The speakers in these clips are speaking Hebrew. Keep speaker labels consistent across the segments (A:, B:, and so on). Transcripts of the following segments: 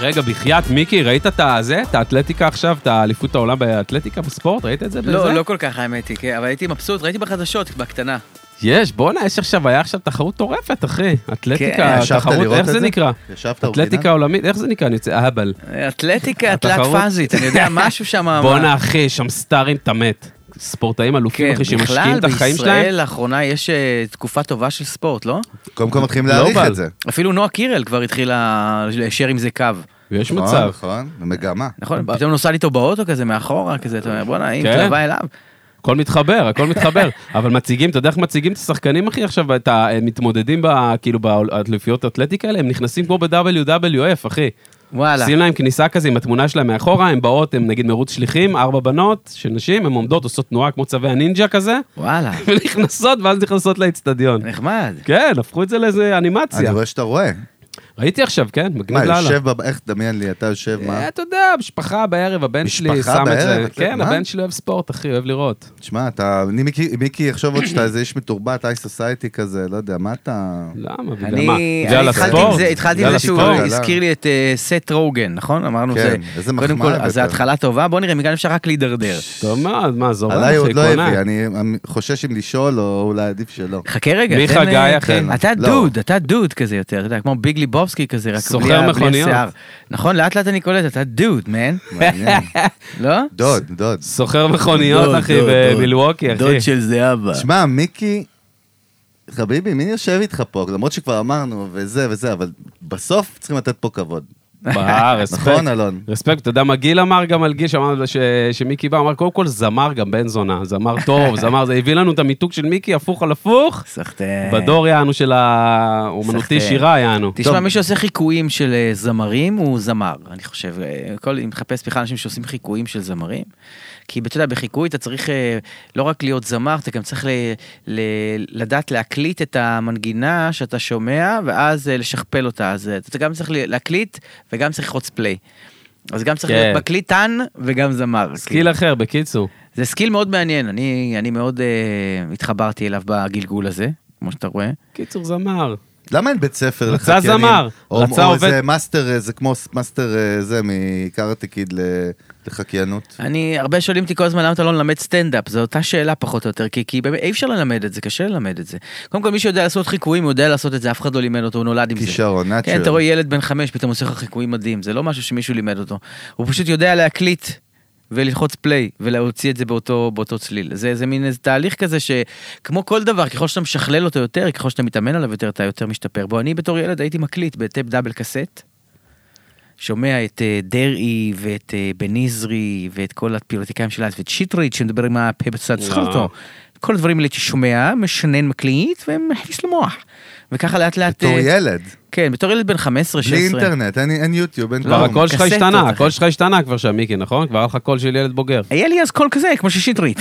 A: רגע, בחייאת, מיקי, ראית את הזה? את האתלטיקה עכשיו? את האליפות העולם באתלטיקה בספורט? ראית את זה? בזה?
B: לא, לא כל כך האמת היא, כן, אבל הייתי מבסוט, ראיתי בחדשות, בקטנה.
A: יש, בואנה, יש עכשיו, היה עכשיו תחרות מטורפת, אחי. אתלטיקה,
C: ישבת
A: תחרות,
C: לראות
A: איך
C: את
A: זה
C: זה?
A: נקרא?
C: ישבת
A: אתלטיקה עולמית, איך זה נקרא? אני יוצא אהבל.
B: אתלטיקה, תלת
A: התחרות?
B: פאזית, אני יודע, משהו שם...
A: בואנה, אחי, שם סטארים אתה מת. ספורטאים אלופים, אחי, שמשקיעים את החיים
B: כן, בכלל,
A: שלהם.
B: בישראל לאחרונה יש אה, תקופה טובה של ספורט, לא?
C: קודם כל מתחילים להעריך
A: גלובל.
C: את זה.
B: אפילו נועה קירל כבר התחילה ליישר עם זה קו.
A: יש
C: נכון,
A: מצב.
C: נכון, מגמה.
B: נכון? פתאום נוסעת איתו באוטו כזה, מאחורה, כזה, אתה אומר, בואנה, היא
A: כן.
B: מתלווה אליו.
A: הכל מתחבר, הכל מתחבר. אבל מציגים, אתה יודע איך מציגים את השחקנים, אחי, עכשיו, את ה- הם מתמודדים, ב- כאילו, באליפויות האתלטיקה האלה, הם נכנסים כמו ב-WWF, אחי.
B: וואלה.
A: שים להם כניסה כזה עם התמונה שלהם מאחורה, הן באות, הן נגיד מרוץ שליחים, ארבע בנות של נשים, הן עומדות, עושות תנועה כמו צווי הנינג'ה כזה,
B: וואלה,
A: ונכנסות, ואז נכנסות לאצטדיון.
B: נחמד.
A: כן, הפכו את זה לאיזה
C: אני
A: אנימציה.
C: רואה שאתה רואה.
A: ראיתי עכשיו, כן, מגניב
C: מה,
A: לאללה.
C: יושב בב... איך תדמיין לי, אתה יושב, מה?
A: אה, אתה יודע, משפחה בערב, הבן שלי
C: משפחה
A: שם את זה.
C: בערב, אתה-
A: כן,
C: מה?
A: הבן שלי אוהב ספורט, אחי, אוהב לראות.
C: תשמע, אתה... אני, מיקי, מיקי יחשוב עוד שאתה איזה איש מתורבת, איי סוסייטי כזה, לא יודע, מה אתה...
A: למה? בגלל
B: אני
A: מה?
B: אני
A: בגלל
B: התחלתי עם
A: הספורט?
B: זה, התחלתי עם
A: בגלל
B: זה שהוא
A: הספורט?
C: הספורט.
B: הזכיר לי את אה, סט רוגן, נכון? אמרנו
C: כן,
B: זה.
C: איזה
B: קודם
C: מחמאה
B: כל, אז זו
C: הבאת.
B: התחלה טובה, בוא נראה, מכאן אפשר רק להידרדר.
A: טוב מאוד, מה, זורם,
C: עליי עוד
A: אחי,
C: לא
A: קונה.
C: הביא, אני אני חושש אם לשאול, או אולי עדיף שלא.
B: חכה רגע,
A: מיכה
B: תן,
A: גיא,
B: אה,
A: אחי.
B: כן. אתה
C: לא.
B: דוד, אתה דוד כזה יותר, אתה יודע, כמו ביג ליבובסקי כזה, רק
A: סוחר
B: בלי ה- בלי
A: מכוניות.
B: השיער. נכון, לאט לאט אני קולט, אתה דוד, מן.
C: מעניין.
B: לא?
C: דוד, דוד.
A: סוחר מכוניות,
C: לא,
B: דוד,
A: אחי,
B: דוד, דוד.
A: במילווקי, אחי.
B: דוד של זהבה.
C: שמע, מיקי, חביבי, מי יושב איתך פה? למרות שכבר אמרנו, וזה וזה, אבל בסוף צריכים לתת פה כבוד.
A: אה, רספקט.
C: נכון, אלון?
A: רספקט, אתה יודע מה גיל אמר גם על גיל, שאמרנו ש- שמיקי בא, אמר קודם כל זמר גם בן זונה, זמר טוב, זמר זה, הביא לנו את המיתוג של מיקי, הפוך על הפוך,
B: סחטיין.
A: בדור יענו של האומנותי
B: סחטיין.
A: שירה יענו.
B: תשמע,
C: טוב.
B: מי שעושה חיקויים של אה, זמרים הוא זמר, אני חושב. אה, כל, אם מחפש בכלל אנשים שעושים חיקויים של זמרים. כי אתה יודע, בחיקוי אתה צריך אה, לא רק להיות זמר, אתה גם צריך ל, ל, לדעת להקליט את המנגינה שאתה שומע, ואז אה, לשכפל אותה. אז אה, אתה גם צריך ל- להקליט וגם צריך לחוץ פליי. אז גם צריך
A: כן.
B: להיות מקליטן וגם זמר. כאילו,
A: סקיל אחר, בקיצור.
B: זה סקיל מאוד מעניין, אני, אני מאוד אה, התחברתי אליו בגלגול הזה, כמו שאתה רואה.
A: קיצור זמר.
C: למה אין בית ספר
A: רצה
C: לחקיינים?
A: זמר,
C: או-
A: רצה
C: או
A: עובד-
C: איזה מאסטר, אה, זה כמו ס- מאסטר אה, זה מקארטה קיד ל-
A: אה,
C: לחקיינות.
B: אני, הרבה שואלים אותי כל הזמן למה אתה לא מלמד סטנדאפ, זו אותה שאלה פחות או יותר, כי, כי באמת אי אפשר ללמד את זה, קשה ללמד את זה. קודם כל מי שיודע לעשות חיקויים הוא יודע לעשות את זה, אף אחד לא לימד אותו, הוא נולד עם זה.
C: כישרון, נאצ'ו.
B: כן, אתה רואה ילד בן חמש, פתאום עושה לך חיקויים מדהים, זה לא משהו שמישהו לימד אותו. הוא פשוט יודע להקליט וללחוץ פליי ולהוציא את זה באותו, באותו צליל. זה, זה מין איזה תהליך כזה שכמו כל דבר, ככל שאתה משכלל אותו יותר, ככל שאתה מתאמן עליו יותר, אתה יותר משתפר בו. אני בתור ילד הייתי מקליט בטייפ דאבל קסט. שומע את אה, דרעי ואת אה, בן נזרי ואת כל הפילוטיקאים של אז ואת שטרית שמדבר עם הפה בצד, זוכר
A: וואו.
B: אותו. כל הדברים האלה הייתי שומע, משנן מקליט ומכניס למוח. וככה לאט לאט...
C: בתור
B: אה,
C: ילד.
B: כן, בתור ילד בן 15-16.
C: בלי אינטרנט, אין אין יוטיוב, אין
A: כבר
C: כלום.
A: הקול שלך
B: לא, קסטות,
A: השתנה,
B: אחי.
A: הקול שלך השתנה כבר שם, מיקי, נכון? כבר היה לך קול של ילד בוגר.
B: היה לי אז קול כזה, כמו ששטרית.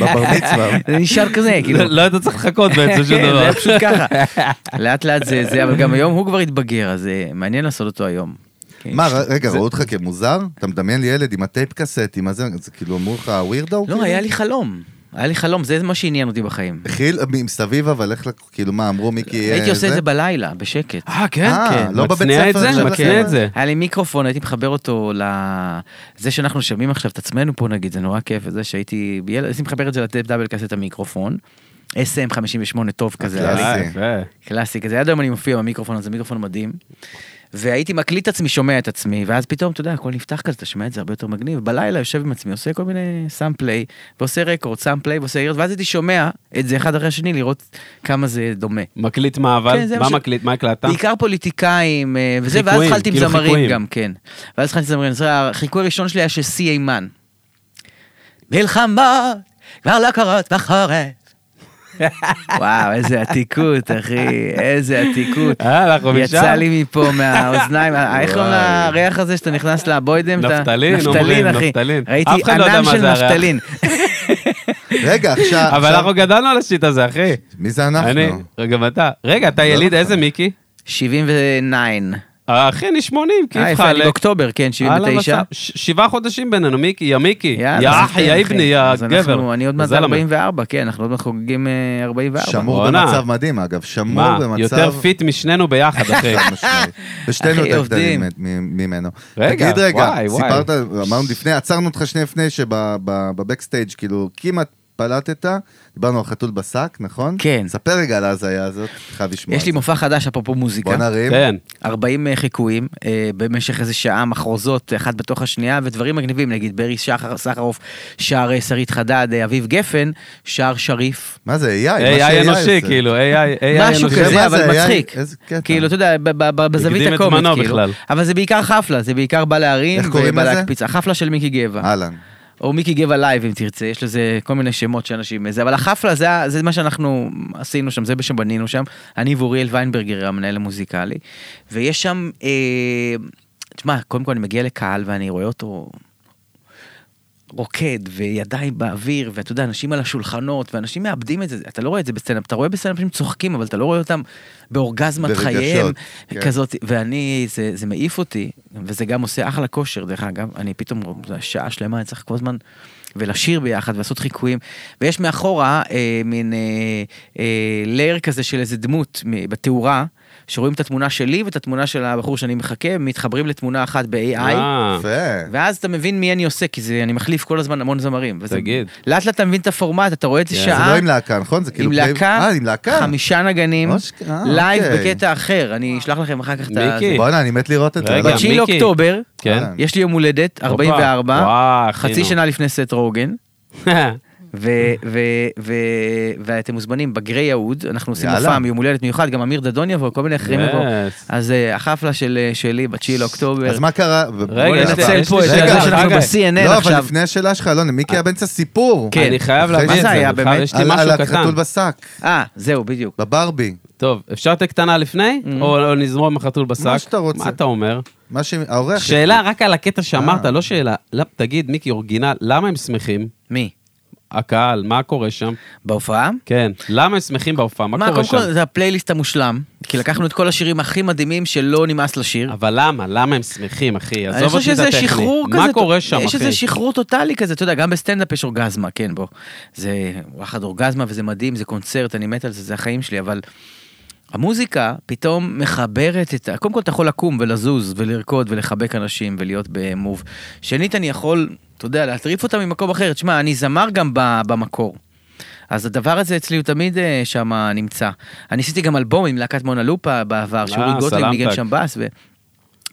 C: בבר מצווה.
B: זה נשאר כזה, כאילו.
A: לא לא היית צריך לחכות בעצם שום
B: כן, זה
A: דבר.
B: היה פשוט ככה. לאט לאט זה זה, אבל גם היום הוא כבר התבגר, אז אה, מעניין לעשות אותו היום. כן.
C: מה, ר- רגע, ראו אותך כמוזר? אתה מדמיין לי ילד עם הטייפ קסטי, מה זה, זה כאילו אמרו לך ווירדו?
B: לא, היה לי חלום. היה לי חלום, זה מה שעניין אותי בחיים.
C: חיל מסביב, אבל איך, לק- כאילו מה, אמרו מיקי... אה,
B: הייתי עושה את זה בלילה, בשקט.
A: אה, כן?
C: אה,
A: כן.
C: לא בבית
A: מצניע את
C: ספר
A: זה?
C: עכשיו,
A: מצניע את
C: כן.
A: זה.
B: היה לי מיקרופון, הייתי מחבר אותו ל... זה שאנחנו שומעים עכשיו את עצמנו פה נגיד, זה נורא כיף, זה שהייתי... ילד, הייתי מחבר את זה לטייפ דאבל כזה את המיקרופון. SM58 טוב כזה. היה לי.
C: הקלאסי.
A: אה, יפה.
B: קלאסי כזה, עד היום אני מופיע במיקרופון הזה, מיקרופון מדהים. והייתי מקליט את עצמי, שומע את עצמי, ואז פתאום, אתה יודע, הכל נפתח כזה, אתה שומע את זה הרבה יותר מגניב. בלילה יושב עם עצמי, עושה כל מיני, שם פליי, ועושה רקורד, שם פליי, ועושה רקורד, ואז הייתי שומע את זה אחד אחרי השני, לראות כמה זה דומה.
A: מקליט מה אבל?
B: כן, זה
A: מה
B: מה ש-
A: מקליט? מה הקלטת?
B: בעיקר פוליטיקאים, אה, וזה, ואז
A: חיקויים,
B: התחלתי עם
A: כאילו
B: זמרים
A: חיקויים.
B: גם, כן. ואז התחלתי עם זמרים, אז החיקוי הראשון שלי היה של סי איימן. מלחמה, כבר לא קורות בחורף. וואו, איזה עתיקות, אחי, איזה עתיקות.
A: אה, אנחנו משם?
B: יצא לי מפה מהאוזניים, אה, איך קוראים
C: וואי.
B: לריח הזה שאתה נכנס לבוידם? אתה-
A: נפתלין, אומרים,
B: אחי.
A: נפתלין.
B: ראיתי
A: אף אחד לא יודע
B: ענן
A: מה
B: של
A: זה הריח.
B: נפתלין.
C: רגע, עכשיו...
A: אבל
C: עכשיו-
A: אנחנו גדלנו על השיט הזה, אחי.
C: מי זה אנחנו? לא,
A: אני, רגע, ואתה. רגע, אתה יליד
C: נכון.
A: איזה מיקי?
B: 79.
A: אחי, אני 80,
B: אה,
A: כיף
B: יפה, אני
A: חלק.
B: באוקטובר, כן,
A: יאללה,
B: 79.
A: בסדר. ש- שבעה חודשים בינינו, מיקי, יא מיקי,
B: יאללה,
A: יא
B: אז
A: אחי,
B: כן,
A: יא
B: אחי.
A: איבני, יא
B: אז אנחנו-
A: גבר.
B: אני עוד מעט
A: זה למה.
B: 44, כן, אנחנו עוד מעט חוגגים אה, 44.
C: שמור
A: בואנה.
C: במצב מדהים, אגב. שמור
A: מה,
C: במצב...
A: יותר פיט משנינו ביחד, אחי.
C: חד משמעית. ושתינו
B: אחי,
C: יותר
B: עובדים.
C: גדולים מ- מ- ממנו.
A: רגע,
C: תגיד רגע,
A: וואי, וואי.
C: סיפרת, אמרנו לפני, עצרנו אותך שנייה לפני שבבקסטייג' כאילו כמעט פלטת, דיברנו על חתול בשק, נכון?
B: כן.
C: ספר רגע על ההזיה הזאת, חייב לשמוע.
B: יש לי
C: על זה.
B: מופע חדש, אפרופו
C: בוא
B: מוזיקה.
C: נרים.
A: כן.
B: 40 חיקויים אה, במשך איזה שעה, מחרוזות, אחת בתוך השנייה, ודברים מגניבים, נגיד ברי שחר- סחרוף שר אה, שרית חדד, אה, אביב גפן שר שריף.
C: מה זה, AI? מה
A: AI
C: ש-AI
A: אנושי,
C: עושה.
A: כאילו, AI אנושי.
B: משהו
C: אנושי. זה
B: כזה,
C: מה
B: אבל
C: זה, AI?
B: מצחיק.
C: איזה קטע.
B: כאילו, אתה יודע, ב- ב- ב- בזווית
A: הקדים את
B: הקומית,
A: זמנו
B: כאילו.
A: בכלל.
B: אבל זה בעיקר חפלה, זה בעיקר בא להרים,
C: איך קוראים
B: ובא
C: לזה?
B: להקפיץ. החפלה של מיקי גבע.
C: אהלן.
B: או מיקי גבע לייב אם תרצה, יש לזה כל מיני שמות שאנשים זה, אבל החפלה זה, ה- זה מה שאנחנו עשינו שם, זה מה שבנינו שם, אני ואוריאל ויינברגר המנהל המוזיקלי, ויש שם, אה, תשמע, קודם כל אני מגיע לקהל ואני רואה אותו רוקד וידיים באוויר, ואתה יודע, אנשים על השולחנות, ואנשים מאבדים את זה, אתה לא רואה את זה בסצנאפ, אתה רואה בסצנאפ אנשים צוחקים, אבל אתה לא רואה אותם באורגזמת
C: ברגשות,
B: חייהם,
C: כן.
B: כזאת, ואני, זה, זה מעיף אותי, וזה גם עושה אחלה כושר, דרך אגב, אני פתאום, זה שעה שלמה, אני צריך כל הזמן, ולשיר ביחד, ולעשות חיקויים, ויש מאחורה אה, מין אה, אה, לייר כזה של איזה דמות מ- בתאורה. שרואים את התמונה שלי ואת התמונה של הבחור שאני מחכה, מתחברים לתמונה אחת ב-AI,
A: אה,
C: יפה.
B: ואז אתה מבין מי אני עושה, כי זה, אני מחליף כל הזמן המון זמרים. וזה-
A: תגיד.
B: לאט לאט אתה מבין את הפורמט, אתה רואה את זה
A: כן, זה
C: זה לא
B: שעה,
C: עם להקה, נכון? זה כאילו...
B: עם
C: פלי-
B: להקה,
C: אה, עם להקה.
B: חמישה נגנים,
C: אשכרה,
B: לייב
C: אוקיי.
B: בקטע אחר, אני אשלח לכם אחר כך את ה...
A: מיקי.
C: בואנה, אני מת לראות את זה.
A: רגע,
C: אבל-
B: ב-9
A: מיקי.
B: לאוקטובר,
A: כן.
C: אהלן.
B: יש לי יום הולדת, 44,
A: וואי,
B: חצי
A: אחינו.
B: שנה לפני סט רוגן. ו- ו- ו- ואתם מוזמנים בגרי יהוד, אנחנו עושים
C: יאללה.
B: מופע מיום הולדת מיוחד, גם אמיר דדון יבוא, כל מיני אחרים יבואו.
A: Yes.
B: אז אה, החפלה של- שלי ב-9 לאוקטובר.
C: אז מה קרה? בוא
A: יש לי-
C: נעבור.
B: ננצל
A: לי
B: פה את
C: שאלה,
B: זה שאנחנו
A: רגע.
B: ב-CNN
C: לא, אבל
B: עכשיו.
C: לפני השאלה שלך, אלון, מיקי היה באמצע סיפור.
B: כן.
A: אני חייב
C: אחרי
A: להביא
C: זה
A: את זה,
B: היה
A: בכלל,
B: באמת?
A: יש לי
C: על על
A: משהו קטן.
C: החתול בשק,
B: אה, זהו, בדיוק.
C: בברבי.
A: טוב, אפשר לתת קטנה לפני?
B: Mm.
A: או או נזרום עם החתול בשק?
C: מה שאתה רוצה.
A: מה אתה אומר?
C: מה שהאורח...
A: שאלה רק על הקטע שאמרת,
B: אה.
A: לא שאלה. למ- תגיד, מיקי, אורגינל, למה הם שמחים?
B: מי?
A: הקהל, מה קורה שם?
B: בהופעה?
A: כן, למה הם שמחים בהופעה? מה קורה
B: קודם
A: שם?
B: כל זה הפלייליסט המושלם, כי לקחנו את כל השירים הכי מדהימים שלא נמאס לשיר.
A: אבל למה? למה הם שמחים, אחי?
B: אני
A: עזוב
B: חושב
A: אותי את
B: שזה
A: הטכני.
B: שחרור כזה,
A: מה קורה שם,
B: יש איזה
A: אחי?
B: שחרור טוטאלי כזה, אתה יודע, גם בסטנדאפ יש אורגזמה, כן, בוא. זה וואחד אורגזמה וזה מדהים, זה קונצרט, אני מת על זה, זה החיים שלי, אבל המוזיקה פתאום מחברת את ה... קודם כל אתה יכול לקום ולזוז ולרקוד ולחבק אנשים ולהיות במוב. שנית, אני יכול, אתה יודע, להטריף אותם ממקום אחר. תשמע, אני זמר גם ב- במקור. אז הדבר הזה אצלי הוא תמיד שם נמצא. אני עשיתי גם אלבום עם להקת מונה לופה
A: אה,
B: בעבר, שאורי גוטליב
A: סלמתק.
B: ניגן שם בס,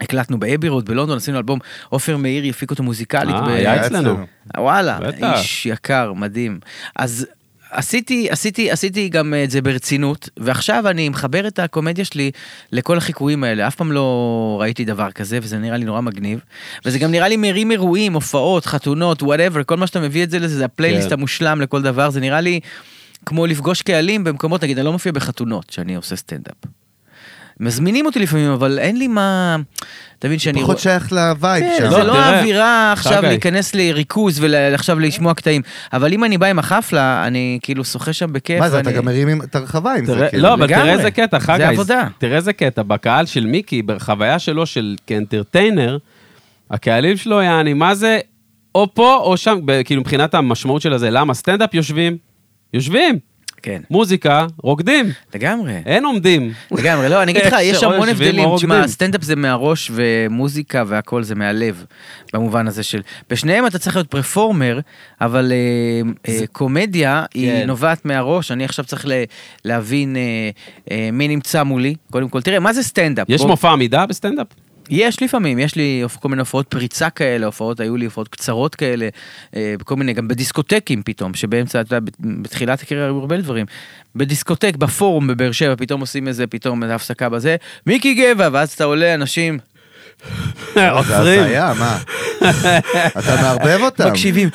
B: והקלטנו באבי רוד בלונדון, עשינו אלבום, עופר מאיר הפיק אותו מוזיקלית.
A: אה,
B: ב-
A: היה אצלנו.
B: וואלה,
A: בטח.
B: איש יקר, מדהים. אז עשיתי, עשיתי, עשיתי גם אה, את זה ברצינות, ועכשיו אני מחבר את הקומדיה שלי לכל החיקויים האלה. אף פעם לא ראיתי דבר כזה, וזה נראה לי נורא מגניב. וזה גם נראה לי מרים אירועים, הופעות, חתונות, וואטאבר, כל מה שאתה מביא את זה לזה, זה הפלייליסט
A: כן.
B: המושלם לכל דבר, זה נראה לי כמו לפגוש קהלים במקומות, נגיד, אני לא מופיע בחתונות שאני עושה סטנדאפ. מזמינים אותי לפעמים, אבל אין לי מה... אתה מבין שאני...
C: פחות
B: רוא-
C: שייך לווייב
B: כן,
C: שם.
B: זה לא
A: תראה,
B: האווירה עכשיו
A: חגי.
B: להיכנס לריכוז ועכשיו לשמוע קטעים. אבל אם אני בא עם החפלה, אני כאילו שוחה שם בכיף.
C: מה זה, אתה
B: ואני-
C: גם מרים עם- את הרחבה עם זה,
A: תראה-
C: כאילו.
A: לא, אבל תראה
B: לגמרי.
A: איזה קטע,
B: זה
A: חגי.
B: עבודה.
A: תראה איזה קטע, בקהל של מיקי, בחוויה שלו של כאנטרטיינר, הקהלים שלו, יעני, מה זה, או פה או שם, ב- כאילו מבחינת המשמעות של הזה, למה סטנדאפ יושבים? יושבים.
B: כן,
A: מוזיקה, רוקדים,
B: לגמרי.
A: אין עומדים.
B: לגמרי, לא, אני אגיד לך,
A: איך
B: יש
A: שאו
B: המון
A: יושבים או
B: הבדלים. תשמע,
A: רוקדים.
B: סטנדאפ זה מהראש ומוזיקה והכל זה מהלב, במובן הזה של... בשניהם אתה צריך להיות פרפורמר, אבל אה, אה, קומדיה היא
A: כן.
B: נובעת מהראש, אני עכשיו צריך ל- להבין אה, אה, מי נמצא מולי. קודם כל, תראה, מה זה סטנדאפ?
A: יש
B: בוא-
A: מופע עמידה בסטנדאפ?
B: יש לפעמים, יש לי הופ- כל מיני הופעות פריצה כאלה, הופעות, היו לי הופעות קצרות כאלה, אה, כל מיני, גם בדיסקוטקים פתאום, שבאמצע, אתה יודע, בת- בתחילת הקריירה היו הרבה דברים. בדיסקוטק, בפורום בבאר שבע, פתאום עושים איזה, פתאום איזה הפסקה בזה, מיקי גבע, ואז אתה עולה, אנשים
C: זה הזיה, מה? אתה מערבב אותם.
B: מקשיבים.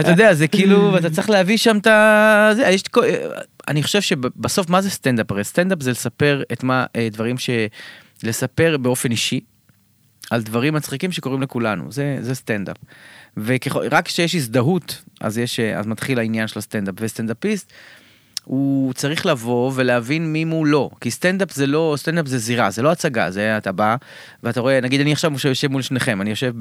B: אתה יודע, זה כאילו, אתה צריך להביא שם את ה... זה, יש את כל- אה, אני חושב שבסוף, מה זה סטנדאפ? הרי סטנדאפ זה לספר את מה, אה, דברים ש... לספר באופן אישי, על דברים מצחיקים שקורים לכולנו, זה, זה סטנדאפ. ורק כשיש הזדהות, אז, יש, אה, אז מתחיל העניין של הסטנדאפ. וסטנדאפיסט, הוא צריך לבוא ולהבין מי מולו, כי סטנדאפ זה לא, סטנדאפ זה זירה, זה לא הצגה, זה אתה בא ואתה רואה, נגיד אני עכשיו יושב מול שניכם, אני יושב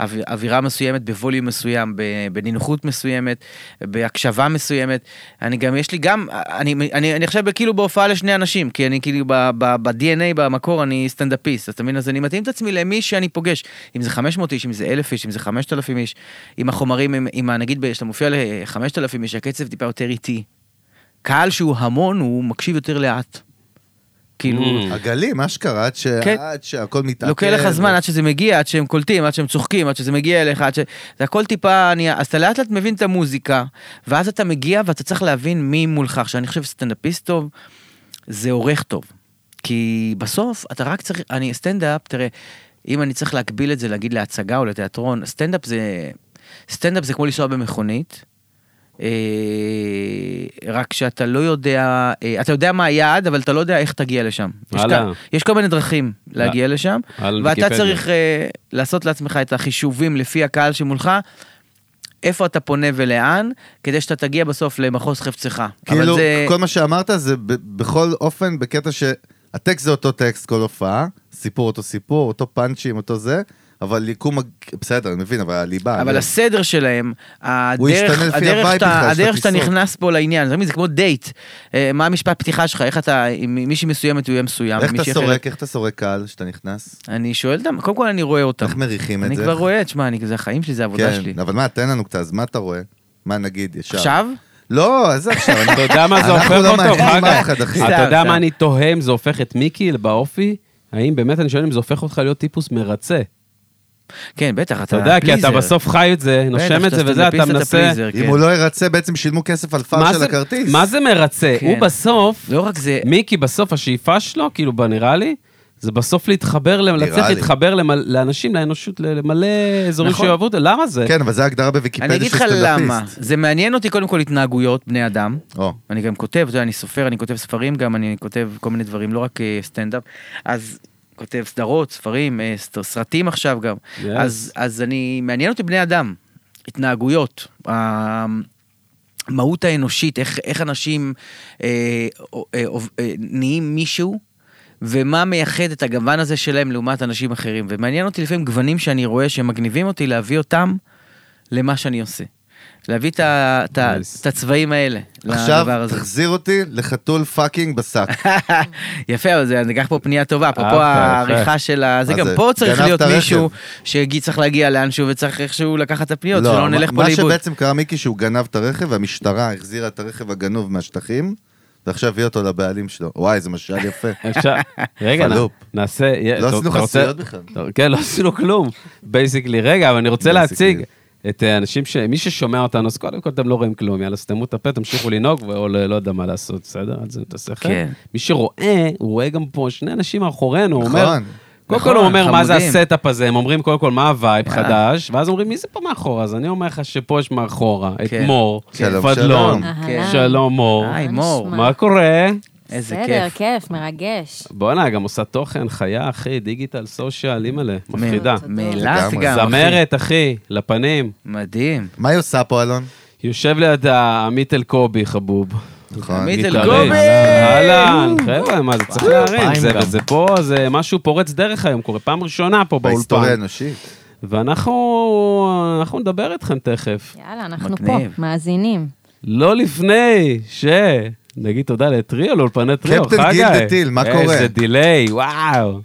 B: באווירה מסוימת, בווליום מסוים, ב- בנינוחות מסוימת, בהקשבה מסוימת, אני גם, יש לי גם, אני, אני, אני עכשיו כאילו בהופעה לשני אנשים, כי אני כאילו ב- ב- ב-DNA, במקור, אני סטנדאפיסט, אז אתה מבין, אז אני מתאים את עצמי למי שאני פוגש, אם זה 500 איש, אם זה 1,000 איש, אם זה 5,000 איש, עם החומרים, עם, עם ה- נגיד, כשאתה מופיע ל-5,000 איש, הקצב טיפה יותר איטי. קהל שהוא המון, הוא מקשיב יותר לאט. כאילו,
A: Mm.
C: הגלים, אשכרה, עד ש-
B: כן.
C: עד שהכל מתעכל.
B: לוקח לך זמן עד שזה מגיע, עד שהם קולטים, עד שהם צוחקים, עד שזה מגיע אליך, עד ש... זה הכל טיפה... אני... אז אתה לאט לאט מבין את המוזיקה, ואז אתה מגיע ואתה צריך להבין מי מולך. עכשיו, אני חושב שסטנדאפיסט טוב, זה עורך טוב. כי בסוף אתה רק צריך... אני סטנדאפ, תראה, אם אני צריך להקביל את זה, להגיד להצגה או לתיאטרון, סטנדאפ זה... סטנדאפ זה כמו לנסוע במכונית. אה, רק שאתה לא יודע, אה, אתה יודע מה היעד, אבל אתה לא יודע איך תגיע לשם. יש
A: וואלה.
B: כ- יש כל מיני דרכים להגיע לשם,
A: על
B: ואתה
A: ויקיפדיה.
B: צריך אה, לעשות לעצמך את החישובים לפי הקהל שמולך, איפה אתה פונה ולאן, כדי שאתה תגיע בסוף למחוז חפצך.
C: כאילו,
B: אבל זה...
C: כל מה שאמרת זה ב- בכל אופן בקטע שהטקסט זה אותו טקסט כל הופעה, סיפור אותו סיפור, אותו פאנצ'ים, אותו זה, אבל ליקום, הג- בסדר, אני מבין, אבל הליבה.
B: אבל
C: אני-
B: הסדר שלהם, הדרך,
C: אה, ישתנה לפי
B: הדרך,
C: הווייב
B: שאתה,
C: בכלל,
B: הדרך
C: של
B: שאתה
C: הטיסות.
B: נכנס פה לעניין, זה, זה כמו דייט. אה, מה המשפט פתיחה שלך, איך אתה, עם מישהי מסוימת הוא יהיה מסוים.
C: איך אתה
B: מישהי אחרת-
C: סורק, איך אתה סורק קהל כשאתה נכנס?
B: אני שואל אותם, קודם כל אני רואה אותם.
C: איך מריחים את זה?
B: אני כבר רואה, תשמע, אני- זה החיים שלי, זה העבודה שלי.
C: כן, אבל מה, תן לנו קצת, אז מה אתה רואה? מה נגיד ישר?
B: עכשיו?
C: לא, איזה עכשיו? אני-
A: אתה יודע מה זה
C: אנחנו
A: הופך
C: לא
A: אותו,
C: מעניינים אף
A: חגה?
C: אחד, אחי.
A: אתה יודע
B: סתם,
A: מה
B: סתם.
A: אני תוהה אם זה הופך את מיקי באופי? האם באמת, אני שואל אם זה הופך אותך להיות טיפוס מרצה.
B: כן, בטח,
A: אתה
B: אתה
A: יודע, כי אתה
B: פליזר.
A: בסוף חי את זה, נושם
B: בטח,
A: את זה וזה, אתה
B: סטנדאפיסט,
A: מנסה...
B: פליזר,
C: אם
B: כן.
C: הוא לא ירצה, בעצם שילמו כסף על
A: מה
C: פאר של
A: זה-
C: הכרטיס.
A: מה זה מרצה?
B: כן.
A: הוא בסוף,
B: לא רק זה,
A: מיקי, בסוף השאיפה שלו, כאילו, ב- נראה לי, זה בסוף להתחבר, למ-
C: נראה
A: להצליח
C: לי.
A: להתחבר למל- לאנשים, לאנושות, ל- למלא אזורים
B: נכון.
A: שאוהבו אותו. למה זה?
C: כן, אבל זה ההגדרה
B: אני
C: בוויקיפדיה של
B: אגיד לך
C: סטנדאפיסט.
B: למה. זה מעניין אותי קודם כל התנהגויות בני אדם.
C: או,
B: אני גם כותב, אתה יודע, אני סופר, אני כותב ספרים גם, אני כותב כל מיני דברים, לא רק אה, סטנדאפ. אז כותב סדרות, ספרים, אה, סט- סרטים עכשיו גם.
A: Yes.
B: אז, אז אני, מעניין אותי בני אדם, התנהגויות, אמ, ה- המהות האנושית, איך, איך אנשים אה, או- אה, עוב- אה, נהיים מישהו. ומה מייחד את הגוון הזה שלהם לעומת אנשים אחרים. ומעניין אותי לפעמים גוונים שאני רואה שמגניבים אותי להביא אותם למה שאני עושה. להביא את ה- את ה-
A: Nice.
B: את הצבעים האלה
C: עכשיו
B: לדבר הזה.
C: תחזיר אותי לחתול פאקינג בשק.
B: יפה, אבל זה אני אקח פה פנייה טובה, אפרופו
C: אוקיי,
A: אהבת, יפה.
B: העריכה של ה... זה
C: מה
B: גם
C: זה?
B: פה צריך
C: אה, גנבת
B: להיות
C: רכב.
B: מישהו שצריך להגיע לאנשהו וצריך איכשהו לקחת את הפניות, שלא
C: לא, מה-
B: נלך פה
C: מה
B: לאיבוד.
C: שבעצם קרה מיקי שהוא גנב את הרכב והמשטרה החזירה את הרכב הגנוב מהשטחים, ועכשיו הביא אותו לבעלים שלו. וואי, זה משל יפה.
A: אפשר... רגע, נ-
C: חלופ.
A: נעשה... יה-
C: לא
A: אתה-
C: עשינו
A: אתה רוצה-
C: חסויות בכלל.
A: טוב, כן, לא עשינו כלום, בייסיקלי. רגע, אבל אני רוצה
C: Basically.
A: להציג את אה, האנשים ש... מי ששומע אותנו, אז קודם כל אתם לא רואים כלום, יאללה, סתמו את הפה, תמשיכו לנהוג, או לא לא יודע מה לעשות, בסדר? אז זה את השכל.
B: כן.
A: מי שרואה, הוא רואה גם פה שני אנשים מאחורינו, הוא אומר...
C: נכון.
A: קודם
B: נכון,
A: כל הוא אומר, מה זה
B: חמודים."
A: הסטאפ הזה? הם אומרים קודם כל, מה הווייב חדש? ואז אומרים, מי זה פה מאחורה? אז אני אומר לך שפה יש מאחורה, את
B: כן.
A: מור,
C: שלום,
A: פדלון,
C: שלום.
B: כן.
A: שלום מור.
B: היי,
D: מה
B: מור.
D: נשמע?
A: מה קורה?
B: איזה
D: בסדר,
B: כיף.
D: כיף, מרגש.
A: בואנה, גם עושה תוכן, חיה, אחי, דיגיטל, סושיאל, אימא'לה, כאילו, מפחידה.
B: מאילת
C: לגמרי.
B: גם, אחי.
A: זמרת, אחי, לפנים.
B: מדהים.
C: מה היא עושה פה, אלון?
A: יושב לידה עמית אלקובי, חבוב.
C: נכון.
B: עמית
A: גיטריסט.
B: אלקובי!
A: אהלן, חבר'ה, מה זה צריך להרים?
E: פעמיים
A: זה-
E: גם.
A: זה פה, זה משהו פורץ דרך היום, קורה פעם ראשונה פה
C: בהיסטוריה
A: באולפן.
C: האנושית.
A: ואנחנו אנחנו נדבר איתכם
C: כן.
A: תכף.
D: יאללה, אנחנו
B: מגניב.
D: פה, מאזינים.
A: לא לפני ש... נגיד תודה לטריו, לאולפני טריו,
C: קפטן
A: חגי.
C: גיל דה טיל, מה קורה?
A: איזה דיליי, וואו.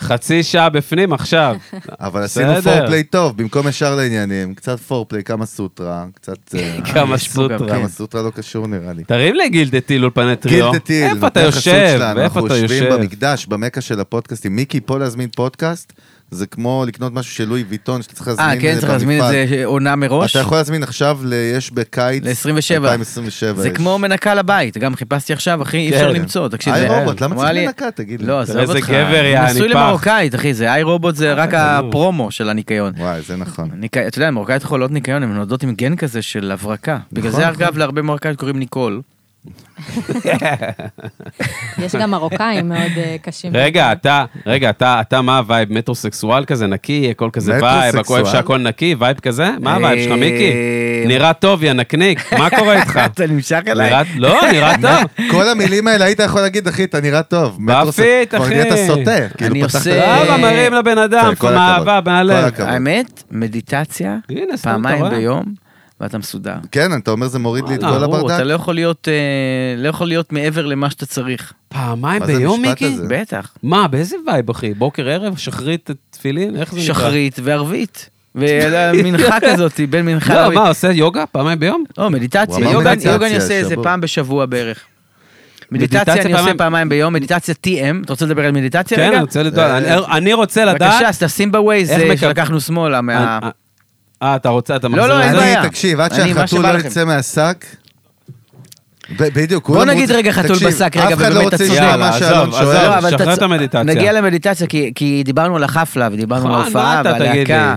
A: חצי שעה בפנים עכשיו.
C: אבל עשינו
A: בסדר.
C: פורפליי טוב, במקום ישר לעניינים, קצת פורפליי, כמה סוטרה, קצת... אה,
A: כמה
B: יש פה גם,
A: סוטרה.
C: כמה סוטרה לא קשור נראה לי.
A: תרים לגילדה טיל אולפני טריו.
C: גילדה טיל,
A: לא? איפה אתה
C: נותן חסות
A: יושב?
C: שלנו,
A: ואיפה אתה
C: אנחנו יושבים
A: יושב?
C: במקדש, במקה של הפודקאסטים. מיקי, פה להזמין פודקאסט, זה כמו לקנות משהו של לואי ויטון, שאתה צריך להזמין
B: אה,
C: את זה
B: כן, צריך להזמין את
C: במפעל.
B: זה עונה מראש?
C: אתה יכול להזמין עכשיו, ל- יש בקיץ...
B: ל-27.
C: 2027.
B: זה
C: יש.
B: כמו מנקה לבית, גם חיפשתי עכשיו, אחי, אי
A: כן.
B: אפשר למצוא, תקשיב.
C: היי
B: זה-
C: רובוט, למה
B: אמרה
C: צריך
B: לי-
C: מנקה? תגיד לי.
B: לא, עזוב אותך.
A: איזה גבר, יעני,
B: נשוי
A: פח. אה,
B: למרוקאית, אחי, זה איי רובוט זה רק הפרומו של הניקיון.
C: וואי, זה נכון.
B: ניק... אתה
C: נכון,
B: יודע, מרוקאיות חולות ניקיון, הן נולדות עם גן כזה של הברקה. בגלל זה, אגב, להרבה מרוקאיות קוראים ניקול.
D: יש גם מרוקאים מאוד אה, קשים.
A: רגע, אתה, רגע, אתה, אתה מה הווייב? מטרוסקסואל כזה נקי, הכל כזה וייב, הכל איפה
C: מטרוסקסואל?
A: שהכל נקי, וייב כזה? מה הווייב שלך,
B: אה,
A: מיקי? נראה טוב, יא נקניק, מה קורה איתך?
B: אתה נמשך אליי?
A: נראה- לא, נראה טוב.
C: כל המילים האלה היית יכול להגיד, אחי, אתה נראה טוב. מטרוס-
A: אחי.
C: כבר נהיית סוטה. כאילו,
B: אני
C: פתחת-
B: עושה-
A: למה מראים לבן אדם,
C: כל הכבוד.
A: מאהבה, מהלב.
C: כל הכבוד.
B: האמת, מדיטציה,
A: הנה, סתם, אתה
B: פעמיים
A: רואה?
B: ביום, ואתה מסודר.
C: כן, אתה אומר זה מוריד לי את
A: וואלה,
C: כל
B: ברור, אתה
C: הברדק?
B: לא יכול להיות, אה, לא יכול להיות מעבר למה שאתה צריך. כן,
A: פעמיים
C: מה זה
A: ביום,
C: המשפט
A: מיקי?
C: הזה?
B: בטח.
A: מה, באיזה וייב, אחי? בוקר, ערב, שחרית, תפילין? איך זה נקרא?
B: שחרית וערבית. ומנחה כזאת, בין מנחה
A: לא,
B: לערבית.
A: מה, עושה יוגה פעמיים ביום?
B: או, מדיטציה.
C: הוא אמר
B: יוגה
C: מדיטציה,
B: יוגה אני עושה איזה
C: שבוע.
B: פעם בשבוע בערך.
A: מדיטציה
B: מדיטציה אני עושה
A: פעמיים-
B: פעמיים ביום, מדיטציה TM, אתה רוצה לדבר על מדיטציה רגע?
A: כן, אני רוצה לדעת.
C: אה,
A: אני- אני רוצה
B: בבקשה,
A: לדעת...
B: אז תשים בווייז
A: איך
B: אה,
A: מקב-
B: שלקחנו שמאלה מה...
A: אה, אה, אתה רוצה, אתה
B: לא,
A: מחזיר
B: לא,
A: לזה?
B: אין בעיה.
C: אני, תקשיב, עד
B: אני, מה
C: שהחתול
B: שבא
C: לא
B: לכם.
C: יצא מהשק... ב- בדיוק,
B: בוא
C: כולם
B: נגיד
C: רוצים-
B: רגע חתול
C: תקשיב,
B: בשק, רגע,
C: אף אחד לא
B: ובאמת
C: רוצה
B: אתה
C: לשמוע
B: צודק.
C: מה
A: יאללה,
C: שאלון
A: עזוב, עזוב.
C: שואל.
B: לא, אבל
A: שחרר
B: אתה-
A: את המדיטציה.
B: נגיע למדיטציה, כי- כי דיברנו על החפלה, ודיברנו על
A: נכון, מה
B: ההופעה
A: אתה
B: ועל
A: תגיד
B: להקה,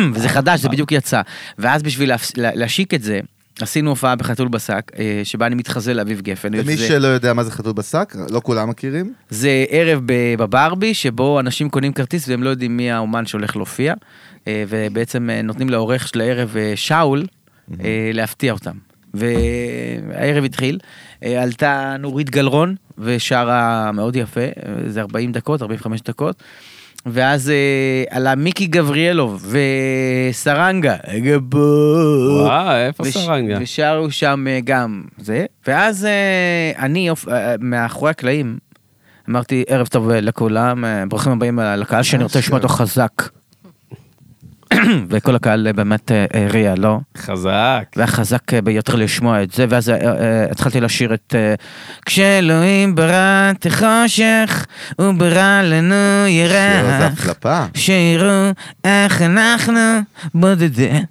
B: וזה חדש, זה בדיוק יצא. ואז בשביל להפס- לה- להשיק את זה, עשינו הופעה בחתול בשק, אה, שבה אני מתחזה לאביב גפן.
C: למי
B: זה-
C: שלא יודע מה זה חתול בשק, לא כולם מכירים.
B: זה ערב ב- בברבי, שבו אנשים קונים כרטיס והם לא יודעים מי האומן שהולך להופיע, אה, ובעצם אה, נותנים לעורך של הערב, אה, שאול, אה, להפתיע אותם. והערב התחיל, אה, עלתה נורית גלרון ושרה מאוד יפה, אה, זה 40 דקות, 45 דקות. ואז אה, עלה מיקי גבריאלוב וסרנגה, גבור.
A: וואי, אה, איפה
B: וש-
A: סרנגה?
B: ושרו שם אה, גם זה, ואז אה, אני יופ- אה, מאחורי הקלעים אמרתי ערב טוב אה, לכולם, אה, ברוכים הבאים אה, לקהל שאני רוצה לשמוע אותו חזק. וכל הקהל אה, באמת אה, הריע לו,
A: חזק.
B: והיה חזק אה, ביותר לשמוע את זה, ואז אה, אה, התחלתי לשיר את אה, כשאלוהים ברא את החושך, הוא ברא לנו
C: לא, זה
B: ירח,
C: החלפה.
B: שיראו איך אנחנו בודדים.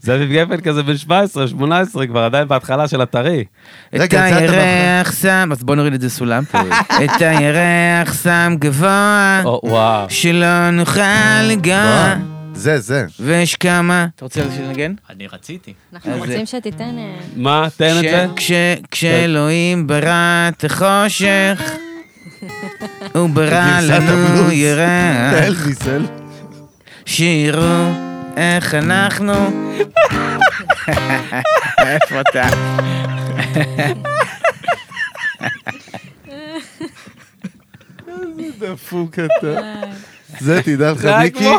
A: זה אביב גפן כזה בן 17, 18, כבר עדיין בהתחלה של הטרי.
B: אה. את
C: רגע, יצאת
B: הירח שם, אז בוא נוריד את זה סולם. את הירח שם גבוה,
A: או, אה, וואו.
B: שלא נוכל לגוע,
C: בוא. זה, זה.
B: ויש כמה... אתה רוצה שנגן?
E: אני רציתי.
D: אנחנו
B: אז-
D: רוצים שתיתן... אה,
A: מה, תן את זה?
B: כשאלוהים ברא את החושך, הוא ברא
C: גרסת
B: לנו
A: כן.
C: הבלוז.
B: ירח,
C: אלביס, אל-
B: שיראו איך אנחנו... איפה אתה?
C: דפוק אתה. זה תדע לך,
A: זה היה
C: מיקי.
A: כמו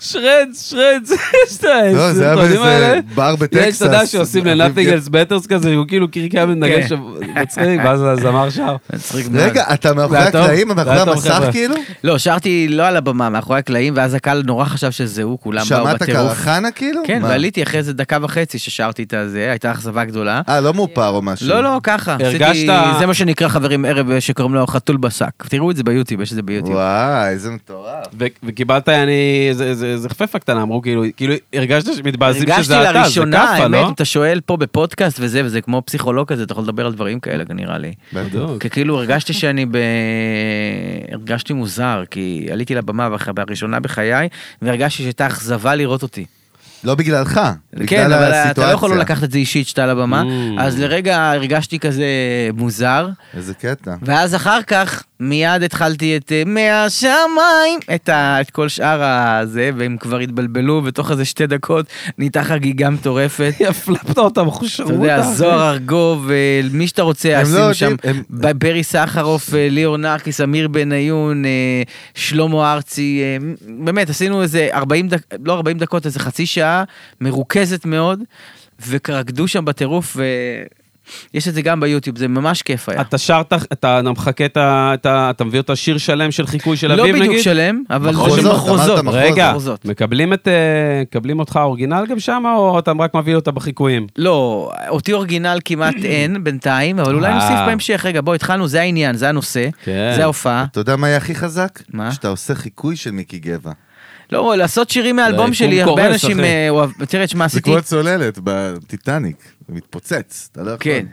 A: שרדס, שרדס, יש את
C: לא, זה היה
A: הסרטונים
C: באיזה
A: האלה.
C: בר בטקסס.
A: יש, אתה יודע שעושים ל-Nothing
C: אביב
A: else betters כזה, הוא כאילו קירק היה מנגן
B: כן.
A: שם, מצחיק, ואז הזמר שר.
B: מצחיק
C: גפן. רגע, אתה מאחורי
A: זה היה טוב.
C: הקלעים, מאחורי
A: זה היה טוב,
C: המסך
A: חבר'ה.
C: כאילו?
B: לא, שרתי לא על הבמה, מאחורי הקלעים, ואז הקהל נורא חשב שזה הוא, כולם באו
C: שמעת
B: בטירוף.
C: קרחנה כאילו?
B: כן,
C: מה?
B: ועליתי אחרי איזה דקה וחצי ששרתי את הזה, הייתה אכזבה גדולה.
C: אה, לא מאופר או משהו.
B: לא, לא, ככה.
A: הרגשת-
B: עשיתי- זה מה שנקרא חברים ערב שקוראים לו חתול בשק. תראו את זה ביוטיוב, יש את זה ביוטיוב.
C: וואי, איזה מטורף.
A: ו- וקיבלת, אני, זה- זה זה חפפה קטנה, אמרו כאילו, כאילו, הרגשת שמתבאזים
B: הרגשתי
A: שזה אתה, זה
B: לראשונה,
A: כאפה,
B: האמת,
A: לא?
B: אתה שואל פה בפודקאסט וזה, וזה כמו פסיכולוג כזה, אתה יכול לדבר על דברים כאלה, נראה לי.
A: בדיוק.
B: כי כאילו הרגשתי שאני ב... הרגשתי מוזר, כי עליתי לבמה בח- בראשונה בחיי, והרגשתי שהייתה אכזבה לראות אותי.
C: לא בגללך,
B: כן,
C: בגלל
B: אבל אתה לא יכול לא
C: הסיטואציה.
B: לקחת את זה אישית שאתה על הבמה,
A: Mm.
B: אז לרגע הרגשתי כזה מוזר,
C: איזה קטע.
B: ואז אחר כך מיד התחלתי את אה, מהשמיים, את, ה, את כל שאר הזה, והם כבר התבלבלו, ותוך איזה שתי דקות נהייתה חגיגה מטורפת.
A: הפלפת אותם, אנחנו
B: אתה
A: שרו
B: יודע,
A: אותם.
B: זוהר ארגוב, אה, מי שאתה רוצה,
C: הם לא
B: עשינו שם,
C: יודעים, הם-
B: ב- ברי סחרוף, אה, ליאור נרקיס, אמיר בניון, אה, שלמה ארצי, אה, באמת, עשינו איזה 40 דקות, לא 40 דקות, איזה חצי שעה, מרוכזת מאוד, ורקדו שם בטירוף, ויש את זה גם ביוטיוב, זה ממש כיף היה.
A: אתה שרת, אתה מחכה את ה... את ה- אתה מביא אותה שיר שלם של חיקוי של
B: לא
A: אביב, נגיד?
B: בדיוק שלם, אבל
C: מחוזות,
B: זה של
C: נכון, אמרת
B: מחוזות.
C: מחוז.
A: רגע,
B: מחוזות.
A: מקבלים את... אה, מקבלים אותך אורגינל גם שם, או אתה רק מביא אותה בחיקויים?
B: לא, אותי אורגינל כמעט אין בינתיים, אבל אולי
A: אה.
B: נוסיף בהמשך. רגע, בוא, התחלנו, זה העניין, זה הנושא,
A: כן.
B: זה ההופעה.
C: אתה יודע מה היה הכי חזק?
B: מה?
C: שאתה עושה חיקוי של מיקי גבע.
B: לא, לעשות שירים מהאלבום
A: היקום
B: שלי, הרבה
A: קורס,
B: אנשים
A: אחי.
B: אה, אוהב- תראה, תשמע,
C: זה
B: עשיתי...
C: כמו הצוללת בטיטניק, זה מתפוצץ, אתה לא יכול.
B: כן.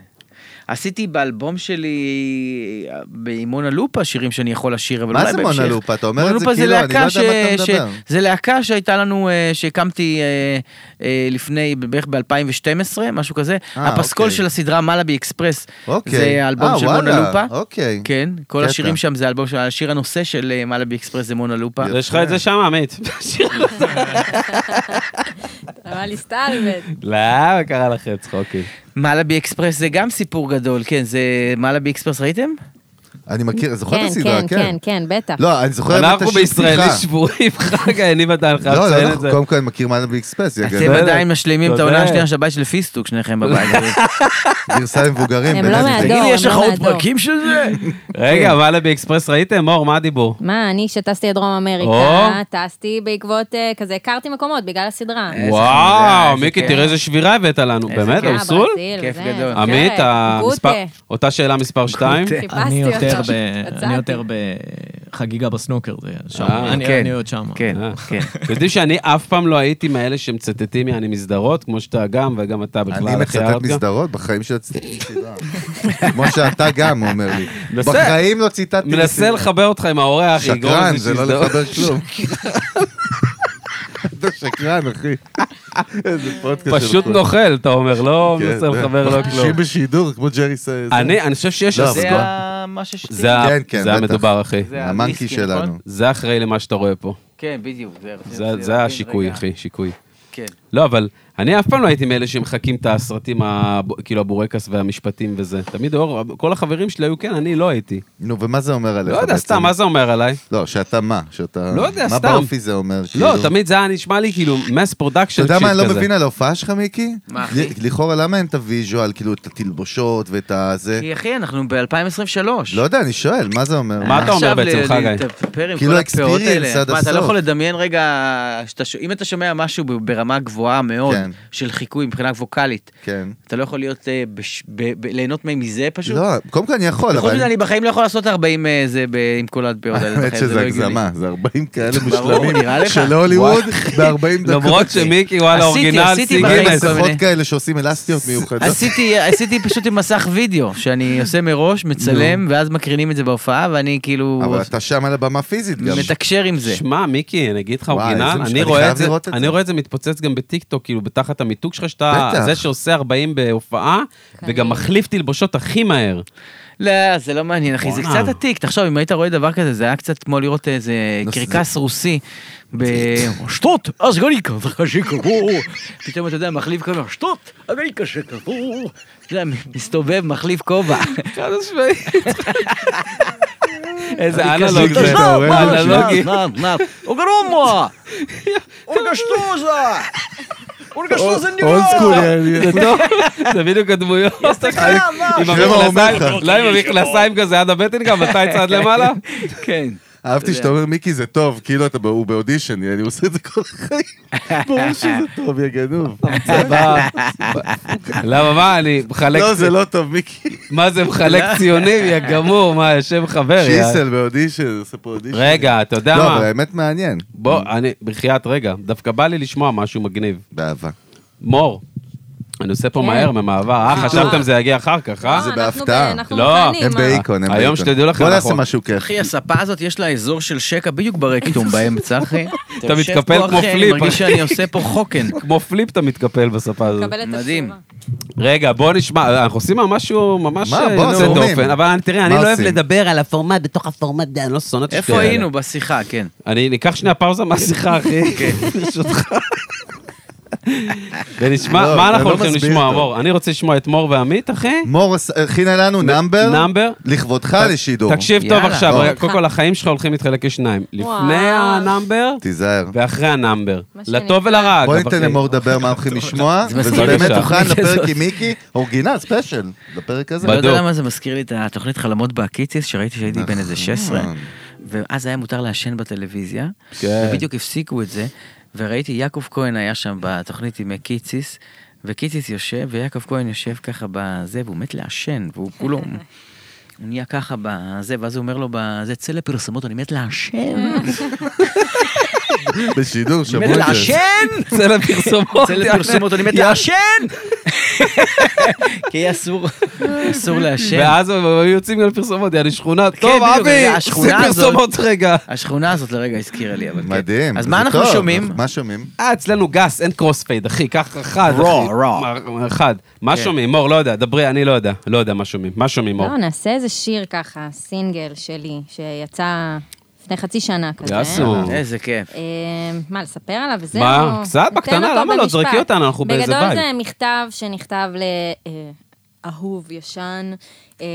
B: עשיתי באלבום שלי, אה, במונה לופה, שירים שאני יכול לשיר, אבל אולי
C: מה זה
B: בהמשך.
C: מונה לופה? אתה אומר את זה
B: מונלופה
C: כאילו, אני לא
B: להקה
C: יודע מה אתה
B: ש-
C: מדבר.
B: ש- זה להקה שהייתה לנו, אה, שהקמתי אה, אה, לפני, בערך ב-2012, משהו כזה.
C: אה,
B: הפסקול
C: אוקיי.
B: של הסדרה מלאבי אקספרס,
C: אוקיי.
B: זה האלבום
C: אה,
B: של
C: וואלה,
B: מונה לופה.
C: אוקיי.
B: כן, כל
C: קטע.
B: השירים שם זה אלבום של השיר הנושא של אה, מלאבי אקספרס זה מונה לופה.
C: יפה.
A: יש לך את זה שם, עמית?
D: אבל הסתלבט.
A: לא, מה קרה לכם צחוקים?
B: מלאבי אקספרס זה גם סיפור גדול, כן, זה מלאבי אקספרס ראיתם?
C: אני מכיר, זוכר את
D: כן,
C: הסדרה,
D: כן, כן, כן, בטח.
C: לא, אני זוכר את
A: אנחנו
C: השיר
A: בישראלי
C: פתיחה.
A: שבורים, חג, אין לי ואתה חייב
C: לא, לא,
A: לציין את
C: אנחנו
A: זה.
C: קודם כל אני מכיר מה זה באקספרס, זה
B: אתם
C: גדול.
A: צודק,
B: עדיין משלימים את העונה
A: צודק.
B: השנייה של הבית של פיסטוק, שניכם בבית.
C: גרסה למבוגרים.
D: הם
C: באמת,
D: לא
C: זה- כאילו-
D: מהדור.
B: תגידי,
D: הם
B: יש
D: לא
B: לך עוד
D: מהדור.
B: פרקים של זה?
C: כן.
A: רגע, וואלבי אקספרס ראיתם? אור, מה הדיבור?
D: מה, אני שטסתי לדרום
A: או.
D: אמריקה, טסתי בעקבות, אה, כזה הכרתי מקומות בגלל הסדרה.
B: איזה חמודה,
A: וואו,
B: איזה
A: מיקי,
B: כיף.
A: תראה איזה שבירה הבאת לנו.
B: איזה
A: באמת,
B: כיף. אוקיי,
A: המסלול?
D: כן, ברזיל,
B: כיף
D: זה,
B: גדול.
D: זה,
A: עמית,
D: גוטה.
A: המספר- אותה שאלה מספר 2?
D: חיפשתי
E: אני יותר
D: אותו,
E: ב-
D: מצאתי.
E: אני יותר בחגיגה בסנוקר, זה שם,
A: אה,
E: אני
B: כן.
E: אני עוד שם.
B: כן,
A: אה.
B: כן.
A: אתם יודעים שאני אף פעם לא הייתי מאלה שמצטטים יעני מסדרות, כמו שאתה גם, וגם אתה בכלל.
C: אני
A: אחי אוקיי?
C: מצטט
A: הארטגר.
C: מסדרות, בחיים של הציטוטים סדרה. כמו שאתה גם אומר לי.
A: מנסה-
C: בחיים לא ציטטתי
A: מנסה
C: מסדרה.
A: לחבר אותך עם האורח, יגרום
C: שקרן,
A: לזה
C: זה לא
A: שיזדהו.
C: לחבר כלום. אתה שקרן, אחי. איזה פודקאסט.
A: פשוט
C: שלך.
A: נוכל, אתה אומר, לא
C: כן,
A: מנסה
C: זה-
A: לחבר לו כלום.
C: מקשיב בשידור, כמו ג'רי סייז.
A: אני אני חושב שיש...
C: לא, אבל
A: זה
B: זה
C: בוא.
B: ה- מה ששתיתי.
A: ה-
C: כן, כן,
A: זה
C: בטח.
A: המדובר, אחי.
B: זה
C: המנקי
B: הוויסקי,
C: שלנו.
B: נכון?
A: זה אחראי למה שאתה רואה פה.
B: כן, בדיוק. זה-
A: זה-
B: זה-
A: זה השיקוי,
B: רגע.
A: אחי, שיקוי.
B: כן.
A: לא, אבל אני אף פעם לא הייתי מאלה שמחקים את הסרטים, הב- כאילו הבורקס והמשפטים וזה. תמיד אור, כל החברים שלי היו כן, אני לא הייתי.
C: נו, ומה זה אומר עליך
A: לא יודע,
C: בעצם?
A: סתם, מה זה אומר עליי?
C: לא, שאתה מה? שאתה...
A: לא יודע,
C: מה
A: סתם.
C: באופי זה אומר?
A: לא,
C: כאילו?
A: תמיד זה היה נשמע לי כאילו מס
C: אתה
A: פרודקשן שיט כזה.
C: יודע מה אני לא מבין על ההופעה שלך, מיקי?
B: מה, אחי?
C: ל- לכאורה, למה אין את הוויז'ואל, כאילו, את התלבושות ואת הזה?
B: כי אחי, אנחנו ב-2023.
C: לא יודע, אני שואל, מה זה אומר?
A: מה אתה אומר בעצם, חגי?
B: חגי?
C: כאילו experience עד
B: מה, אתה לא
C: הסוף.
B: יכול לדמיין רגע, שאתה ש- אם אתה שומע משהו ב- ברמה גבוהה מאוד,
C: כן.
B: של חיקוי מבחינה ווקאלית,
C: כן.
B: אתה לא יכול להיות, אה, בש- ב- ב- ליהנות מזה פשוט?
C: לא, קודם כל אני יכול,
B: וחוץ
C: אבל...
B: מזה, אני בחיים לא יכול לעשות 40 אה, זה ב- עם כל הדפיות האלה.
C: האמת
B: בחיים, זה
C: שזה
B: לא הגיוני.
C: הגזמה, זה 40 כאלה
B: ברור,
C: מושלמים
B: נראה לך.
C: של הוליווד ב-40 דקות.
A: למרות שמיקי, וואלה,
B: עשיתי,
A: אורגינל,
B: עשיתי
A: סי
B: בחיים
A: גינס.
B: כל מיני.
C: מסכות כאלה שעושים אלסטיות מיוחדות.
B: עשיתי, עשיתי פשוט עם מסך וידאו, שאני עושה מראש, מצלם, ואז מקרינים את זה בהופעה, ואני כאילו
C: אבל אתה שם על הבמה פיזית גם.
B: מתקשר עם זה.
A: שמע, מיקי, אני אגיד לך
C: וואי,
A: אורגינל,
C: איזה מש-
A: אני
C: אני
A: רואה
C: חייב
A: את זה,
C: לראות את
A: אני
C: זה.
A: רואה את זה מתפוצץ גם בטיקטוק, כאילו, תחת המיתוג שלך, שאתה
C: בטח.
A: זה שעושה 40 בהופעה, וגם
D: קליל.
A: מחליף תלבושות הכי מהר.
B: לא, זה לא מעניין, אחי, זה
A: וואלה.
B: קצת עתיק. תחשוב, אם היית רואה דבר כזה, זה היה קצת כמו לראות איזה קרקס רוסי ב... שטות, אז גליקה, שקבור. פתאום אתה יודע, מחליף כובע, שטות, הגליקה שקבור. אתה יודע, מסתובב, מחליף כובע.
A: חד משמעית. איזה
B: אני כזה,
A: אנלוג זה,
B: "אה, מה,
A: אנלוגי.
B: מה, מה, אוגרומו! אורגשטוזה! אורגשטוזה
C: אולד סקול, יעני.
A: זה טוב, זה בדיוק הדמויות. עם
C: תראה מה הוא אומר לך.
A: המכנסיים, לא עם המכנסיים כזה עד הבטן גם, מתי צעד למעלה?
B: כן.
C: אהבתי שאתה אומר, מיקי, זה טוב, כאילו אתה ב- הוא באודישן, אני עושה את זה כל החיים. ברור שזה טוב, יא גנוב.
A: סבבה. למה, מה, אני מחלק,
C: לא, זה לא טוב, מיקי.
A: מה זה מחלק ציונים, יא גמור, מה, יושב חבר, יא.
C: לא. שיסל באודישן, עושה פה אודישן.
A: רגע, אתה יודע
C: לא, אבל
A: מה?
C: האמת מעניין.
A: בוא, אני, בחייאת, רגע, דווקא בא לי לשמוע משהו מגניב.
C: באהבה.
A: מור, אני עושה פה
D: כן.
A: מהר ממעבר. אה, חשבתם זה יגיע אחר כך, אה?
D: לא,
C: זה
D: אנחנו
C: בהפתעה.
D: ב- אנחנו
A: לא,
D: מוכנים, אה,
C: הם
D: מה?
C: באיקון, הם באיקון.
A: היום שתדעו לכם,
C: בוא
A: אנחנו-
C: נעשה משהו כיף.
B: אחי, הספה הזאת יש לה אזור של שקע בדיוק ברקטום באמצע, אחי.
A: אתה
B: יושב
A: מתקפל
B: פה,
A: כמו
B: אחי,
A: פליפ,
B: אני מרגיש
A: אחי.
B: שאני עושה פה חוקן.
A: כמו פליפ אתה מתקפל בשפה הזאת.
D: קבל את
B: מדהים.
D: התשובה.
A: רגע, בוא נשמע, אנחנו עושים משהו ממש
C: מה, בוא,
A: אה, יוצא
C: זורמים.
A: דופן, אבל אני- תראה,
C: מה
A: אני לא אוהב
C: עושים?
A: לדבר על הפורמט בתוך הפורמט, אני לא שונא את השטויות
B: איפה
A: האלה.
B: היינו בשיחה, כן.
A: אני ניקח שנייה פאוזה מהשיחה, אחי, ברשותך. ונשמע,
C: לא,
A: מה
C: אתה
A: אנחנו
C: לא
A: הולכים
C: מסביר
A: לשמוע,
C: טוב.
A: מור? אני רוצה לשמוע את מור ועמית, אחי.
C: מור עש- הכינה לנו נאמבר,
A: נאמבר?
C: לכבודך לשידור.
A: תקשיב טוב
B: יאללה.
A: עכשיו,
C: בוא.
A: רגע, קודם כל החיים שלך הולכים להתחלק לשניים. לפני הנאמבר
C: תיזהר.
A: ואחרי הנאמבר.
D: מה שנקרא.
A: לטוב ולרע, אגב,
C: בוא
A: אחי.
C: ניתן למור לדבר מה הולכים לשמוע, וזה
A: מספיק
C: באמת
A: עכשיו.
C: הוכן לפרק
B: זאת.
C: עם מיקי, אורגינל, ספיישל, לפרק הזה.
B: לא יודע
A: בדוק.
B: למה זה מזכיר לי את התוכנית חלומות בהקיציס, שראיתי שהייתי בן איזה 16, ואז היה מותר לעשן בטלוויזיה,
A: כן.
B: ובדיוק הפסיקו את זה, וראיתי יעקב כהן היה שם בתוכנית עם קיציס, וקיציס יושב, ויעקב כהן יושב ככה בזה, והוא מת לעשן, והוא כולו... הוא נהיה ככה בזה, ואז הוא אומר לו בזה, צא לפרסומות, אני מת לעשן.
C: בשידור,
B: אני
C: שמעו
B: מת
C: את זה.
B: לעשן!
A: כן, צא לפרסומות.
B: צא לפרסומות, אני מת לעשן! כי אסור. אסור לעשן.
A: ואז הם היו יוצאים על פרסומות, יאללה, שכונה, טוב,
B: בדיוק,
A: אבי,
B: זה
A: עושה
B: השכונה הזאת.
A: פרסומות רגע.
B: השכונה הזאת לרגע הזכירה לי, אבל כן.
C: מדהים.
B: אז
C: זה
B: מה אנחנו
C: טוב.
B: שומעים?
C: מה שומעים?
A: אה, אצלנו גס, אין קרוספייד, אחי, קח אחד.
B: Raw,
A: אחי.
B: raw.
A: מה- אחד. מה
B: כן.
A: שומעים, מור? לא יודע, דברי, אני לא יודע. לא יודע מה שומעים. מה שומעים, מור?
D: לא, נעשה איזה שיר ככה, סינגל שלי, שיצא לפני חצי שנה כזה.
A: יעשו.
B: איזה כיף.
D: אה, מה, לספר עליו וזהו?
A: מה? קצת
D: נותן
A: בקטנה,
D: אותו
A: למה לא?
D: במשפט.
A: זרקי אותנו, אנחנו באיזה
D: בגדול
A: וייב.
D: זה מכתב שנכתב לאהוב ישן. אה,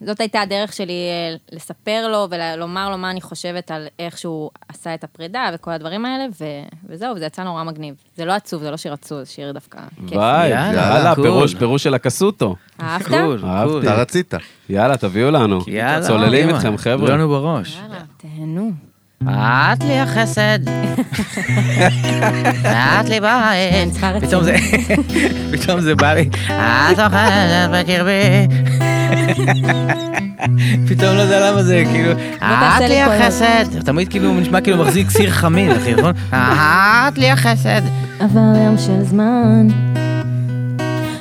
D: זאת הייתה הדרך שלי אה, לספר לו ולומר לו מה אני חושבת על איך שהוא עשה את הפרידה וכל הדברים האלה, ו- וזהו, וזה יצא נורא מגניב. זה לא עצוב, זה לא שיר עצוב, זה שיר דווקא כיף.
A: וייב,
B: יאללה,
A: יאללה,
B: קול.
A: פירוש, פירוש של הקסוטו.
D: אהבת?
B: קול,
A: אהבתי.
B: קול.
C: אתה רצית.
A: יאללה, תביאו לנו.
B: יאללה.
A: צוללים
B: קדימה.
A: אתכם, חבר'ה.
B: כולנו בראש.
D: יאללה, תהנו.
B: את לי החסד. את לי
D: אני
B: בית.
D: צריכה רצינות.
B: פתאום זה, פתאום זה בא לי, את אוכלת בקרבי. פתאום לא יודע למה זה, כאילו,
D: תעשה
B: את
D: לי
B: לי
D: כל
B: החסד. תמיד כאילו נשמע כאילו מחזיק סיר חמין, אחי, נכון? את לי החסד.
D: עבר ים של זמן,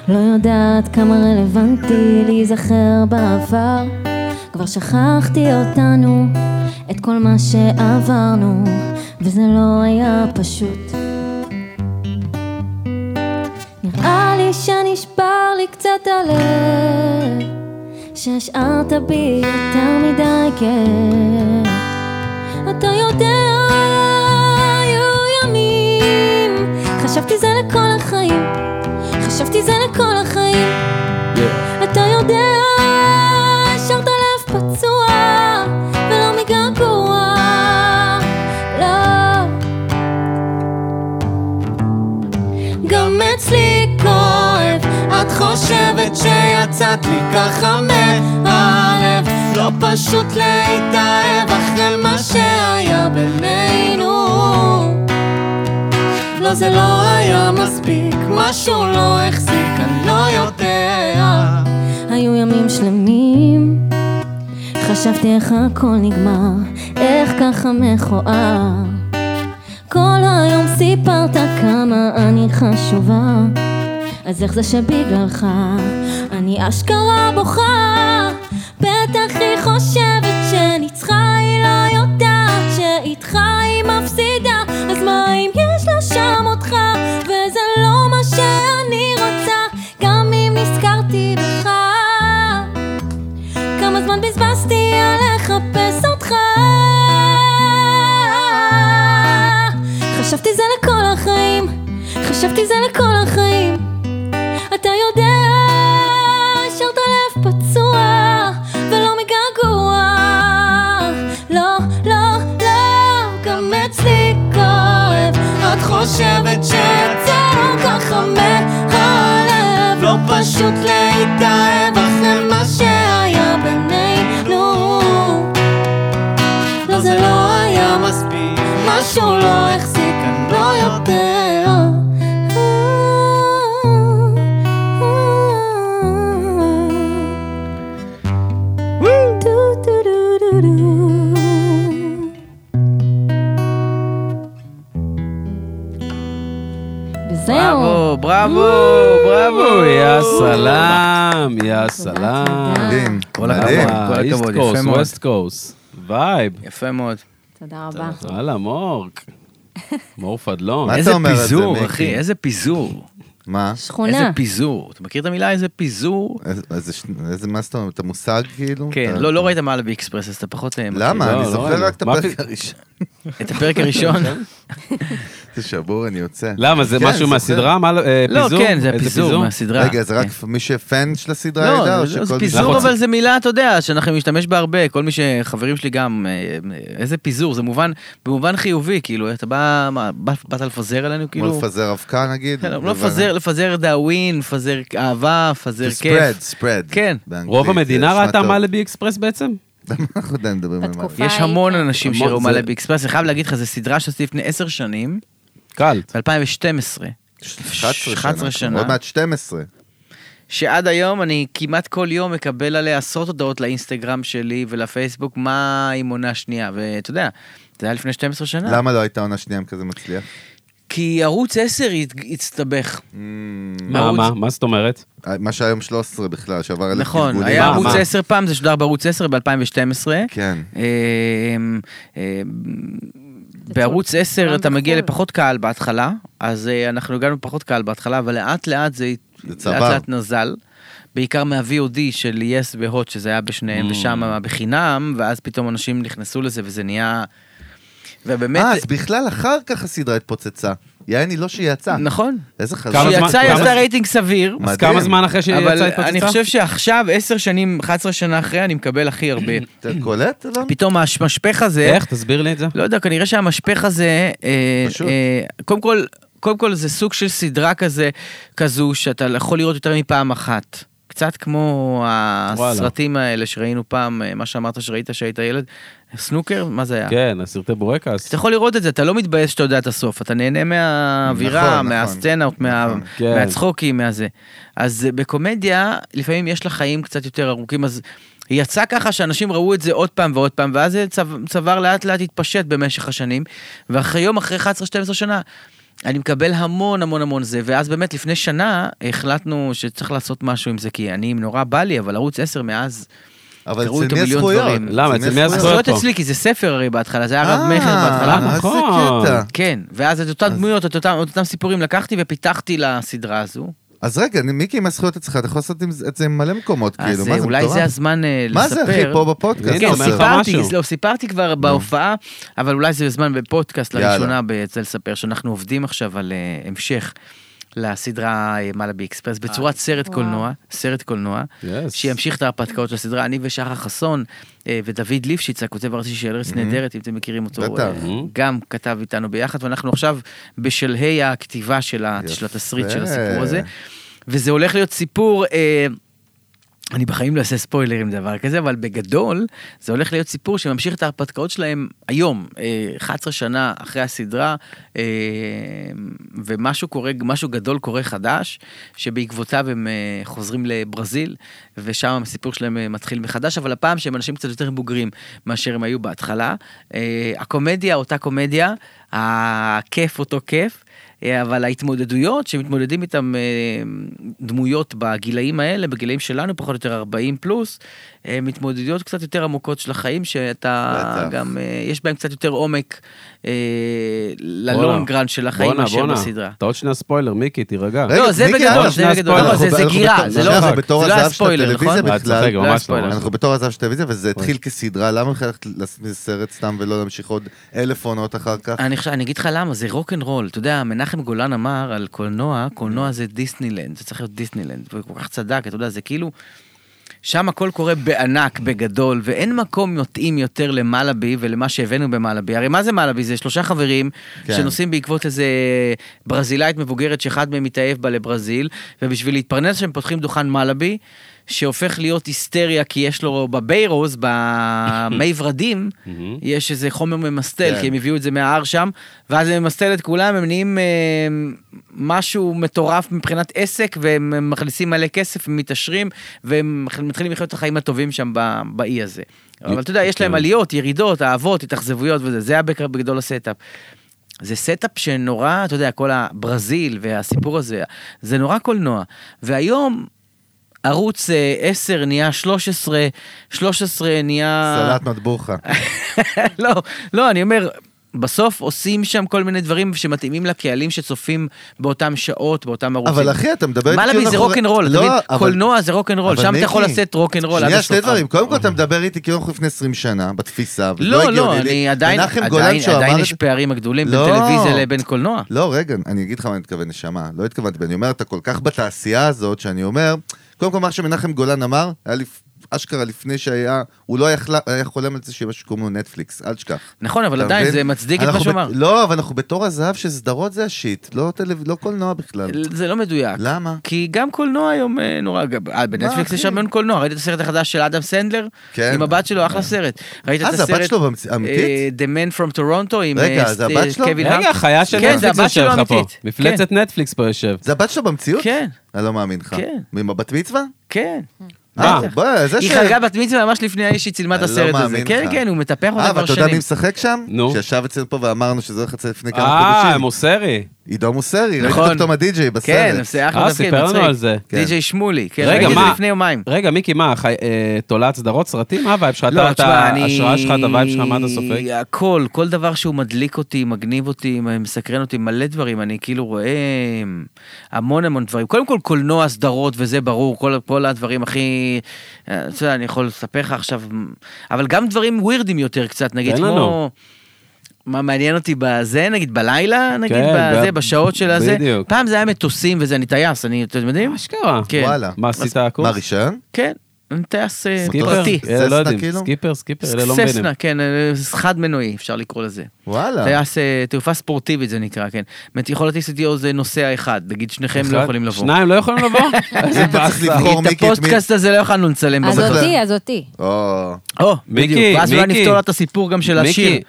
D: לא יודעת כמה רלוונטי להיזכר בעבר. כבר שכחתי אותנו, את כל מה שעברנו, וזה לא היה פשוט. נראה לי שנשבר לי קצת הלב, שהשארת בי יותר מדי כאב. אתה יודע, היו ימים. חשבתי זה לכל החיים, חשבתי זה לכל החיים. אתה יודע, השארת לב פצוע, ולא מגעגוע, לא. גם אצלי כואב, את חושבת שיצאת לי ככה מהלב לא פשוט להתאהב אחרי מה שהיה בינינו לא זה לא היה מספיק, משהו לא החזיק, אני לא יודע היו ימים שלמים חשבתי איך הכל נגמר, איך ככה מכוער כל היום סיפרת כמה אני חשובה אז איך זה שבגללך אני אשכרה בוכה בטח היא חושבת שניצחה היא לא יודעת שאיתך היא מפסידה אז מה אם יש לה שם אותך וזה לא מה שאני רוצה גם אם נזכרתי בך כמה זמן בזבזתי על לחפש אותך חשבתי זה לכל החיים חשבתי זה לכל החיים אתה יודע השארת לב פצוע ולא מגעגוע לא, לא, לא, גם אצלי כואב את חושבת שיצאנו ככה מהלב לא פשוט להתאהב אחרי מה שהיה בינינו לא זה לא היה מספיק משהו לא החזיק, אני לא יודע
B: בראבו,
D: וזהו.
B: בראבו, בראבו,
A: בראבו, יא
B: יאסלה.
A: סלאם, יא
D: תודה.
A: סלאם.
C: מדהים.
B: כל הכבוד.
C: מדהים.
B: כל
A: איסט
B: הכבוד, יפה
A: קוסט,
B: מאוד.
A: ווסט קוסט. וייב.
B: יפה מאוד.
D: תודה רבה.
A: וואלה, מור. מור פדלון.
C: מה אתה
B: איזה
C: אומר על זה,
B: פיזור,
C: מיקי?
B: אחי, איזה פיזור.
C: מה?
D: שכונה.
B: איזה פיזור. אתה מכיר את המילה איזה פיזור?
C: איזה- איזה ש- איזה, מה זאת אומרת? את המושג כאילו?
B: כן,
C: אתה-
B: לא, לא ראית מעלה באקספרס, אז אתה פחות... אה, מכיר.
C: למה?
A: לא,
C: אני
A: לא
C: זוכר
A: ראינו.
C: רק את
A: מה
C: הפרק
A: פי-
C: הראשון.
B: את הפרק הראשון.
C: זה שבור, אני יוצא.
A: למה, זה
C: כן,
A: משהו
C: זוכר.
A: מהסדרה? מה, אה,
B: לא,
A: פיזור?
B: כן, זה
A: איזה
B: הפיזור מהסדרה.
C: רגע, זה רק
B: כן.
C: מי שפן של הסדרה
B: לא,
C: ידע? או
B: זה- לא, זה
C: שכל-
B: פיזור,
A: אנחנו-
B: אבל זה מילה, אתה יודע, שאנחנו משתמש בה הרבה, כל מי ש... חברים שלי גם, אה, איזה פיזור, זה מובן, במובן חיובי, כאילו, אתה בא, מה, בא- באת לפזר עלינו,
C: כמו
B: כאילו...
C: לפזר אבקה נגיד?
B: כן, לא לפזר, לפזר דאווין, לפזר אהבה, לפזר כיף.
C: ספרד, ספרד.
B: כן.
A: רוב המדינה ראתה מה לבי אקספרס בעצם?
C: אה, אנחנו עדיין מדברים על מה.
D: בתקופה.
B: יש המון אנשים
A: המון,
B: שראו
A: זה-
B: מעלה באקספרס, אני חייב להגיד לך, זו סדרה שעשיתי לפני עשר שנים,
A: קלט.
B: ב-2012,
C: 11
B: שנה. אה.
C: שנה. עוד מעט 12.
B: שעד היום אני כמעט כל יום מקבל עליה עשרות הודעות לאינסטגרם שלי ולפייסבוק, מה עם עונה שנייה, ואתה יודע, זה היה לפני 12 שנה.
C: למה לא הייתה עונה שנייה עם כזה מצליח?
B: כי כי ערוץ 10 הת- הצטבח.
A: מה,
B: ערוץ-
A: מה, מה זאת אומרת?
C: אה, מה שהיה יום 13 בכלל, שעבר אלף
B: נכון,
C: גלגולים.
B: היה
A: מה,
B: ערוץ
A: מה?
B: 10 פעם, זה שודר בערוץ 10 ב-2012. אמ,
C: כן.
B: בערוץ 10 אתה מגיע
D: בחו"ל.
B: לפחות קהל בהתחלה, אז אה, אנחנו הגענו לפחות קהל בהתחלה, אבל לאט לאט זה
C: זה צבר.
B: לאט לאט נזל. בעיקר מה-VOD של יס והוט, שזה היה
A: Mm.
B: בשניהם, ושם אה, בחינם, ואז פתאום אנשים נכנסו לזה וזה נהיה... ובאמת...
C: אה, אז בכלל אחר כך הסדרה התפוצצה. יעני, לא שהיא יצאה.
B: נכון.
C: איזה חזק.
A: כמה זמן-
B: שיצא
A: כמה-
B: יצא רייטינג סביר,
C: מדהים.
A: אז כמה זמן אחרי שהיא
B: אבל
A: יצאה התפוצצה?
B: אני חושב שעכשיו, עשר שנים, 11 שנה אחרי, אני מקבל הכי הרבה.
C: אתה קולט, אלון?
B: פתאום המשפך הזה,
A: איך? תסביר לי את זה.
B: לא יודע, כנראה שהמשפך הזה, אה,
C: פשוט.
B: אה, קודם כל, קודם כל זה סוג של סדרה כזה, כזו, שאתה יכול לראות יותר מפעם אחת. קצת כמו
A: וואלה.
B: הסרטים האלה שראינו פעם, אה, מה שאמרת שראית כשהיית ילד, סנוקר, מה זה היה?
A: כן, הסרטי בורקס.
B: אתה יכול לראות את זה, אתה לא מתבאס שאתה יודע את הסוף, אתה נהנה מהאווירה,
C: נכון, נכון.
B: מהסצנות, מה...
C: נכון.
A: כן.
B: מהצחוקים, מהזה. אז אה, בקומדיה, לפעמים יש לה חיים קצת יותר ארוכים, אז יצא ככה שאנשים ראו את זה עוד פעם ועוד פעם, ואז זה צב- צוואר לאט לאט התפשט במשך השנים, ואחרי יום, אחרי 11-12 שנה, אני מקבל המון המון המון זה, ואז באמת לפני שנה החלטנו שצריך לעשות משהו עם זה, כי אני נורא בא לי, אבל ערוץ 10 מאז...
C: אבל
B: קראו
C: אצל
B: אותו
C: מי
B: מיליון
C: הזכויות?
B: דברים.
A: למה, אצל מי הזכויות?
B: הזכויות
A: פה.
B: אצלי, כי זה ספר הרי בהתחלה, זה היה רב
C: אה,
B: מכר בהתחלה.
C: מה זה
A: נכון.
C: קטע?
B: כן, ואז את אותן דמויות, את אותם, את אותם סיפורים לקחתי ופיתחתי לסדרה הזו.
C: אז רגע, אני- מיקי עם הזכויות אצלך, אתה יכול לעשות עם זה- את זה עם מלא מקומות, כאילו,
B: אז
C: מה זה
B: אולי
C: מטורף?
B: אה, זה הזמן אה, לספר.
C: מה זה, אחי, פה בפודקאסט?
A: הנה,
B: כן,
A: אומר
C: חסר.
A: לך
B: סיפרתי,
A: משהו.
B: לא, סיפרתי כבר בהופעה, אבל אולי זה זמן בפודקאסט
C: יאללה.
B: לראשונה בצל לספר, שאנחנו עובדים עכשיו על אה, המשך לסדרה אה, מלאבי אקספרס, בצורת סרט
D: וואו.
B: קולנוע, סרט קולנוע,
A: Yes.
B: שימשיך את ההרפתקאות של הסדרה, אני ושחר חסון אה, ודוד ליפשיץ, הכותב הראשי של ארץ נהדרת, אם אתם מכירים אותו,
C: Mm-hmm. בטח. Mm-hmm.
B: אה,
A: Mhm.
B: גם כתב איתנו ביחד, ואנחנו עכשיו בשלהי הכתיבה של ה- של התסריט של הסיפור הזה, וזה הולך להיות סיפור... אה, אני בחיים לא אעשה ספוילרים דבר כזה, אבל בגדול, זה הולך להיות סיפור שממשיך את ההרפתקאות שלהם היום, אה, 11 שנה אחרי הסדרה, אה, ומשהו קורה, משהו גדול קורה חדש, שבעקבותיו הם אה, חוזרים לברזיל, ושם הסיפור שלהם אה, מתחיל מחדש, אבל הפעם שהם אנשים קצת יותר בוגרים מאשר הם היו בהתחלה. אה, הקומדיה, אותה קומדיה, הכיף, אותו כיף. אה, אבל ההתמודדויות שמתמודדים איתן דמויות בגילאים האלה, בגילאים שלנו, פחות או יותר 40 פלוס, אה, מתמודדויות קצת יותר עמוקות של החיים, שאתה
C: בטח.
B: גם, אה, יש בהן קצת יותר עומק אה,
A: בואנה.
B: ללונגרן של החיים
A: בואנה,
B: מאשר
A: בואנה.
B: בסדרה.
A: אתה עוד שנייה ספוילר, מיקי, תירגע.
C: רגע,
B: לא, זה
C: מיקי,
B: בגדול,
C: אנחנו-
A: זה בגדול.
C: שנייה,
A: לא,
C: אנחנו-
A: זה-
B: זה
C: אנחנו
B: גירה,
C: בתור-
B: זה לא
C: אנחנו
A: משחק.
C: בתור
B: זה לא היה
C: הזהב של
B: ספוילר,
C: הטלוויזיה
B: נכון?
A: אה,
C: בכלל.
A: צוחק,
B: לא
A: ממש
B: היה
A: לא.
B: ספוילר.
A: ממש לא.
C: אנחנו בתור הזהב של הטלוויזיה, וזה התחיל כסדרה, למה לך ללכת לעשות מזה סרט סתם ולא להמשיך עוד אלף עונות אחר כך?
B: אני חושב, אני אגיד לך למה, זה רול. אתה יודע, מנחם גולן אמר על קולנוע,
C: Mm.
B: קולנוע זה דיסנילנד, זה צריך להיות דיסנילנד, והוא כל כך צדק, אתה יודע, זה כאילו, שם הכל קורה בענק, בגדול, ואין מקום מתאים יותר למלאבי ולמה שהבאנו במלאבי. הרי מה זה מלאבי? זה שלושה חברים
C: כן.
B: כן. שנוסעים בעקבות איזה ברזילאית מבוגרת שאחד מהם מתאהב בה לברזיל, ובשביל להתפרנס שם פותחים דוכן מלאבי, שהופך להיות היסטריה כי יש לו בביירוס, במי ורדים, יש איזה חומר ממסטל,
C: כן.
B: כי הם הביאו את זה מההר שם, ואז זה ממסטל את כולם, הם נהיים אה, משהו מטורף מבחינת עסק, והם מכניסים מלא כסף, הם מתעשרים, והם מתחילים לחיות את החיים הטובים שם ב- באי הזה. אבל אתה יודע, יש להם
A: כן.
B: עליות, ירידות, אהבות, התאכזבויות וזה, זה היה בקר- בגדול הסטאפ. זה סטאפ שנורא, אתה יודע, כל הברזיל והסיפור הזה, זה נורא קולנוע. והיום ערוץ אה, 10 נהיה 13, 13 נהיה...
C: סלט מטבוחה.
B: לא, לא, אני אומר, בסוף עושים שם כל מיני דברים שמתאימים לקהלים שצופים באותם שעות, באותם ערוצים.
C: אבל אחי, אתה מדבר... איתי
B: אוקיי. מלאבי
C: כאילו
B: זה
C: אנחנו-
B: רוקנרול, אתה
C: לא,
B: מבין?
C: אבל-
B: קולנוע זה רוקנרול,
C: אבל
B: שם אתה
C: מיקי,
B: יכול לשאת רוקנרול עד
C: שנייה,
B: הסוף.
C: שני דברים. קודם כל, אתה מדבר איתי כאילו אנחנו לפני 20 שנה, בתפיסה, וזה
B: לא,
C: הגיוני
B: לא,
C: לי.
B: אני עדיין,
C: מנחם גולן
B: עדיין,
C: שהוא
B: עדיין
C: אמר
B: יש
C: את-
B: פערים הגדולים בין
C: לא.
B: טלוויזיה לבין קולנוע.
C: לא, רגע, אני אגיד לך מה אני מתכוון, נשמה. לא התכוונתי, אני אומר, אתה כל כך בתעשייה הזאת, שאני אומר, קודם כל, מה שמנחם גולן אמר, היה לי אשכרה לפני שהיה, הוא לא היה חל- היה חולם על זה שיהיה משהו שקוראים לו נטפליקס, אל תשכח.
B: נכון, אבל
C: אתה
B: עדיין
C: מבין?
B: זה מצדיק את מה
C: אנחנו
B: שהוא
C: ב-
B: אמר.
C: לא, אבל אנחנו בתור הזהב שסדרות זה השיט, לא טלו- לא קולנוע בכלל.
B: זה לא מדויק.
C: למה?
B: כי גם קולנוע היום אה, נורא, גם- אה, בנטפליקס
C: אחי?
B: יש המון קולנוע, ראית את הסרט החדש של אדם סנדלר?
C: כן.
B: עם הבת שלו, אחלה סרט. ראית את
C: אה, זה
B: הסרט?
C: הבת שלו במצ-
B: אה,
C: אמיתית?
B: The Man from Toronto עם
C: רגע,
B: אה,
C: זה
B: אה,
C: הבת שלו?
B: קווין
A: רגע,
B: הארט.
A: החיה של
B: כן, זה
A: נטפליקס
B: הבת שלו
A: יושב לך פה.
B: אמיתית. כן,
A: מפלצת נטפליקס פה יושב.
C: זה הבת שלו במציאות?
B: כן.
C: אני לא מאמין לך.
B: כן.
C: עם הבת מצווה?
B: כן.
C: אה,
A: בטח.
C: בוא, זה
B: היא
C: ש-
B: חגגה בת מצווה ממש לפני האיש שהיא צילמה את
C: אני לא
B: הסרט הזה.
C: מאמין
B: כן,
C: לך.
B: כן, הוא מטפח
C: אה,
B: אותה כבר
C: ואתה יודע מי
B: שנים.
C: משחק שם?
A: נו.
C: שישב אצלנו פה ואמרנו שזה הולך לצאת לפני כמה
A: אה,
C: חודשים.
A: מוסרי.
C: עידו מוסרי, ראיתי
B: נכון.
C: אותו מהדי-ג'יי בסרט.
B: כן, זה אחלה
A: אה,
B: תפקיד,
A: סיפר לנו
B: מצחיק.
A: על זה.
C: כן.
B: די.ג'יי שמולי, כן,
A: רגע,
B: ראיתי את זה
A: מה?
B: לפני יומיים.
A: רגע, מיקי, מה, חי- אה, תולעת סדרות, סרטים? מה הווייב שלך?
B: לא,
A: אתה- אתה-
B: תשמע, אני... כן, אה,
A: ההשראה שלך, את הווייב שלך, מה אתה סופג?
B: הכל, כל דבר שהוא מדליק אותי, מגניב אותי, מסקרן אותי, מלא דברים, אני כאילו רואה המון המון דברים. קודם כל, קולנוע, סדרות וזה ברור, כל, כל הדברים הכי... אה, אתה יודע, אני יכול לספר לך עכשיו, אבל גם דברים ווירדים יותר קצת, נגיד,
A: תן
B: כמו...
A: לנו.
B: מה מעניין אותי בזה, נגיד בלילה, נגיד
A: כן,
B: בזה,
A: ב-
B: בשעות של הזה.
A: בדיוק.
B: פעם זה היה מטוסים וזה, אני טייס, אני, אתם יודעים?
A: מה שקרה?
B: כן.
C: וואלה.
A: מה, עשית
C: מה,
A: הקורס?
C: ראשון?
B: כן, אני טייס אה,
A: סקיפר?
B: פרטי.
A: אלה לא
C: ססנה,
A: יודעים,
C: כאילו?
A: סקיפר, סקיפר, אלה לא מבינים.
B: ססנה, כן, אה, חד מנועי, אפשר לקרוא לזה.
C: וואלה.
B: טייס, אה, תעופה ספורטיבית זה נקרא, כן. זאת אומרת, יכול להטיס איתי עוד נוסע אחד, נגיד שניכם לא
A: אחד?
B: יכולים לבוא.
A: שניים לא יכולים לבוא? איזה
C: אתה צריך
A: באסה.
C: לבחור
B: את
C: מיקי את מי...
B: הפודקאסט הזה לא יכולנו לצלם
D: אז
C: בכלל.
B: במטוס.
D: אותי, אז אותי.
C: או,
B: או,
A: מיקי,
B: בדיוק, ואז אולי
A: מיקי.
B: נפתור לה את הסיפור גם של
A: מיקי.
B: השיר.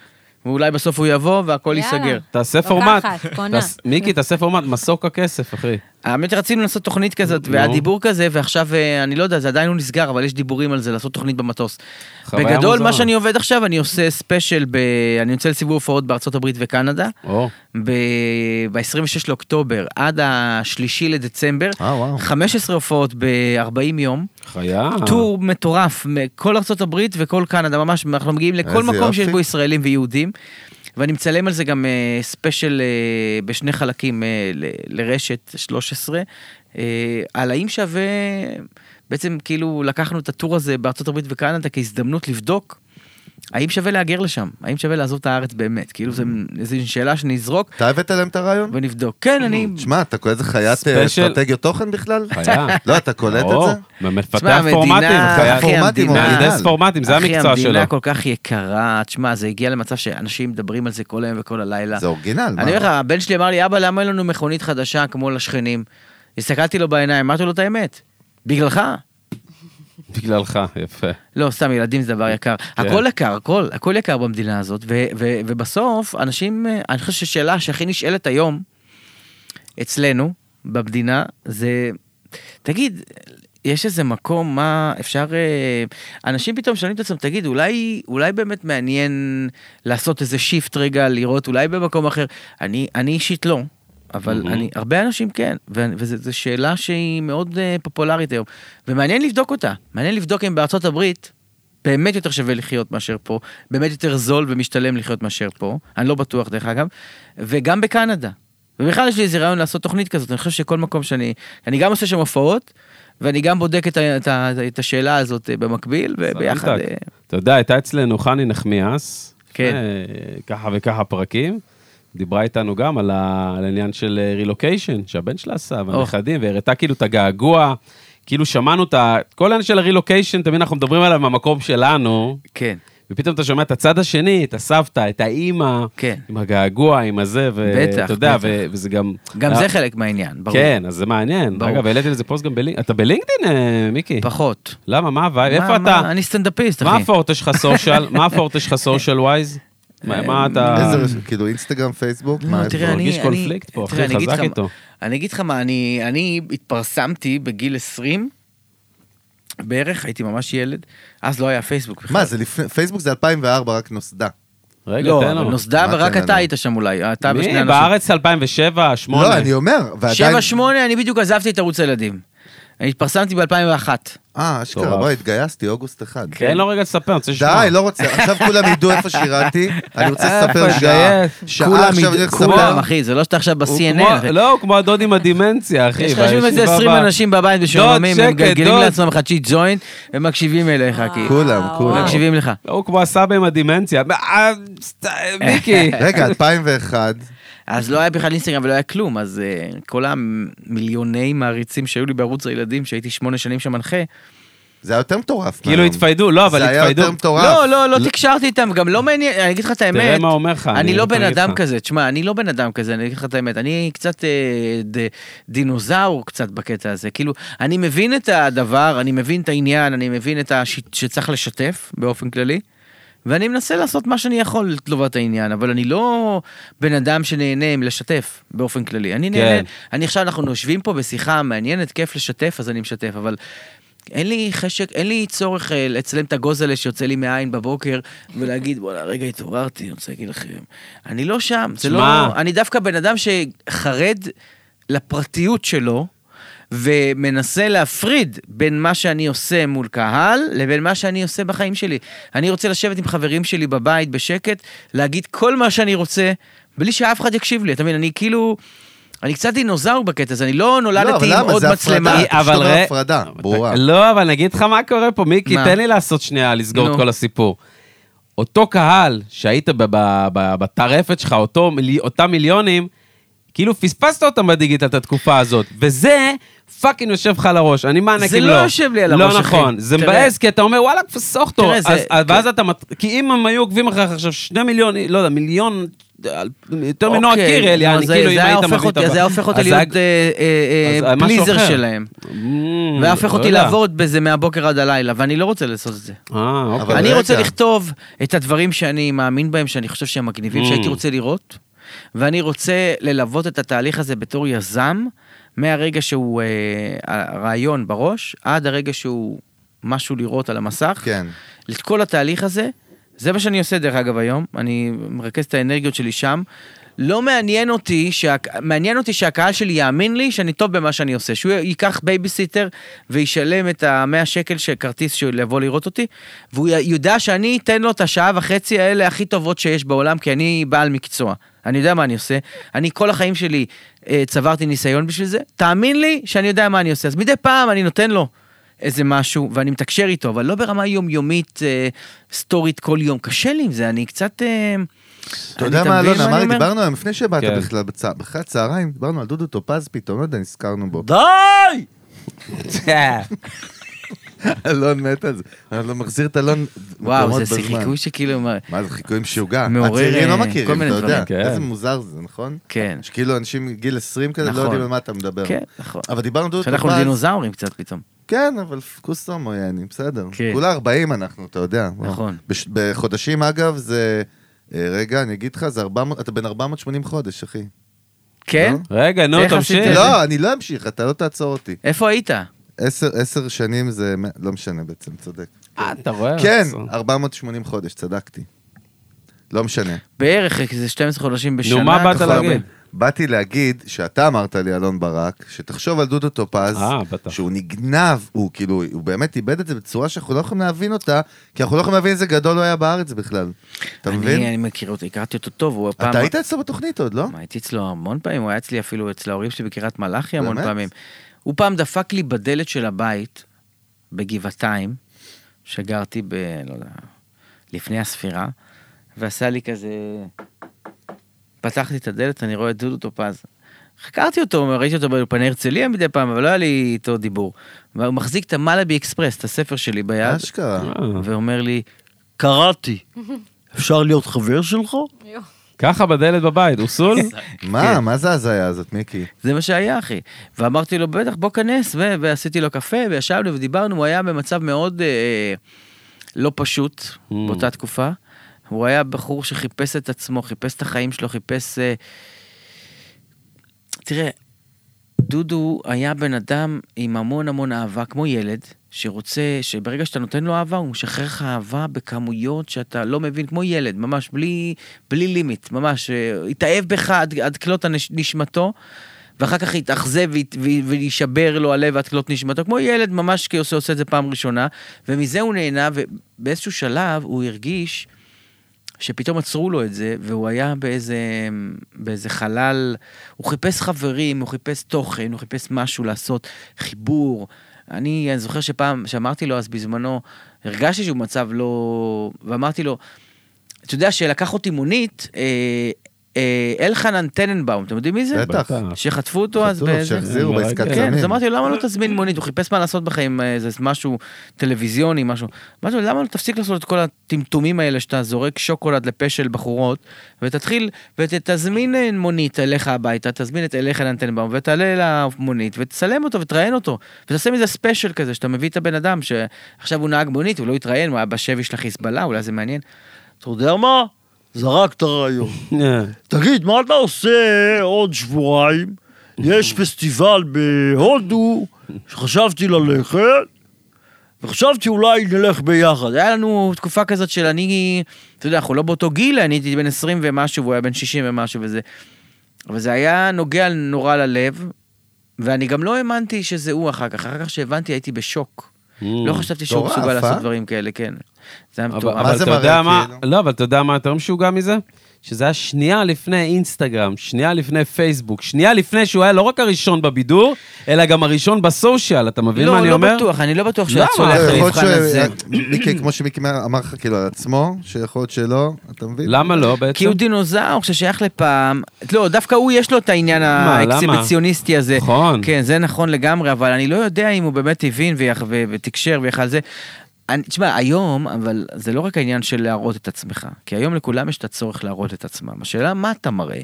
B: ואולי בסוף הוא יבוא והכל
D: יאללה.
B: ייסגר.
A: תעשה
D: לוקחת,
A: פורמט.
D: קונה.
A: תעש- מיקי, תעשה פורמט, מסוק הכסף, אחי.
B: האמת רצינו לעשות תוכנית כזאת,
A: נו.
B: והיה דיבור כזה, ועכשיו, אה, אני לא יודע, זה עדיין לא נסגר, אבל יש דיבורים על זה, לעשות תוכנית במטוס.
A: חוויה
B: בגדול,
A: מוזרה.
B: מה שאני עובד עכשיו, אני עושה ספיישל, ב... אני יוצא לסיבוב הופעות בארצות הברית וקנדה.
A: או,
B: ב-26 לאוקטובר עד ה-3 לדצמבר,
C: אה, וואו. אה.
B: 15 הופעות ב-40 יום,
A: חיה.
B: טור מטורף מכל ארצות הברית וכל קנדה, ממש, אנחנו מגיעים לכל
C: איזה
B: מקום שיש
C: יופי.
B: בו ישראלים ויהודים, ואני מצלם על זה גם אה, ספיישל אה, בשני חלקים אה, ל- לרשת 13, אה, על האם שווה, בעצם כאילו לקחנו את הטור הזה בארצות הברית וקנדה כהזדמנות לבדוק. האם שווה להגר לשם? האם שווה לעזוב את הארץ באמת? כאילו, זו שאלה שנזרוק,
C: אתה הבאת להם את הרעיון?
B: ונבדוק. כן, אני...
C: שמע, אתה קולט איזה חיית אה,
A: ספיישל.
C: אסטרטגיות תוכן בכלל?
A: חיה.
C: לא, אתה קולט
A: או,
C: את זה?
B: תשמע,
A: מפתח
B: המדינה-
A: פורמטים,
C: חיה.
A: חיה.
B: אחי,
C: פורמטים,
B: המדינה-
C: הוא
A: מהנדס פורמטים, זה המקצוע
B: אחי,
A: שלו.
B: המדינה כל כך יקרה, תשמע, זה הגיע למצב שאנשים מדברים על זה כל היום וכל הלילה.
C: זה אורגינל, מה?
B: אני אומר לך, הבן שלי אמר לי, אבא, למה אין לנו מכונית חדשה כמו לשכנים? הסתכלתי לו בעיניים, אמרתי לו את האמת. בגללך?
A: בגללך, יפה.
B: לא, סתם, ילדים זה דבר יקר.
A: כן.
B: הכל יקר, הכל, הכל יקר במדינה הזאת, ו- ו- ובסוף, אנשים, אה, אני חושב שהשאלה שהכי נשאלת היום, אצלנו, במדינה, זה, תגיד, יש איזה מקום, מה אפשר... אה, אנשים פתאום שואלים את עצמם, תגיד, אולי, אולי באמת מעניין לעשות איזה שיפט רגע, לראות אולי במקום אחר? אני, אני אישית לא, אבל
A: מהמם.
B: אני, הרבה אנשים כן, וזו שאלה שהיא מאוד אה, פופולרית היום, ומעניין לבדוק אותה. מעניין לבדוק אם בארצות הברית... באמת יותר שווה לחיות מאשר פה, באמת יותר זול ומשתלם לחיות מאשר פה, אני לא בטוח דרך אגב, וגם בקנדה. ובכלל יש לי איזה רעיון לעשות תוכנית כזאת, אני חושב שכל מקום שאני, אני גם עושה שם הופעות, ואני גם בודק את, ה, את, ה, את השאלה הזאת אה, במקביל, וביחד...
A: סבלתק.
B: אה,
A: אתה יודע, הייתה אצלנו חני נחמיאס,
B: כן.
A: אה, ככה וככה פרקים, דיברה איתנו גם על ה- על העניין של רילוקיישן, שהבן שלה עשה, והנכדים, והראתה כאילו את הגעגוע, כאילו שמענו את ה... כל העניין של הרילוקיישן, תמיד אנחנו מדברים עליו מהמקום שלנו,
B: כן.
A: ופתאום אתה שומע את הצד השני, את הסבתא, את האימא,
B: כן.
A: עם הגעגוע, עם הזה,
B: בטח,
A: ואתה יודע,
B: בטח.
A: ו- וזה גם...
B: גם
A: אה,
B: זה חלק מהעניין, ברור.
A: כן, אז זה מעניין.
B: ברור.
A: אגב, העליתי לזה פוסט גם בלינקדאין. אתה בלינקדאין, אה, מיקי?
B: פחות.
A: למה? מה הווייב?
B: מה-
A: איפה
B: מה,
A: אתה?
B: אני סטנדאפיסט,
A: מה
B: אחי.
A: הפורטה שלך סושיאל? מה הפורטה שלך סושיאל ווייז? מה
B: אה,
A: מה אתה...
C: איזה, כאילו אינסטגרם, פייסבוק?
B: לא,
C: מה,
B: תראה,
C: איפה?
B: אני-
A: אה, מרגיש
B: אני-
A: קונפליקט פה,
B: תראה,
A: אחי,
B: אני אגיד
A: חזק
B: לך מה-
A: איתו.
B: אני אגיד לך מה, אני, אני התפרסמתי בגיל 20 בערך, הייתי ממש ילד, אז לא היה פייסבוק בכלל.
C: מה, זה לפני, פייסבוק זה 2004, רק נוסדה.
A: רגע,
B: לא,
A: תן
B: אבל
A: לו.
B: נוסדה,
C: מה
B: ורק
C: תן
B: אתה
C: לנו?
B: היית שם אולי, אתה ושני
A: מי?
B: אנשים.
A: בארץ 2007, 2008.
C: לא, אני אומר, ועדיין...
B: שבע שמונה, אני בדיוק עזבתי את ערוץ הילדים. אני התפרסמתי ב-2001.
C: אה, אשכרה,
A: מטורף.
C: בוא, התגייסתי, אוגוסט אחד.
B: כן,
A: תן לו רגע לספר, אני רוצה לשמוע.
C: די, לא רוצה, עכשיו כולם ידעו איפה שירתי, אני רוצה לספר
A: איפה
C: שעה.
A: התגייס?
C: שעה
A: כולם
C: עכשיו
A: יד-
C: אני הולך
B: אה, כולם,
C: לספר.
B: אחי, זה לא שאתה עכשיו
A: הוא
B: ב-CNN.
A: כמו-
B: אחי.
A: לא, הוא כמו הדוד עם הדמנציה, אחי.
B: יש לך יושבים איזה
A: בישיבה
B: 20
A: הבאה.
B: אנשים בבית משועממים,
A: שקט,
B: הם מגלגלים
A: דוד.
B: לעצמם חצי ג'וינט, ומקשיבים אליך, כאילו.
C: כולם,
D: וואו,
C: כולם.
D: וואו.
B: מקשיבים לך.
A: לא, הוא כמו הסבא עם הדמנציה. אה, סת- מיקי.
C: רגע, 2001,
B: אז לא היה בכלל אינסטגרם ולא היה כלום, אז אה, כל המיליוני מעריצים שהיו לי בערוץ הילדים, שהייתי שמונה שנים שם מנחה,
C: זה היה יותר מטורף.
A: כאילו
C: מהיום.
A: התפיידו, לא, אבל
C: זה היה
A: התפיידו.
C: יותר מטורף.
B: לא, לא, לא תקשרתי איתם, גם לא מעניין, אני אגיד לך את האמת.
A: תראה מה אומר לך, אני
B: אני לא בן
A: אגיד
B: אדם
A: לך.
B: כזה, תשמע, אני לא בן אדם כזה, אני אגיד לך את האמת. אני קצת אה, ד- דינוזאור קצת בקטע הזה. כאילו, אני מבין את הדבר, אני מבין את העניין, אני מבין את הש... שצריך לשתף באופן כללי. ואני מנסה לעשות מה שאני יכול לטובת העניין, אבל אני לא בן אדם שנהנה מלשתף באופן כללי. אני נהנה,
A: כן.
B: אני עכשיו, אנחנו יושבים פה בשיחה מעניינת, כיף לשתף, אז אני משתף, אבל אין לי חשק, אין לי צורך אה, לצלם את הגוזלה שיוצא לי מהעין בבוקר, ולהגיד, וואלה, רגע התעוררתי, אני רוצה להגיד לכם. אני לא שם, זה
A: שמע.
B: לא... אני דווקא בן אדם שחרד לפרטיות שלו, ומנסה להפריד בין מה שאני עושה מול קהל לבין מה שאני עושה בחיים שלי. אני רוצה לשבת עם חברים שלי בבית בשקט, להגיד כל מה שאני רוצה, בלי שאף אחד יקשיב לי. אתה מבין, אני כאילו... אני קצת דינוזאור בקטע הזה, אני לא
C: לא, אבל
B: נולדתי עם
C: למה?
B: עוד
C: זה
B: מצלמה.
C: הפרדה. פשוט
A: אה, אבל
C: אומר
A: ראה-
C: הפרדה, ברורה.
A: לא, אבל אני אגיד לך מה קורה פה, מיקי,
B: מה?
A: תן לי לעשות שנייה, לסגור
B: נו.
A: את כל הסיפור. אותו קהל שהיית ב- ב- ב- בטרפת שלך, אותו מילי- אותם מיליונים, כאילו פספסת אותם בדיגיטל את התקופה הזאת, וזה פאקינג יושב לך על הראש, אני מענק
B: זה
A: אם
B: לא יושב לי על הראש,
A: לא
B: אחי.
A: נכון, זה
B: תראה.
A: מבאס, כי אתה אומר, וואלה, פסוך אותו,
B: תראה, זה-
A: אז- אז- ואז אתה, מת- כי אם הם היו עוקבים אחריך עכשיו שני מיליון, לא יודע, מיליון, על- יותר מנועה
B: אוקיי,
A: קירל,
B: לא,
A: יעני,
B: זה-
A: כאילו
B: זה
A: אם
B: היה
A: היית
B: הופך
A: מביא את
B: אותי-
A: הבא-
B: זה היה הופך אותי
A: אז זה היה-
B: להיות אה, אה,
A: אז
B: אה,
A: משהו
B: פליזר
A: אחר.
B: שלהם.
A: Mm,
B: והיה הופך
A: לא
B: אותי
A: יודע.
B: לעבור בזה מהבוקר עד הלילה, ואני לא רוצה לעשות את זה.
A: אה, אוקיי.
C: אבל
B: אני
C: רגע.
B: רוצה לכתוב את הדברים שאני מאמין בהם, שאני חושב שהם מגניבים,
A: Mm.
B: שהייתי רוצה לראות, ואני רוצה ללוות את התהליך הזה בתור יזם, מהרגע שהוא אה, הרעיון בראש, עד הרגע שהוא משהו לראות על המסך.
C: כן.
B: את כל התהליך הזה, זה מה שאני עושה דרך אגב היום, אני מרכז את האנרגיות שלי שם. לא מעניין אותי, שה... מעניין אותי שהקהל שלי יאמין לי שאני טוב במה שאני עושה, שהוא ייקח בייביסיטר וישלם את ה-100 שקל של כרטיס שהוא לבוא לראות אותי, והוא י- ידע שאני אתן לו את השעה וחצי האלה הכי טובות שיש בעולם, כי אני בעל מקצוע. אני יודע מה אני עושה, אני כל החיים שלי אה, צברתי ניסיון בשביל זה, תאמין לי שאני יודע מה אני עושה, אז מדי פעם אני נותן לו. איזה משהו, ואני מתקשר איתו, אבל לא ברמה יומיומית, אה, סטורית כל יום. קשה לי עם זה, אני קצת... אה, אני-
C: אתה יודע מה,
B: מבין
C: אלון, אמר
B: אני
C: לי,
B: אומר?
C: דיברנו היום לפני שבאת
A: כן.
C: בכלל, בצ- אחרי הצהריים, דיברנו על דודו טופז פתאום, לא יודע, נזכרנו בו.
B: די!
C: אלון מת על זה. אני לא מחזיר את אלון
B: וואו,
C: מקומות
B: זה
C: בזמן.
B: חיקוי שכאילו... מה-
C: מה זה חיקוי משוגע?
B: מעורר,
C: הצעירים לא
B: אה, כל
C: מכירים,
B: מיני
C: אתה יודע.
B: דברים,
A: כן.
C: איזה מוזר זה, נכון?
B: כן.
C: שכאילו אנשים מגיל 20 כזה לא
B: נכון.
C: יודעים על מה אתה מדבר.
B: כן, נכון.
C: אבל דיברנו על דודו טופז.
B: שאנחנו דינוזאורים קצת פתאום.
C: כן, אבל קוסומו יעני, בסדר.
B: כן.
C: כולה 40 אנחנו, אתה יודע.
B: נכון.
C: בש- בחודשים, אגב, זה... אה, רגע, אני אגיד לך, זה 400, אתה בן 480 חודש, אחי.
B: כן?
A: רגע, נו,
B: איך
A: תמשיך.
B: עשית?
C: לא, אני לא אמשיך, אתה לא תעצור אותי.
B: איפה היית?
C: עשר, עשר שנים זה... מ- לא משנה בעצם, צודק.
A: אה, אתה רואה?
C: כן,
A: נו,
C: 480 חודש, צדקתי. לא משנה.
B: בערך איזה 12 חודשים בשנה.
A: מה באת
B: ככה הרבה.
A: להגיד?
C: באתי להגיד שאתה אמרת לי, אלון ברק, שתחשוב על דודו טופז,
A: אה, בטח.
C: שהוא נגנב, הוא כאילו, הוא באמת איבד את זה בצורה שאנחנו לא יכולים להבין אותה, כי אנחנו לא יכולים להבין איזה גדול הוא היה בארץ בכלל. אתה
B: אני
C: מבין?
B: אני מכיר אותו, הכרתי אותו טוב, הוא הפעם...
C: אתה היית אצלו בתוכנית עוד, לא?
B: מה, הייתי אצלו המון פעמים, הוא היה אצלי אפילו אצל ההורים שלי בקריית מלאכי המון
C: באמת?
B: פעמים. הוא פעם דפק לי בדלת של הבית, בגבעתיים, שגרתי ב... לא יודע, לפני הספירה, ועשה לי כזה... פתחתי את הדלת, אני רואה את דודו טופז. חקרתי אותו, ראיתי אותו באולפני הרצליה מדי פעם, אבל לא היה לי איתו דיבור. והוא מחזיק את המלאבי אקספרס, את הספר שלי ביד,
C: אשכרה.
B: ואומר לי,
F: קראתי. אפשר להיות חבר שלך?
A: ככה בדלת בבית, הוא סול?
B: כן.
C: מה, מה זה ההזיה הזאת, מיקי?
B: זה מה שהיה, אחי. ואמרתי לו, בטח, בוא כנס, ו- ועשיתי לו קפה, וישבנו ודיברנו, הוא היה במצב מאוד אה, לא פשוט
A: Mm.
B: באותה תקופה. הוא היה בחור שחיפש את עצמו, חיפש את החיים שלו, חיפש... אה... תראה, דודו היה בן אדם עם המון המון אהבה, כמו ילד, שרוצה, שברגע שאתה נותן לו אהבה, הוא משחרר לך אהבה בכמויות שאתה לא מבין, כמו ילד, ממש בלי, בלי לימיט, ממש, אה, התאהב בך עד, עד כלות הנש- נשמתו, ואחר כך יתאכזב וית- ו- ויישבר לו הלב עד כלות נשמתו, כמו ילד, ממש כעושה עושה את זה פעם ראשונה, ומזה הוא נהנה, ובאיזשהו שלב הוא הרגיש שפתאום עצרו לו את זה, והוא היה באיזה, באיזה חלל, הוא חיפש חברים, הוא חיפש תוכן, הוא חיפש משהו לעשות, חיבור. אני, אני זוכר שפעם, שאמרתי לו אז בזמנו, הרגשתי שהוא במצב לא... ואמרתי לו, אתה יודע שלקח אותי מונית, אה, אה, אלחנן טננבאום, אתם יודעים מי זה?
C: בטח.
B: שחטפו אותו אז
C: חטוף,
B: באיזה...
C: שהחזירו
A: כן,
C: בעסקת
B: כן, אז
C: סמים.
B: אמרתי לו, למה לא תזמין מונית? הוא חיפש מה לעשות בחיים, אה, איזה משהו טלוויזיוני, משהו. אמרתי לו, למה לא תפסיק לעשות את כל הטמטומים האלה שאתה זורק שוקולד לפה של בחורות, ותתחיל, ותזמין אה, מונית אליך הביתה, תזמין את אליך לנטנבאום, ותעלה למונית, ותצלם אותו, ותראיין אותו, ותעשה מזה ספיישל כזה, שאתה מביא את הבן אדם, שעכשיו הוא נהג מונית, הוא לא התראיין, הוא היה בשבי של החיזבאללה, אולי זה מעניין.
F: אתה יודע מה? זרקת רעיון.
A: אה,
F: תגיד, מה אתה עושה עוד שבועיים? יש פסטיבל בהודו שחשבתי ללכת, וחשבתי אולי נלך ביחד.
B: היה לנו תקופה כזאת של אני, אתה יודע, אנחנו לא באותו גיל, אני הייתי בן 20 ומשהו, והוא היה בן 60 ומשהו וזה. אבל זה היה נוגע נורא ללב, ואני גם לא האמנתי שזה הוא אחר כך. אחר כך שהבנתי הייתי בשוק. לא חשבתי שהוא
C: מטורף,
B: מסוגל
C: אה?
B: לעשות דברים כאלה, כן. זה היה
A: אבל,
B: מטורף.
A: אבל
C: זה
A: אתה יודע
C: מראה,
A: מה,
C: כאילו?
A: לא, אבל אתה יודע מה יותר משוגע מזה? שזה היה שנייה לפני אינסטגרם, שנייה לפני פייסבוק, שנייה לפני שהוא היה לא רק הראשון בבידור, אלא גם הראשון בסושיאל, אתה מבין מה
B: לא,
A: אני
B: לא
A: אומר?
B: בטוח, אני לא בטוח שהוא היה
A: למה?
B: צולח
A: אה,
C: יכול להיות
B: למבחן הזה.
C: שמיקי, כמו שמיקי אמר לך כאילו על עצמו, שיכול להיות שלא, אתה מבין?
A: למה לא בעצם?
B: כי הוא דינוזאור ששייך לפעם, לא, דווקא הוא יש לו את העניין
A: מה,
B: האקסיביציוניסטי הזה.
A: נכון.
B: כן, זה נכון לגמרי, אבל אני לא יודע אם הוא באמת הבין ויח- ו- ותקשר ויכל זה. אני- תשמע, היום, אבל זה לא רק העניין של להראות את עצמך, כי היום לכולם יש את הצורך להראות את עצמם. השאלה, מה אתה מראה?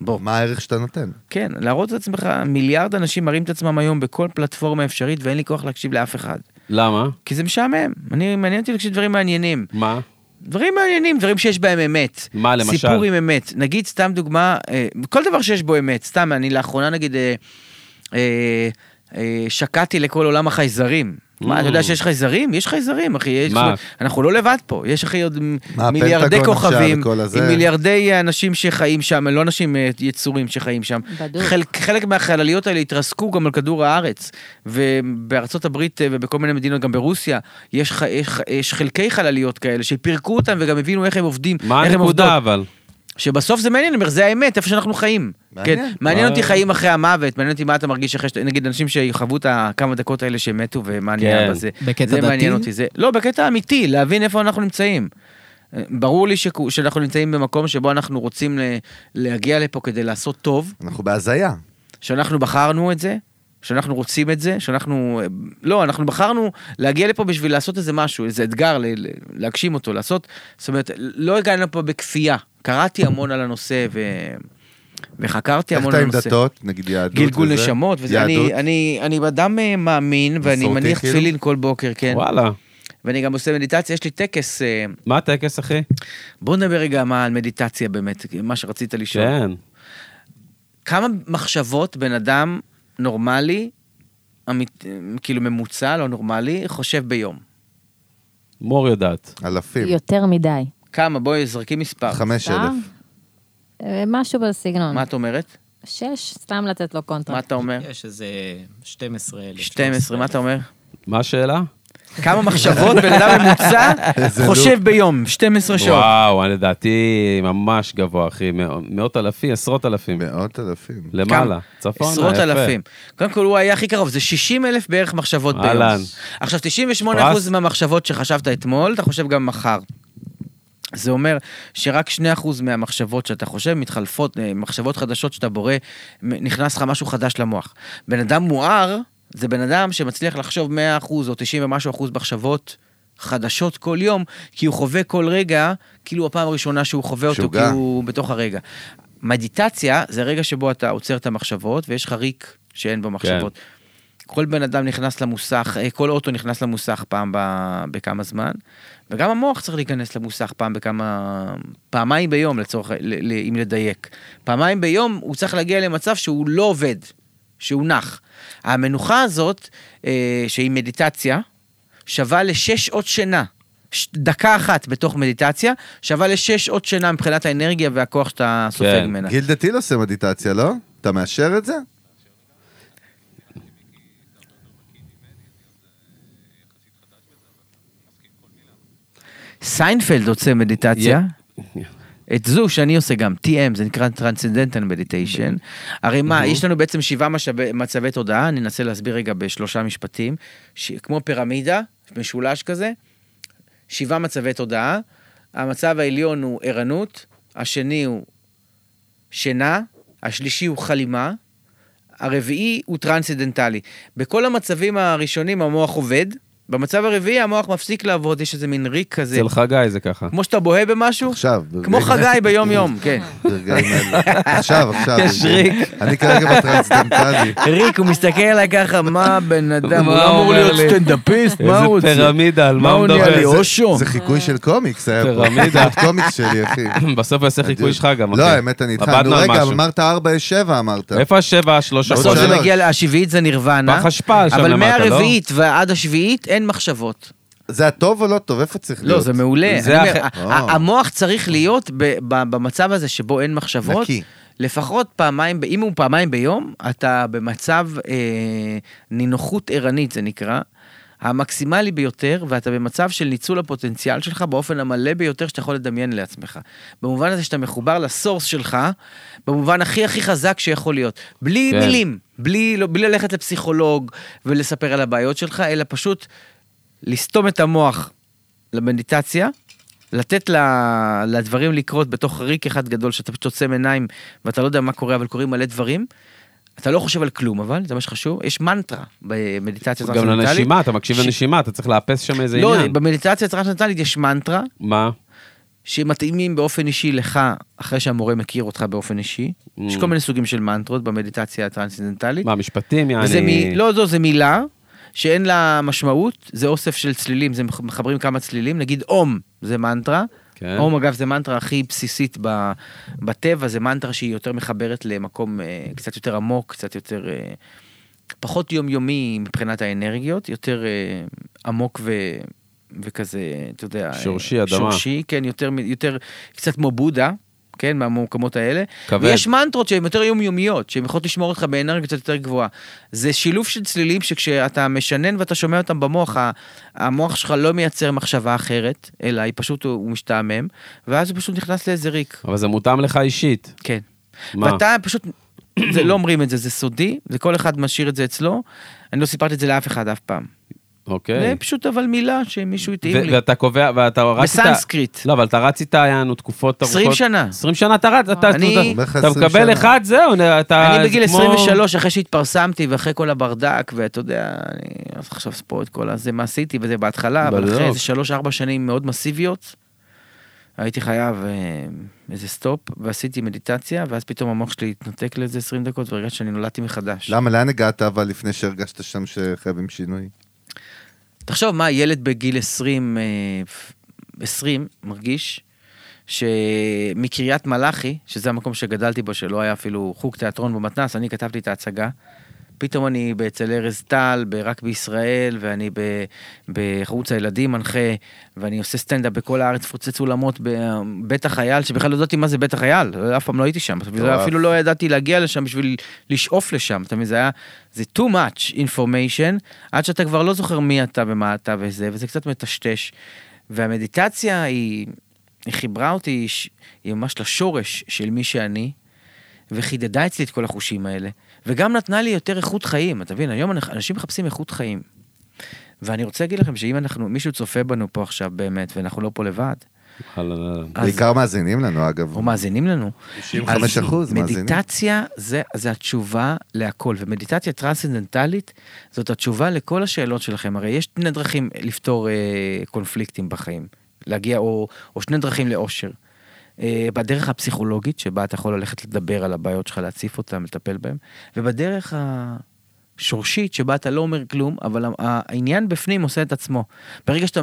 B: בוא.
C: מה הערך שאתה נותן?
B: כן, להראות את עצמך, מיליארד אנשים מראים את עצמם היום בכל פלטפורמה אפשרית, ואין לי כוח להקשיב לאף אחד.
A: למה?
B: כי זה משעמם. אני, מעניין אותי להקשיב דברים מעניינים.
A: מה?
B: דברים מעניינים, דברים שיש בהם אמת.
A: מה, למשל?
B: סיפור עם אמת. נגיד, סתם דוגמה, אה, כל דבר שיש בו אמת, סתם, אני לאחרונה נגיד אה, אה, אה, שקעתי לכל עולם החייזרים. מה, אתה יודע שיש חייזרים? יש חייזרים, אחי. יש-
A: Mm. מה?
B: אנחנו לא לבד פה, יש אחי עוד מ-
C: מה,
B: מיליארדי
C: הפנטגון עכשיו
B: כוכבים,
C: וכל הזה?
B: עם מיליארדי אה, אנשים שחיים שם, לא אנשים, אה, יצורים שחיים שם.
D: בדוק.
B: חלק, חלק מהחלליות האלה התרסקו גם על כדור הארץ, ובארצות הברית אה, ובכל מיני מדינות, גם ברוסיה, יש, ח- יש, ח- יש חלקי חלליות כאלה שפירקו אותם וגם הבינו איך הם עובדים,
A: מה
B: איך הם עובדות.
A: הנקודה אבל?
B: שבסוף זה מעניין, אני אומר, זה האמת, איפה שאנחנו חיים.
C: מעניין.
B: כן, מעניין
A: וואו.
E: אה.
B: אותי חיים אחרי המוות, מעניין אותי מה אתה מרגיש אחרי שאתה, נגיד אנשים שחוו את הכמה דקות האלה שמתו ומה
A: כן.
B: נהיה בזה.
E: בקטע
B: זה
E: דתי?
B: מעניין אותי, זה, לא, בקטע אמיתי, להבין איפה אנחנו נמצאים. אה, ברור לי שכו- שאנחנו נמצאים במקום שבו אנחנו רוצים ל- להגיע לפה כדי לעשות טוב,
C: אנחנו בהזיה.
B: שאנחנו בחרנו את זה, שאנחנו רוצים את זה, שאנחנו... לא, אנחנו בחרנו להגיע לפה בשביל לעשות איזה משהו, איזה אתגר, ל- ל- להגשים אותו, לעשות... זאת אומרת, לא הגענו לפה בכפייה. קראתי המון על הנושא ו... וחקרתי
C: איך
B: המון
C: אתה
B: על
C: עם
B: הנושא.
C: דתות, נגיד יהדות
B: גלגול
C: וזה?
B: נשמות, וזה,
C: יהדות?
B: אני, אני, אני אדם אה, מאמין, ואני
C: מסורתי,
B: מניח
C: כאילו?
B: תפילין כל בוקר, כן,
A: וואלה.
B: ואני גם עושה מדיטציה, יש לי טקס, אה,
A: מה הטקס, אחי?
B: בוא נדבר רגע מה על מדיטציה באמת, מה שרצית לשאול.
A: כן.
B: כמה מחשבות בן אדם נורמלי, אמית, כאילו ממוצע, לא נורמלי, חושב ביום?
A: מור יודעת.
C: אלפים.
D: יותר מדי.
B: כמה? בואי, זרקי מספר.
C: חמש
D: סתם?
C: אלף.
D: אה, משהו בסגנון.
B: מה את אומרת?
D: שש, סתם לתת לו
B: מה
D: קונטרה.
B: אתה אומר?
E: יש איזה 12 אלף.
B: 12, מה אתה אומר?
A: מה השאלה?
B: כמה מחשבות בן אדם ממוצע
C: איזה
B: חושב ביום? 12 שעות.
A: וואו, אני לדעתי ממש גבוה, אחי. מאות- מאות אלפים, עשרות אלפים.
C: מאות אלפים.
A: למעלה,
B: כמה?
A: צפונה,
B: כן. עשרות
A: יפה.
B: אלפים. קודם כל, הוא היה הכי קרוב, זה 60 אלף בערך מחשבות ביום.
A: אהלן.
B: עכשיו, 98%
A: פרס.
B: מהמחשבות שחשבת אתמול, אתה חושב גם מחר. זה אומר שרק 2% מהמחשבות שאתה חושב מתחלפות, אה, מחשבות חדשות שאתה בורא, מ- נכנס לך משהו חדש למוח. בן אדם מואר, זה בן אדם שמצליח לחשוב 100% או 90 ומשהו אחוז מחשבות חדשות כל יום, כי הוא חווה כל רגע, כאילו הפעם הראשונה שהוא חווה אותו,
C: שוגע.
B: כי הוא בתוך הרגע. מדיטציה זה רגע שבו אתה עוצר את המחשבות ויש לך ריק שאין בו מחשבות. כל בן אדם נכנס למוסך, אה, כל אוטו נכנס למוסך פעם ב, בכמה זמן, וגם המוח צריך להיכנס למוסך פעם בכמה... פעמיים ביום לצורך, ה- ל, ל, אם לדייק. פעמיים ביום הוא צריך להגיע למצב שהוא לא עובד, שהוא נח. המנוחה הזאת, אה, שהיא מדיטציה, שווה לשש שעות שינה. ש- דקה אחת בתוך מדיטציה, שווה לשש שעות שינה מבחינת האנרגיה והכוח שאתה סופג
A: כן.
B: ממנה.
C: גיל דתיל עושה מדיטציה, לא? אתה מאשר את זה?
B: סיינפלד עושה מדיטציה. את זו שאני עושה גם, TM, זה נקרא Transcendental Meditation. הרי מה, יש לנו בעצם שבעה משאבי- מצבי תודעה, אני אנסה להסביר רגע בשלושה משפטים, ש- כמו פירמידה, משולש כזה, שבעה מצבי תודעה, המצב העליון הוא ערנות, השני הוא שינה, השלישי הוא חלימה, הרביעי הוא טרנסדנטלי. בכל המצבים הראשונים המוח עובד, במצב הרביעי המוח מפסיק לעבוד, יש איזה מין ריק כזה.
A: אצל חגי זה ככה.
B: כמו שאתה בוהה במשהו,
C: עכשיו.
B: כמו
C: ברגעים-
B: חגי ביום-יום, כן.
C: ברגעים האלה. עכשיו, עכשיו.
A: יש ריק.
C: אני כרגע בטרנסדנטלי.
B: ריק, הוא מסתכל עליי ככה, מה בן אדם,
A: מה
B: הוא לא אמור
A: אומר
B: להיות
A: לי?
B: סטנדאפיסט, מה
A: איזה
B: הוא רוצה?
A: פירמידה, על מה
B: מה
A: הוא
B: עונה לי,
A: מדבר?
B: או
C: זה-
B: שום.
C: זה חיקוי של קומיקס היה פה.
A: פירמידה.
C: זה עוד קומיקס שלי, אחי.
A: בסוף הוא יעשה חיקוי שלך גם, אחי.
C: לא, האמת, אני איתך.
A: עבדנו
C: נו,
A: על
C: רגע,
A: משהו.
C: אמרת 4 7 אמרת.
A: איפה השבע, השלוש,
B: בסוף
C: עוד
B: זה
C: שלוש.
B: מגיע, ל- השביעית זה נירוונה,
A: פח אשפה שם
B: אבל
A: למטה, לא?
B: מהרביעית ועד השביעית אין אין מחשבות.
C: זה הטוב או לא טוב? איפה צריך להיות?
B: לא, זה מעולה.
A: זה
B: אני אומר,
A: אחר-
B: ה-
C: אה.
B: המוח צריך להיות ב- ב- במצב הזה שבו אין מחשבות.
C: נקי.
B: לפחות פעמיים, ב- אם הוא פעמיים ביום, אתה במצב אה, נינוחות ערנית, זה נקרא, המקסימלי ביותר, ואתה במצב של ניצול הפוטנציאל שלך באופן המלא ביותר שאתה יכול לדמיין לעצמך. במובן הזה שאתה מחובר לסורס שלך, במובן הכי הכי חזק שיכול להיות. בלי
A: כן.
B: כן. מילים, בלי, לא, בלי ללכת לפסיכולוג ולספר על הבעיות שלך, אלא פשוט לסתום את המוח למדיטציה, לתת ל... לדברים לקרות בתוך ריק אחד גדול, שאתה פשוט עוצם עיניים ואתה לא יודע מה קורה, אבל קורים מלא דברים. אתה לא חושב על כלום, אבל זה מה שחשוב. יש מנטרה במדיטציה
A: גם לנשימה, אתה מקשיב
B: ש-
A: לנשימה, אתה צריך לאפס שם איזה
B: לא,
A: עניין.
B: במדיטציה טרנסנטלית יש מנטרה
A: מה?
B: שמתאימים באופן אישי לך, אחרי שהמורה מכיר אותך באופן אישי.
A: Mm.
B: יש כל מיני סוגים של מנטרות במדיטציה הטרנסנדנטלית.
A: מה, משפטים,
B: וזה מ...
A: יעני?
B: לא, זו, זה מילה שאין לה משמעות, זה אוסף של צלילים, זה מח- מחברים כמה צלילים, נגיד אום זה מנטרה.
A: כן.
B: אום אגב זה מנטרה הכי בסיסית ב... בטבע, זה מנטרה שהיא יותר מחברת למקום אה, קצת יותר עמוק, קצת יותר... אה, פחות יומיומי מבחינת האנרגיות, יותר אה, עמוק ו... וכזה, אתה יודע... אה,
A: שורשי, אדמה.
B: שורשי, כן, יותר, מ- יותר קצת כמו בודה, כן, מהמקומות האלה.
A: כבד.
B: ויש מנטרות שהן יותר יומיומיות, שהן יכולות לשמור אותך באנרגיה קצת יותר גבוהה. זה שילוב של צלילים שכשאתה משנן ואתה שומע אותם במוח, ה- המוח שלך לא מייצר מחשבה אחרת, אלא היא פשוט, הוא הוא משתעמם, ואז הוא פשוט נכנס לאיזה ריק.
A: אבל זה מותאם לך אישית.
B: כן.
A: מה?
B: ואתה פשוט, זה לא אומרים את זה, זה סודי, וכל אחד משאיר את זה אצלו. אני לא סיפרתי את זה לאף אחד אף פעם. זה
A: אוקיי.
B: פשוט אבל מילה שמישהו התאים
A: ו-
B: לי.
A: ואתה קובע, ואתה רץ איתה...
B: בסנסקריט.
A: לא, אבל אתה רץ איתה, היה לנו תקופות ארוכות.
B: 20 שנה.
A: 20 שנה אתה רץ, אתה-
B: אני-
A: אתה-
C: אומר לך
A: אתה
C: 20
A: מקבל
C: שנה.
A: אחד, זהו, אתה...
B: אני בגיל
A: זה כמו-
B: 23, אחרי שהתפרסמתי ואחרי כל הברדק, ואתה יודע, אני אז עכשיו פה את כל הזה, מה עשיתי וזה בהתחלה, אבל
A: בדיוק.
B: אחרי איזה שלוש-ארבע שנים מאוד מסיביות, הייתי חייב אה, איזה סטופ, ועשיתי מדיטציה, ואז פתאום המוח שלי התנתק לאיזה 20 דקות, והרגשתי שאני נולדתי מחדש.
A: לא,
C: למה, לאן הגעת אבל לפני שהרגשת שם שחייבים שינוי?
B: תחשוב מה ילד בגיל 20, אה, 20 מרגיש שמקריית מלאכי, שזה המקום שגדלתי בו, שלא היה אפילו חוג תיאטרון במתנ"ס, אני כתבתי את ההצגה. פתאום אני אצל ארז טל, רק בישראל, ואני ב- בחרוץ הילדים מנחה, ואני עושה סטנדאפ בכל הארץ, מפוצץ אולמות בבית החייל, שבכלל לא ידעתי מה זה בית החייל, אף פעם לא הייתי שם, אפילו לא ידעתי להגיע לשם בשביל לשאוף לשם, אתה מבין, זה היה, זה too much information, עד שאתה כבר לא זוכר מי אתה ומה אתה וזה, וזה קצת מטשטש. והמדיטציה היא, היא חיברה אותי, היא ש- היא ממש לשורש של מי שאני, וחידדה אצלי את כל החושים האלה, וגם נתנה לי יותר איכות חיים, אתה מבין? היום אנ- אנשים מחפשים איכות חיים. ואני רוצה להגיד לכם שאם אנחנו, מישהו צופה בנו פה עכשיו באמת, ואנחנו לא פה לבד,
A: וואלה, וואלה.
B: אז-
C: בעיקר מאזינים לנו, אגב.
B: או מאזינים לנו,
C: 95%
B: אז
C: מאזינים.
B: מדיטציה זה, זה התשובה להכל, ומדיטציה טרנסצנדנטלית זאת התשובה לכל השאלות שלכם. הרי יש שני דרכים לפתור אה, קונפליקטים בחיים, להגיע, או, או שני דרכים לאושר. אה, בדרך הפסיכולוגית, שבה אתה יכול ללכת לדבר על הבעיות שלך, להציף אותן, לטפל בהן, ובדרך השורשית, שבה אתה לא אומר כלום, אבל ה- העניין בפנים עושה את עצמו. ברגע שאתה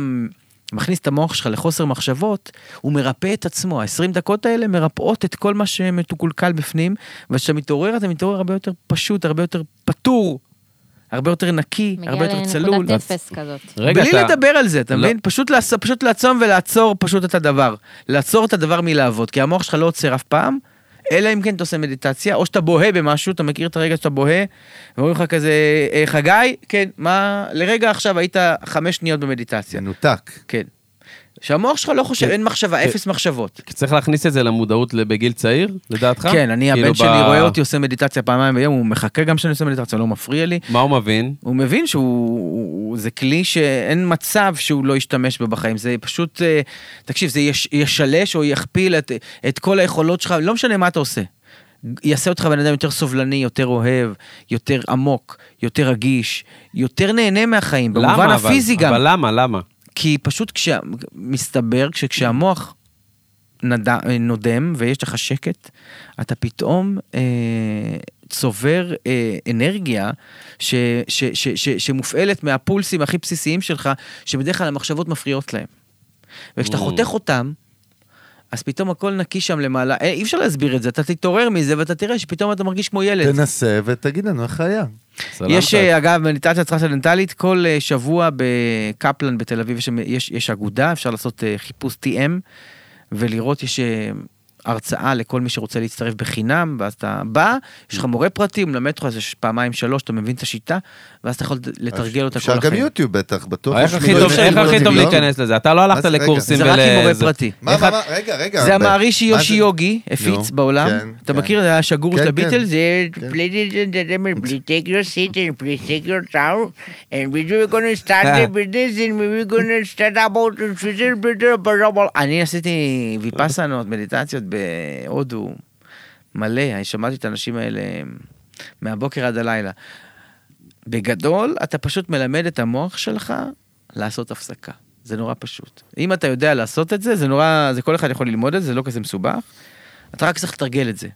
B: מכניס את המוח שלך לחוסר מחשבות, הוא מרפא את עצמו. ה-20 דקות האלה מרפאות את כל מה שמקולקל בפנים, וכשאתה מתעורר, אתה מתעורר הרבה יותר פשוט, הרבה יותר פטור, הרבה יותר נקי, הרבה יותר צלול.
D: מגיע לנקודת אפס כזאת.
A: רגע,
B: בלי
A: אתה-
B: לדבר על זה, אתה
A: לא.
B: מבין? פשוט, לעצ... פשוט לעצום ולעצור פשוט את הדבר. לעצור את הדבר מלעבוד, כי המוח שלך לא עוצר אף פעם, אלא אם כן אתה עושה מדיטציה, או שאתה בוהה במשהו, אתה מכיר את הרגע שאתה בוהה, ואומרים לך כזה, "אה, חגי, כן, מה, לרגע עכשיו היית חמש שניות במדיטציה.
C: מנותק.
B: כן. שהמוח שלך לא חושב,
A: Mm. כן.
B: אין מחשבה,
A: כן.
B: אפס מחשבות.
A: צריך להכניס את זה למודעות ל- בגיל צעיר, לדעתך?
B: כן, אני,
A: כאילו
B: הבן שלי
A: ב-
B: רואה אותי עושה מדיטציה פעמיים ביום, הוא מחכה גם כשאני עושה מדיטציה, לא מפריע לי.
A: מה הוא מבין?
B: הוא מבין שהוא הוא- זה כלי שאין מצב שהוא לא ישתמש בו בחיים, זה פשוט, אה, תקשיב, זה יש, ישלש או יכפיל את, את כל היכולות שלך, לא משנה מה אתה עושה. יעשה אותך בן אדם יותר סובלני, יותר אוהב, יותר עמוק, יותר רגיש, יותר נהנה מהחיים, במובן
A: למה אבל?
B: הפיזי גם.
A: אבל למה, למה?
B: כי פשוט כש... מסתבר שכשהמוח נד... נודם ויש לך שקט, אתה פתאום אה, צובר אה, אנרגיה ש... ש... ש... ש... שמופעלת מהפולסים הכי בסיסיים שלך, שבדרך כלל המחשבות מפריעות להם. וכשאתה
A: Mm.
B: חותך אותם, אז פתאום הכל נקי שם למעלה, אה, אי אפשר להסביר את זה, אתה תתעורר מזה ואתה תראה שפתאום אתה מרגיש כמו ילד.
C: תנסה ותגיד לנו איך היה.
A: סלמת את-
B: יש, אה, אגב, מדיטציה טרנסדנטלית, כל אה, שבוע בקפלן בתל אביב יש שם- יש יש אגודה, אפשר לעשות אה, חיפוש TM, ולראות, יש אה, הרצאה לכל מי שרוצה להצטרף בחינם, ואז אתה בא, יש לך מורה פרטי, הוא מלמד אותך איזה ש- פעמיים שלוש, אתה מבין את השיטה, ואז אתה יכול לתרגל אותה כל
C: אפשר גם
B: החיים.
C: יוטיוב בטח, בטוח.
A: איך
C: יש
A: הכי
C: מיליון
A: טוב-
C: של
A: איך הכי טוב
C: לא?
A: להיכנס לזה? אתה לא הלכת
C: אז רגע.
A: לקורסים
B: זה
A: ול...
B: רק עם מורה
A: זה-
B: פרטי.
C: מה,
B: איך
C: מה,
B: ה-
C: מה, רגע, רגע.
B: זה
C: מה
B: המערישי
C: מה
B: יושי
C: זה?
B: יוגי, הפיץ
C: נו,
B: בעולם.
C: כן,
B: אתה
C: כן.
B: מכיר, זה היה שגור
C: כן,
B: של
C: כן.
B: הביטלס? זה-
G: Ladies and gentlemen, please take your seat and please take your time. And we are going to start
C: אה.
G: the business and we are going to start about the future business parable.
B: אני עשיתי ויפאסנות, מדיטציות בהודו, מלא, אני שמעתי את האנשים האלה מהבוקר עד הלילה. בגדול, אתה פשוט מלמד את המוח שלך לעשות הפסקה. זה נורא פשוט. אם אתה יודע לעשות את זה, זה נורא, זה כל אחד יכול ללמוד את זה, זה לא כזה מסובך. אתה רק צריך לתרגל את זה.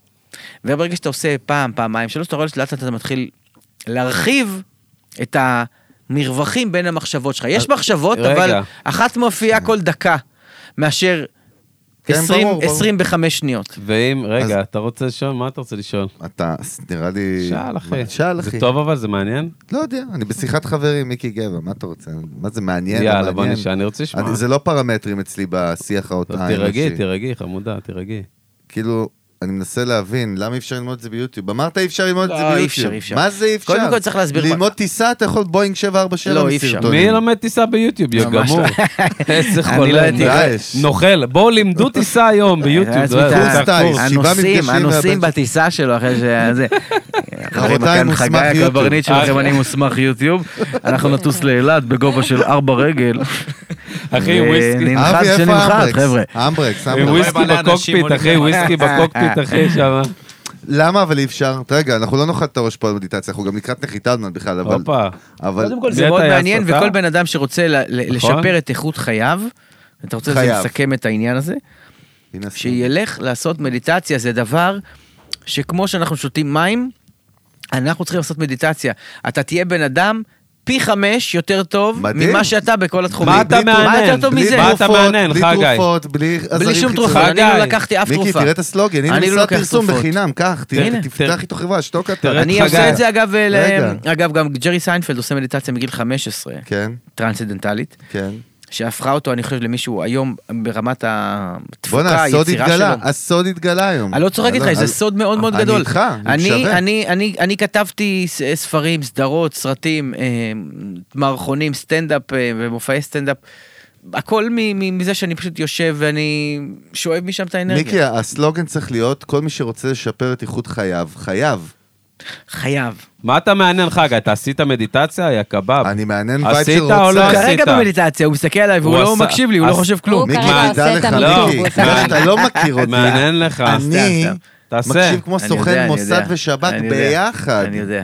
B: וברגע שאתה עושה פעם, פעמיים, שלוש, אתה רואה שלאט לאט אתה מתחיל להרחיב את המרווחים בין המחשבות שלך. יש מחשבות,
A: רגע.
B: אבל אחת מופיעה כל דקה, מאשר
C: כן,
B: 20,
C: ברור, ברור.
B: 25 שניות.
A: ואם, רגע,
C: אז-
A: אתה רוצה לשאול? מה אתה רוצה לשאול?
C: אתה, נראה לי...
A: שאל, אחי.
C: שאל, אחי.
A: זה טוב אבל, זה מעניין?
C: לא יודע, אני בשיחת חברים, מיקי גבע, מה אתה רוצה? מה זה מעניין?
A: יאללה,
C: כן, מעניין?
A: בוא נשאל, אני רוצה לשמוע.
C: אני- זה לא פרמטרים אצלי בשיח
A: טוב,
C: האותה.
A: תירגעי, תירגעי, חמודה, תירגעי.
C: כאילו, אני מנסה להבין, למה אי אפשר ללמוד את זה ביוטיוב? אמרת אי אפשר ללמוד את זה
B: לא, אי
C: ביוטיוב.
B: אפשר, אי אפשר.
C: מה זה אי אפשר?
B: קודם כל צריך להסביר מה-
C: ללמוד טיסה, אתה יכול בואינג 747
B: לא, אי אפשר.
C: מסרטונים.
A: מי ילמד טיסה ביוטיוב? יא
B: ממש
A: גמור.
B: לא.
A: איזה
B: אני
A: חולה.
B: לא הייתי-
C: דאעש.
A: נוחל. בואו לימדו טיסה היום ביוטיוב. לא
B: אז
A: זה-
B: מתי-
A: זה
C: סטייל,
A: הקורס.
C: לא, שבעה
B: הנוסעים,
C: מפגשים
B: הנוסעים
C: מהבן-
B: בטיסה שלו אחרי שזה... חברים,
C: רבותיי,
B: כאן
C: מוסמך
B: חגי
C: יוטיוב. אה,
B: הקברניט שלכם, אני מוסמך יוטיוב. אנחנו נטוס לאילת בגובה של ארבע רגל.
A: אחי, וויסקי.
B: ננחת
C: אבי, איפה
B: שננחת,
C: האמברקס?
B: חבר'ה.
C: האמברקס,
A: עם
C: האמברקס.
A: וויסקי
E: מלא אנשים
A: בקוקפיט,
E: עולים
A: אחי,
E: למעלה.
A: וויסקי בקוקפיט, אחי, שמה.
C: למה אבל אי אפשר? רגע, אנחנו לא נאכל את הראש פה על מדיטציה, אנחנו גם לקראת נחיתה עוד מעט בכלל, אבל...
A: הופה.
C: אבל...
B: קודם כל
A: זה
B: זה מאוד
A: היה
B: מעניין,
C: אה?
A: הסתה?
B: וכל בן אדם שרוצה ל- ל-
A: נכון.
B: לשפר את איכות חייו, אתה רוצה
C: חייו.
B: לסכם את העניין הזה,
C: הנה,
B: שילך לעשות מדיטציה, זה דבר שכמו שאנחנו שותים מים, אנחנו צריכים לעשות מדיטציה. אתה תהיה בן אדם פי חמש יותר טוב
C: מדהים.
B: ממה שאתה בכל התחומים.
A: מה אתה
B: בלי
A: מהנהן?
B: תרופות. מה יותר טוב
A: בלי
B: מזה?
A: מה אתה
C: תרופות,
A: מהנהן,
C: בלי
A: חגי?
C: תרופות, בלי
B: בלי
C: עזרים
B: שום
C: חיצוניים.
B: תרופות, אני לא
A: חגי,
B: לקחתי אף
C: מיקי,
B: תרופה.
C: תראה את הסלוגן, הנה
B: אני לא
C: משרד
B: לוקח
C: פרסום
B: תרופות.
C: בחינם, קח, תראה,
B: הנה.
C: תפתח איתו חברה, שתוק אתה.
A: תראה.
B: אני
A: חגי.
B: עושה את זה אגב, ל-
C: רגע.
B: אגב, גם ג'רי סיינפלד עושה מדיטציה מגיל 15,
C: כן,
B: טרנסדנטלית,
C: כן.
B: שהפכה אותו, אני חושב, למישהו היום ברמת התפוקה,
C: בואנה, הסוד
B: היצירה
C: התגלה,
B: שלו.
C: הסוד התגלה היום.
B: אני לא צוחק איתך,
C: אלון,
B: זה
C: אל-
B: סוד מאוד מאוד
C: אני
B: גדול.
C: איתך, אני
B: אני,
C: שווה.
B: אני, אני, אני כתבתי ס- ספרים, סדרות, סרטים, אה, מערכונים, סטנדאפ אה, ומופעי סטנדאפ. הכל מ- מ- מזה שאני פשוט יושב ואני שואב משם את האנרגיה.
C: מיקי, הסלוגן צריך להיות, כל מי שרוצה לשפר את איכות חייו, חייב.
B: חייב.
A: מה אתה מעניין, חגי? אתה עשית מדיטציה, יא קבב?
C: אני מעניין
A: עשית
C: וייד של
A: או לא
C: רוצח.
A: עשית?
B: כרגע במדיטציה, הוא מסתכל עליי והוא
A: הוא
B: לא
A: עשה-
B: מקשיב לי, הוא
A: עש-
B: לא חושב כלום.
D: הוא
C: מיקי,
D: כרגע
C: תדע
D: עושה את
C: לך,
A: לא,
D: המתוק.
C: מיקי, אתה לא מכיר אותי.
A: מעניין לך.
C: אני
B: סתם, סתם.
A: תעשה.
C: מקשיב כמו
B: אני יודע,
C: סוכן
B: אני
C: מוסד
B: יודע,
C: ושב"כ
B: אני יודע,
C: ביחד.
B: אני יודע.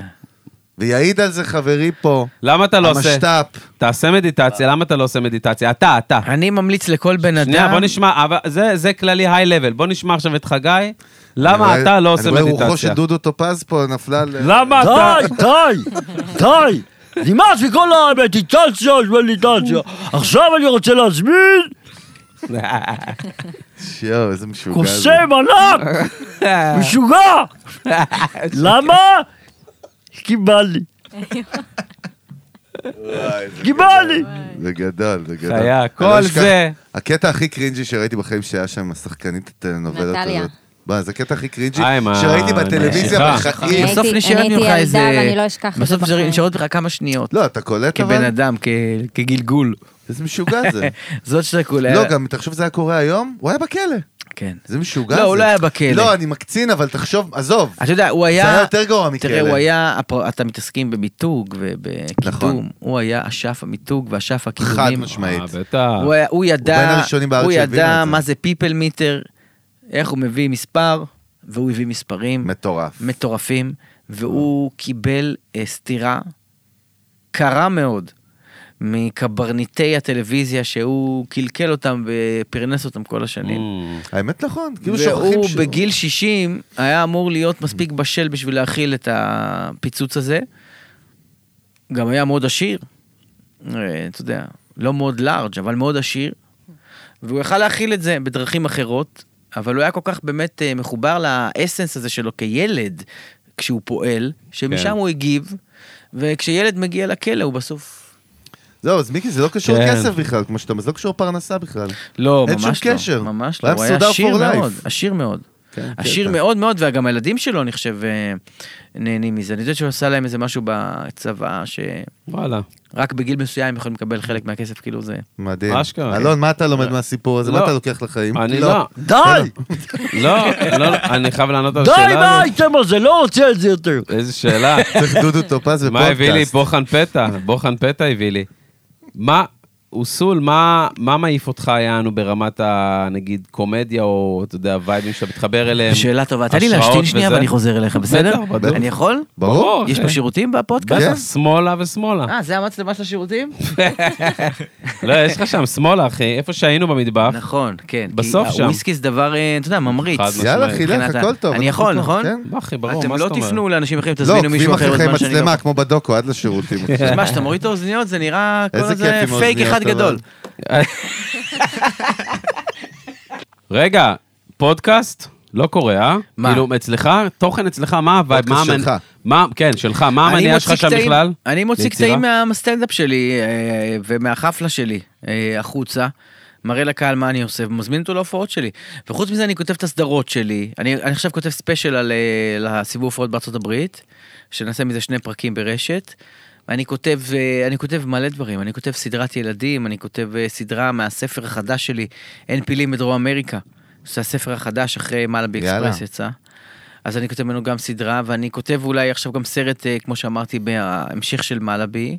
C: ויעיד על זה חברי פה,
A: למה אתה לא עושה?
C: המשת"פ.
A: תעשה מדיטציה, למה אתה לא עושה מדיטציה? אתה, אתה.
B: אני ממליץ לכל בן אדם...
A: שנייה, בוא נשמע, אבל זה- זה כללי היי לבל. בוא נשמע עכשיו את חגי, למה
C: אני
A: אתה
C: רואה-
A: לא עושה
C: אני רואה רוחו
A: מדיטציה? לא.
C: של דודו טופז פה נפלה ל...
A: למה אתה...
F: די, די, די. נמאס מכל המדיטציה, מדיטציה. עכשיו אני רוצה להזמין
C: יואו, איזה משוגע. זה.
F: קוסם ענק, משוגע. למה? כי בא לי. כי בא לי.
C: זה גדול, זה גדול.
A: היה,
C: אני
A: כל
C: לא אשכח-
A: זה.
C: הקטע הכי קרינג'י שראיתי בחיים שהיה שם, השחקנית הטלנובלות
D: נטליה.
C: הזאת. מה, זה הקטע הכי קרינג'י
A: אה, עם ה-
C: שראיתי בטלוויזיה
A: הנשיכה.
C: בחיים.
D: הייתי-
B: בסוף נשארת
D: אני הייתי
B: ממך
D: ילדה,
B: איזה...
D: ואני לא אשכח את
B: בסוף
D: זה בחיים.
B: נשארות בך כמה שניות.
C: לא, אתה קולט
B: כבן
C: אבל?
B: אדם, כ- כגלגול.
C: איזה משוגע זה.
B: זאת שקול.
C: לא, גם תחשוב שזה היה קורה היום, הוא היה בכלא.
B: כן.
C: זה משוגע
B: לא,
C: זה.
B: הוא לא היה בכלא.
C: לא, אני מקצין, אבל תחשוב, עזוב.
B: אתה יודע, הוא היה...
C: זה היה יותר גרוע מכלא.
B: תראה, הוא היה, הפר- אתה מתעסקים במיתוג ובקידום,
C: נכון.
B: הוא היה אשף המיתוג ואשף הקידומים.
C: חד משמעית.
A: אה, בטח.
B: הוא, היה, הוא ידע,
C: הוא בין הראשונים בארץ
B: הוא
C: שהבינו את
B: ידע
C: זה.
B: מה זה people meter, איך הוא מביא מספר, והוא הביא מספרים
C: מטורף.
B: מטורפים, והוא קיבל אה, סטירה קרה מאוד מקברניטי הטלוויזיה שהוא קלקל אותם ופרנס אותם כל
A: Mm.
B: השנים.
C: האמת נכון, כאילו שוכחים
B: והוא
C: שהוא...
B: בגיל 60 היה אמור להיות מספיק בשל בשביל להכיל את הפיצוץ הזה. גם היה מאוד עשיר, אה, אתה יודע, לא מאוד לארג', אבל מאוד עשיר. והוא יכל להכיל את זה בדרכים אחרות, אבל הוא היה כל כך באמת אה, מחובר לאסנס הזה שלו כילד, כשהוא פועל,
A: כן.
B: שמשם הוא הגיב, וכשילד מגיע לכלא הוא בסוף...
C: זהו, אז מיקי, זה לא קשור
A: כן.
C: לכסף בכלל, כמו שאתה אומר, זה לא קשור לפרנסה בכלל.
B: לא,
C: אין
B: ממש
C: שום
B: לא.
C: קשר.
B: ממש
C: הוא
B: לא.
C: היה
B: הוא היה
C: מסודר
B: עשיר
C: for life.
B: מאוד, עשיר מאוד.
C: כן,
B: עשיר
C: קטע.
B: מאוד מאוד, וגם הילדים שלו, אני חושב, אה, נהנים מזה. אני יודעת שהוא עשה להם איזה משהו בצבא, שרק
A: וואלה.
B: בגיל מסוים יכולים לקבל חלק מהכסף, כאילו זה...
C: מדהים.
A: אשכרה. כן.
C: אלון, מה אתה לומד מהסיפור הזה?
A: לא.
C: מה אתה לוקח לחיים? כן,
A: אני לא.
F: די!
A: לא, לא, אני חייב לענות על
F: די
A: השאלה הזאת.
F: מהאייטם הזה, לא רוצה את זה יותר.
A: איזה שאלה.
C: צריך דודו טופז בפודקאסט.
A: מה הביא לי? בוחן פתע. בוחן פתע הביא לי. מה, אוסול, מה מה מעיף אותך, יענו, ברמת ה... נגיד קומדיה, או אתה יודע, וייבים שאתה מתחבר אליהם?
B: כן. שאלה טובה. תן לי
A: השראות
B: להשתין שנייה
A: וזה?
B: ואני חוזר אליך, בסדר?
A: בטח, בטח.
B: אני יכול?
C: ברור.
B: יש פה
A: אחי.
B: שירותים בפודקאסט?
A: בטח,
C: כן.
A: שמאלה ושמאלה.
B: אה, זה המצלמה של השירותים?
A: לא, יש לך שם שמאלה, אחי, איפה שהיינו במטבח.
B: נכון, כן. כי
A: אה. בסוף שם.
B: הוויסקי זה דבר, אה, אתה יודע, ממריץ.
A: חד משמעית.
C: יאללה,
A: משמעית.
C: חילך,
B: מבחינת ה-
C: הכל טוב.
B: אני
C: הכל
B: יכול,
C: טוב,
B: נכון?
C: כן.
A: מה, אחי, ברור,
B: אתם
A: מה זאת
B: לא
A: אומרת?
B: תפנו לאנשים אחרים,
C: לא,
B: תזמינו
C: עוקבים
B: מישהו אחר
C: אחריך עם
B: בזמן שאני
C: מצלמה, כמו בדוקו, עד לשירותים.
B: לא... מה, שאתה מוריד את האוזניות, זה נראה כל
C: איזה
B: הזה
C: כיף עם
B: פייק
C: האוזניות, לא-
B: אחד
C: אבל.
B: גדול.
A: רגע, פודקאסט? לא קורה, אה?
B: מה?
A: כאילו, אצלך, תוכן אצלך, מה הווייב? מה
C: פודקאסט
A: המנ-
C: שלך.
A: מה, כן, שלך, מה
B: אני
A: המניע
B: מוציא
A: שלך שם
B: קטעים-
A: בכלל?
B: אני מוציא
A: ליצירה?
B: קטעים מהסטנדאפ שלי אה, ומהחפלה שלי אה, החוצה. מראה לקהל מה אני עושה, ומזמין אותו להופעות שלי. וחוץ מזה אני כותב את הסדרות שלי. אני, אני עכשיו כותב ספיישל על אה, לסיבוב הופעות בארצות הברית, שנעשה מזה שני פרקים ברשת. אני כותב, אה, אני כותב מלא דברים, אני כותב סדרת ילדים, אני כותב אה, סדרה מהספר החדש שלי, אין פילים בדרום אמריקה. זה הספר החדש אחרי מעלה
C: יאללה.
B: באקספרס יצא. אז אני כותב ממנו גם סדרה, ואני כותב אולי עכשיו גם סרט, אה, כמו שאמרתי, בהמשך של מלאבי.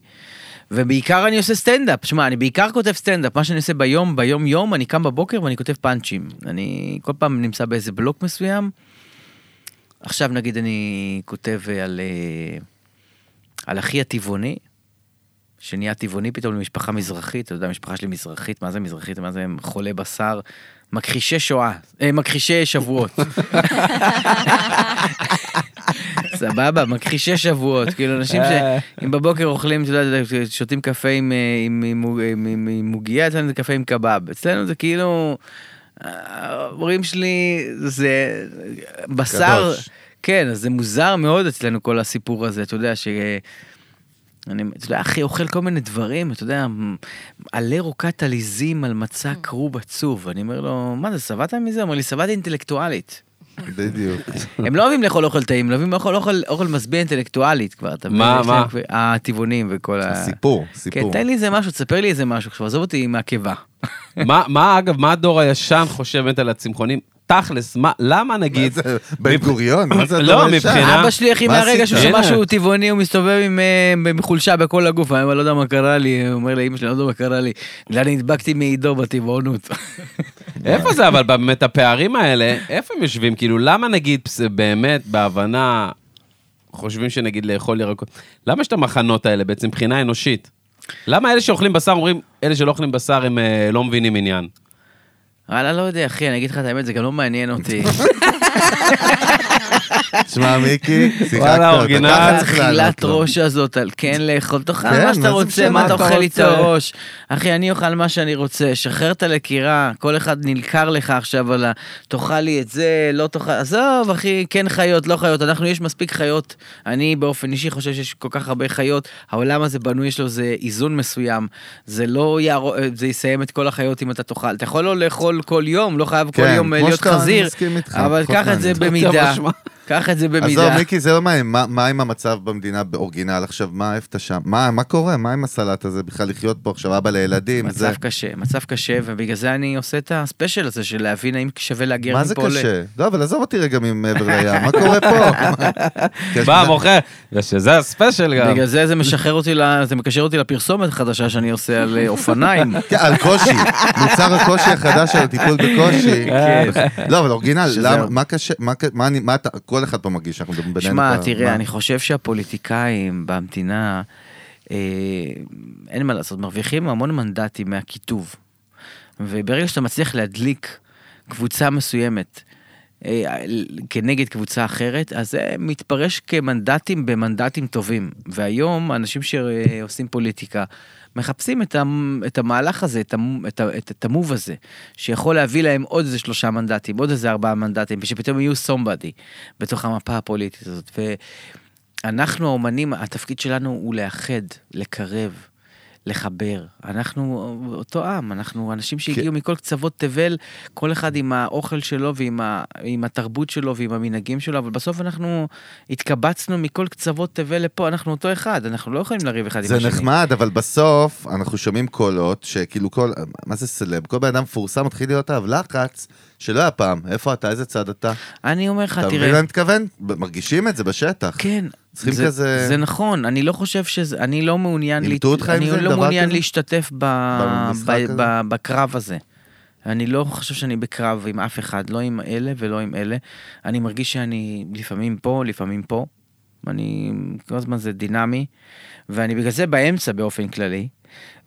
B: ובעיקר אני עושה סטנדאפ, שמע, אני בעיקר כותב סטנדאפ, מה שאני עושה ביום, ביום יום, אני קם בבוקר ואני כותב פאנצ'ים. אני כל פעם נמצא באיזה בלוק מסוים. עכשיו נגיד אני כותב אה, על, אה, על אחי הטבעוני, שנהיה טבעוני פתאום למשפחה מזרחית, אתה יודע, המשפחה שלי מזרחית, מה זה מזרחית, מה זה חולה בשר, מכחישי שואה, אה, מכחישי שבועות. סבבה, מכחישי שבועות, כאילו אנשים שאם בבוקר אוכלים, אתה יודע, שותים קפה עם, אה, עם, עם, עם, עם, עם עוגיה, אצלנו זה קפה עם קבב, אצלנו זה כאילו, ההורים שלי זה בשר,
C: קדוש.
B: כן, אז זה מוזר מאוד אצלנו כל הסיפור הזה, אתה יודע, ש... אני, אתה יודע, אחי אוכל כל מיני דברים, אתה יודע, עלי רוקת עליזים על מצע קרוב עצוב. אני אומר לו, מה זה, שבעת מזה? הוא אומר לי, שבעת אינטלקטואלית.
C: בדיוק.
B: הם לא אוהבים לאכול אוכל טעים, הם אוהבים לאכול אוכל, אוכל משביע אינטלקטואלית כבר, אתה מבין?
A: מה,
B: יש להם
A: מה?
B: כבר- הטבעונים וכל ה...
C: סיפור,
B: כן,
C: סיפור.
B: תן לי איזה משהו, תספר לי איזה משהו, עכשיו עזוב אותי עם הקיבה.
A: מה, מה, אגב, מה הדור הישן חושב באמת על הצמחונים? תכלס, מה, למה נגיד...
C: זה, בן גוריון? מה זה
A: לא,
C: הדור הישן?
A: מבחינה-
B: אבא שלי, אחי,
C: מה
B: מהרגע
C: עשית?
B: שהוא שמע
A: הנה.
B: שהוא טבעוני, הוא מסתובב עם אה, עם חולשה בכל הגוף, אני לא יודע מה קרה לי, הוא אומר לאמא שלי, אני לא יודע מה קרה לי, נראה לי נדבקתי מעידו בטבעונות.
A: איפה זה, אבל באמת הפערים האלה, איפה הם יושבים? כאילו, למה נגיד פס- באמת, בהבנה, חושבים שנגיד לאכול ירקות, למה יש את המחנות האלה בעצם מבחינה אנושית? למה אלה שאוכלים בשר אומרים, אלה שלא אוכלים בשר הם אה, לא מבינים עניין?
B: וואלה, לא יודע, אחי, אני אגיד לך את האמת, זה גם לא מעניין אותי.
C: שמע, מיקי, שיחקת.
A: וואלה,
C: אותה.
A: אורגינל.
C: ככה צריך לענות
B: תחילת
C: לו.
B: ראש הזאת על כן לאכול, תאכל
C: כן,
B: מה
C: מה
B: שאתה
C: זה
B: רוצה,
C: משנה,
B: מה אתה
C: אתה
B: אוכל לי את
C: רוצה.
B: הראש. אחי, אני אוכל מה שאני רוצה, שחרר את הלקירה, כל אחד נלקר לך עכשיו על ה... תאכל לי את זה, לא תאכל... עזוב, אחי, כן חיות, לא חיות, אנחנו, יש מספיק חיות. אני באופן אישי חושב שיש כל כך הרבה חיות, העולם הזה בנוי, יש לו איזה איזון מסוים. זה לא יערו... זה יסיים את כל החיות אם אתה תאכל. אתה יכול לא לאכול כל יום, לא חייב כל
C: כן,
B: יום אה,
C: כמו
B: להיות
C: שאתה, אני
B: חזיר,
C: מסכים איתך,
B: אבל
C: פחות
B: קח את זה
C: מעניין.
B: במידה. קח את זה במידה.
C: עזוב, מיקי, זה לא מעניין. מה- מה עם המצב במדינה באורגינל עכשיו? מה איפה אתה שם? מה מה קורה? מה עם הסלט הזה? בכלל לחיות פה עכשיו, אבא לילדים?
B: מצב
C: זה...
B: קשה, מצב קשה, ובגלל זה אני עושה את הספיישל הזה של להבין האם שווה להגר מפה
C: מה
B: ל...
C: זה קשה? לא, אבל עזוב אותי רגע ממעבר לים, מה קורה פה? קשה.
A: בא, מוכר, שזה הספיישל גם.
B: בגלל זה זה משחרר אותי, ל- זה מקשר אותי לפרסומת החדשה שאני עושה על אה, אופניים.
C: כן, על קושי, מוצר הקושי החדש של הטיפול בקושי.
B: כן.
C: לא, אבל אורגינל,
B: שזה-
C: למה, מה קשה, מה ק- מה אני, מה אתה, כל אחד פה מרגיש, אנחנו מדברים בינינו.
B: שמע,
C: כבר,
B: תראה,
C: מה?
B: אני חושב שהפוליטיקאים במדינה, אה, אין מה לעשות, מרוויחים המון מנדטים מהקיטוב. וברגע שאתה מצליח להדליק קבוצה מסוימת אה, כנגד קבוצה אחרת, אז זה מתפרש כמנדטים במנדטים טובים. והיום, האנשים שעושים פוליטיקה מחפשים את, המ, את המהלך הזה, את, המ, את, ה- את, את המוב הזה, שיכול להביא להם עוד איזה שלושה מנדטים, עוד איזה ארבעה מנדטים, ושפתאום יהיו סומבדי בתוך המפה הפוליטית הזאת. ואנחנו האומנים, התפקיד שלנו הוא לאחד, לקרב. לחבר. אנחנו אותו עם, אנחנו
C: כן.
B: אנשים שהגיעו מכל קצוות תבל, כל אחד עם האוכל שלו ועם ה, עם התרבות שלו ועם המנהגים שלו, אבל בסוף אנחנו התקבצנו מכל קצוות תבל לפה, אנחנו אותו אחד, אנחנו לא יכולים לריב אחד עם
C: זה
B: השני.
C: נחמד, אבל בסוף אנחנו שומעים קולות שכאילו כל, מה זה סלב? כל בן אדם מפורסם מתחיל להיות עליו לחץ שלא היה פעם. איפה אתה? איזה צד אתה?
B: אני אומר לך,
C: אתה מבין
B: תראה...
C: מה אני מתכוון? מרגישים את זה בשטח.
B: כן.
C: צריכים
B: זה,
C: כזה-
B: זה נכון, אני לא חושב שזה... אני לא מעוניין...
C: לימדו אותך עם
B: אני
C: זה,
B: לא
C: דבר
B: מעוניין
C: כזה?
B: להשתתף ב... ב...
C: במשחק
B: ב... בקרב הזה. אני לא חושב שאני בקרב עם אף אחד, לא עם אלה ולא עם אלה. אני מרגיש שאני לפעמים פה, לפעמים פה. אני... כל הזמן זה דינמי. ואני בגלל זה באמצע באופן כללי.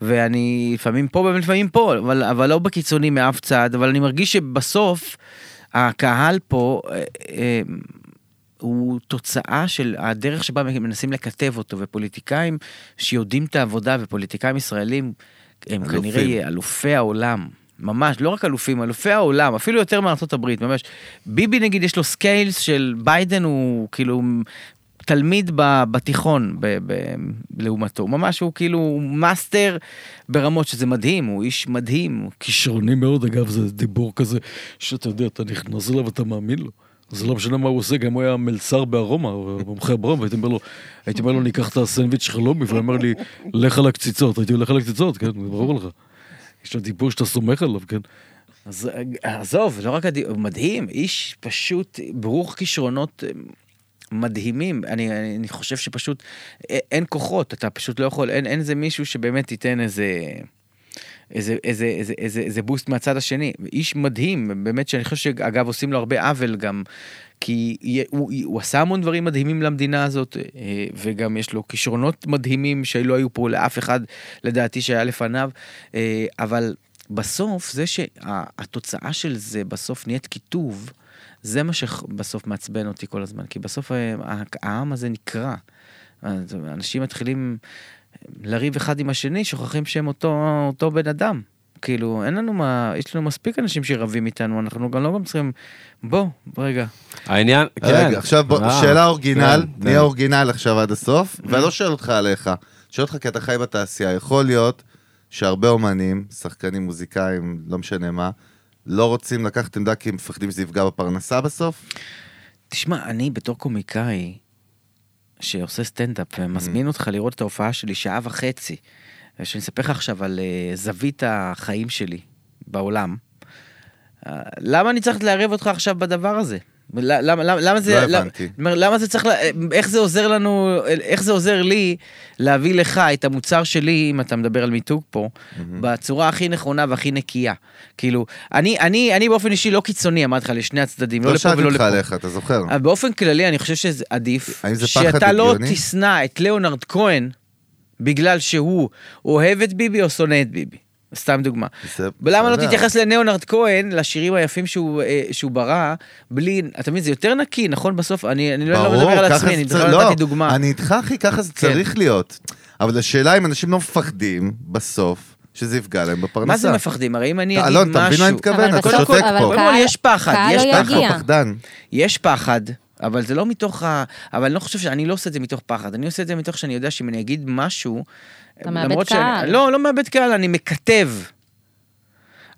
B: ואני לפעמים פה ולפעמים פה, אבל, אבל לא בקיצוני מאף צד, אבל אני מרגיש שבסוף הקהל פה אה, אה, הוא תוצאה של הדרך שבה מנסים לקטב אותו, ופוליטיקאים שיודעים את העבודה, ופוליטיקאים ישראלים הם
C: אלופים.
B: כנראה אלופי העולם. ממש, לא רק אלופים, אלופי העולם, אפילו יותר מארצות הברית, ממש. ביבי נגיד יש לו סקיילס של ביידן הוא כאילו תלמיד ב- בתיכון ב- ב- לעומתו, ממש הוא כאילו מאסטר ברמות שזה מדהים, הוא איש מדהים, הוא
H: כישרוני מאוד, אגב, זה דיבור כזה שאתה יודע, אתה נכנס אליו ואתה מאמין לו. זה לא משנה מה הוא עושה, גם הוא היה מלצר בארומה, או מומחה בארומה, והייתי אומר לו, הייתי אומר לו, ניקח את הסנדוויץ' חלומי, והוא אמר לי, לך על הקציצות, הייתי הולך על הקציצות, כן, ברור לך. יש לו דיבור שאתה סומך עליו, כן.
B: אז עזוב, לא רק הדיון, מדהים, איש פשוט ברוך כישרונות אה, מדהימים. אני, אני חושב שפשוט אה, אין כוחות, אתה פשוט לא יכול, אין, אין איזה מישהו שבאמת ייתן איזה... איזה, איזה, איזה, איזה, איזה בוסט מהצד השני. איש מדהים, באמת שאני חושב שאגב עושים לו הרבה עוול גם, כי יה- הוא, הוא עשה המון דברים מדהימים למדינה הזאת, אה, וגם יש לו כישרונות מדהימים שלא היו פה לאף אחד לדעתי שהיה לפניו, אה, אבל בסוף זה שהתוצאה של זה בסוף נהיית קיטוב, זה מה שבסוף מעצבן אותי כל הזמן, כי בסוף אה, העם הזה נקרע. אז אנשים מתחילים אה, לריב אחד עם השני, שוכחים שהם אותו, אותו בן אדם. כאילו, אין לנו מה, יש לנו מספיק אנשים שרבים איתנו, אנחנו גם לא גם צריכים... בוא, רגע.
A: העניין, כן.
C: רגע, עכשיו בוא-
A: אה,
C: שאלה אורגינל,
A: כן,
C: נהיה אורגינל עכשיו עד הסוף,
B: Mm-hmm.
C: ואני לא שואל אותך עליך, שואל אותך כי אתה חי בתעשייה, יכול להיות שהרבה אומנים, שחקנים, מוזיקאים, לא משנה מה, לא רוצים לקחת עמדה כי הם מפחדים שזה יפגע בפרנסה בסוף?
B: תשמע, אני בתור קומיקאי שעושה סטנדאפ
C: Mm-hmm.
B: ומזמין אותך לראות את ההופעה שלי שעה וחצי, שאני אספר לך עכשיו על אה, זווית החיים שלי בעולם, אה, למה אני צריך לערב אותך עכשיו בדבר הזה? ל- למה, למה, למה זה,
C: לא
B: למה-
C: הבנתי.
B: זאת אומרת, למה זה צריך, לה- איך זה עוזר לנו, איך זה עוזר לי להביא לך את המוצר שלי, אם אתה מדבר על מיתוג פה,
C: Mm-hmm.
B: בצורה הכי נכונה והכי נקייה. כאילו, אני, אני, אני באופן אישי לא קיצוני, אמרתי לך, לשני הצדדים, לא
C: לא
B: לפה
C: שאלתי
B: ולא
C: אותך
B: לפה.
C: עליך, אתה זוכר?
B: אבל באופן כללי, אני חושב שזה עדיף,
C: האם זה פחד
B: שאתה לא
C: הגיוני?
B: תשנא את ליאונרד כהן בגלל שהוא אוהב את ביבי או שונא את ביבי. סתם דוגמה.
C: זה-
B: למה לא
C: בסדר.
B: תתייחס לניאונרד כהן, לשירים היפים שהוא, אה, שהוא ברא, בלי, אתה מבין, זה יותר נקי, נכון? בסוף, אני, אני לא, לא מדבר על
C: ככה
B: עצמי,
C: זה
B: אני
C: צר-
B: בכלל
C: לא,
B: נתתי דוגמה. כן.
C: אני איתך, אחי, ככה זה צריך להיות. אבל השאלה אם אנשים לא מפחדים בסוף שזה יפגע להם בפרנסה.
B: מה זה מפחדים? הרי אם אני
C: אתה-
B: אגיד
C: אלון,
B: משהו...
C: לא, אתה מבין מה אני מתכוון?
D: אבל
C: אתה
D: בסוף-
C: שותק
D: אבל
C: פה.
B: קודם כל,
D: קהל-
B: יש פחד,
D: קהל
B: יש
D: לא
B: פחד.
C: אתה
D: יגיע.
C: פה פחדן.
B: יש פחד, אבל זה לא מתוך ה... אבל אני לא חושב שאני לא עושה את זה מתוך פחד, אני עושה את זה מתוך שאני יודע שאם אני אגיד משהו...
D: אתה מאבד
B: למרות
D: קהל.
B: לא, לא מאבד קהל, אני מקטב.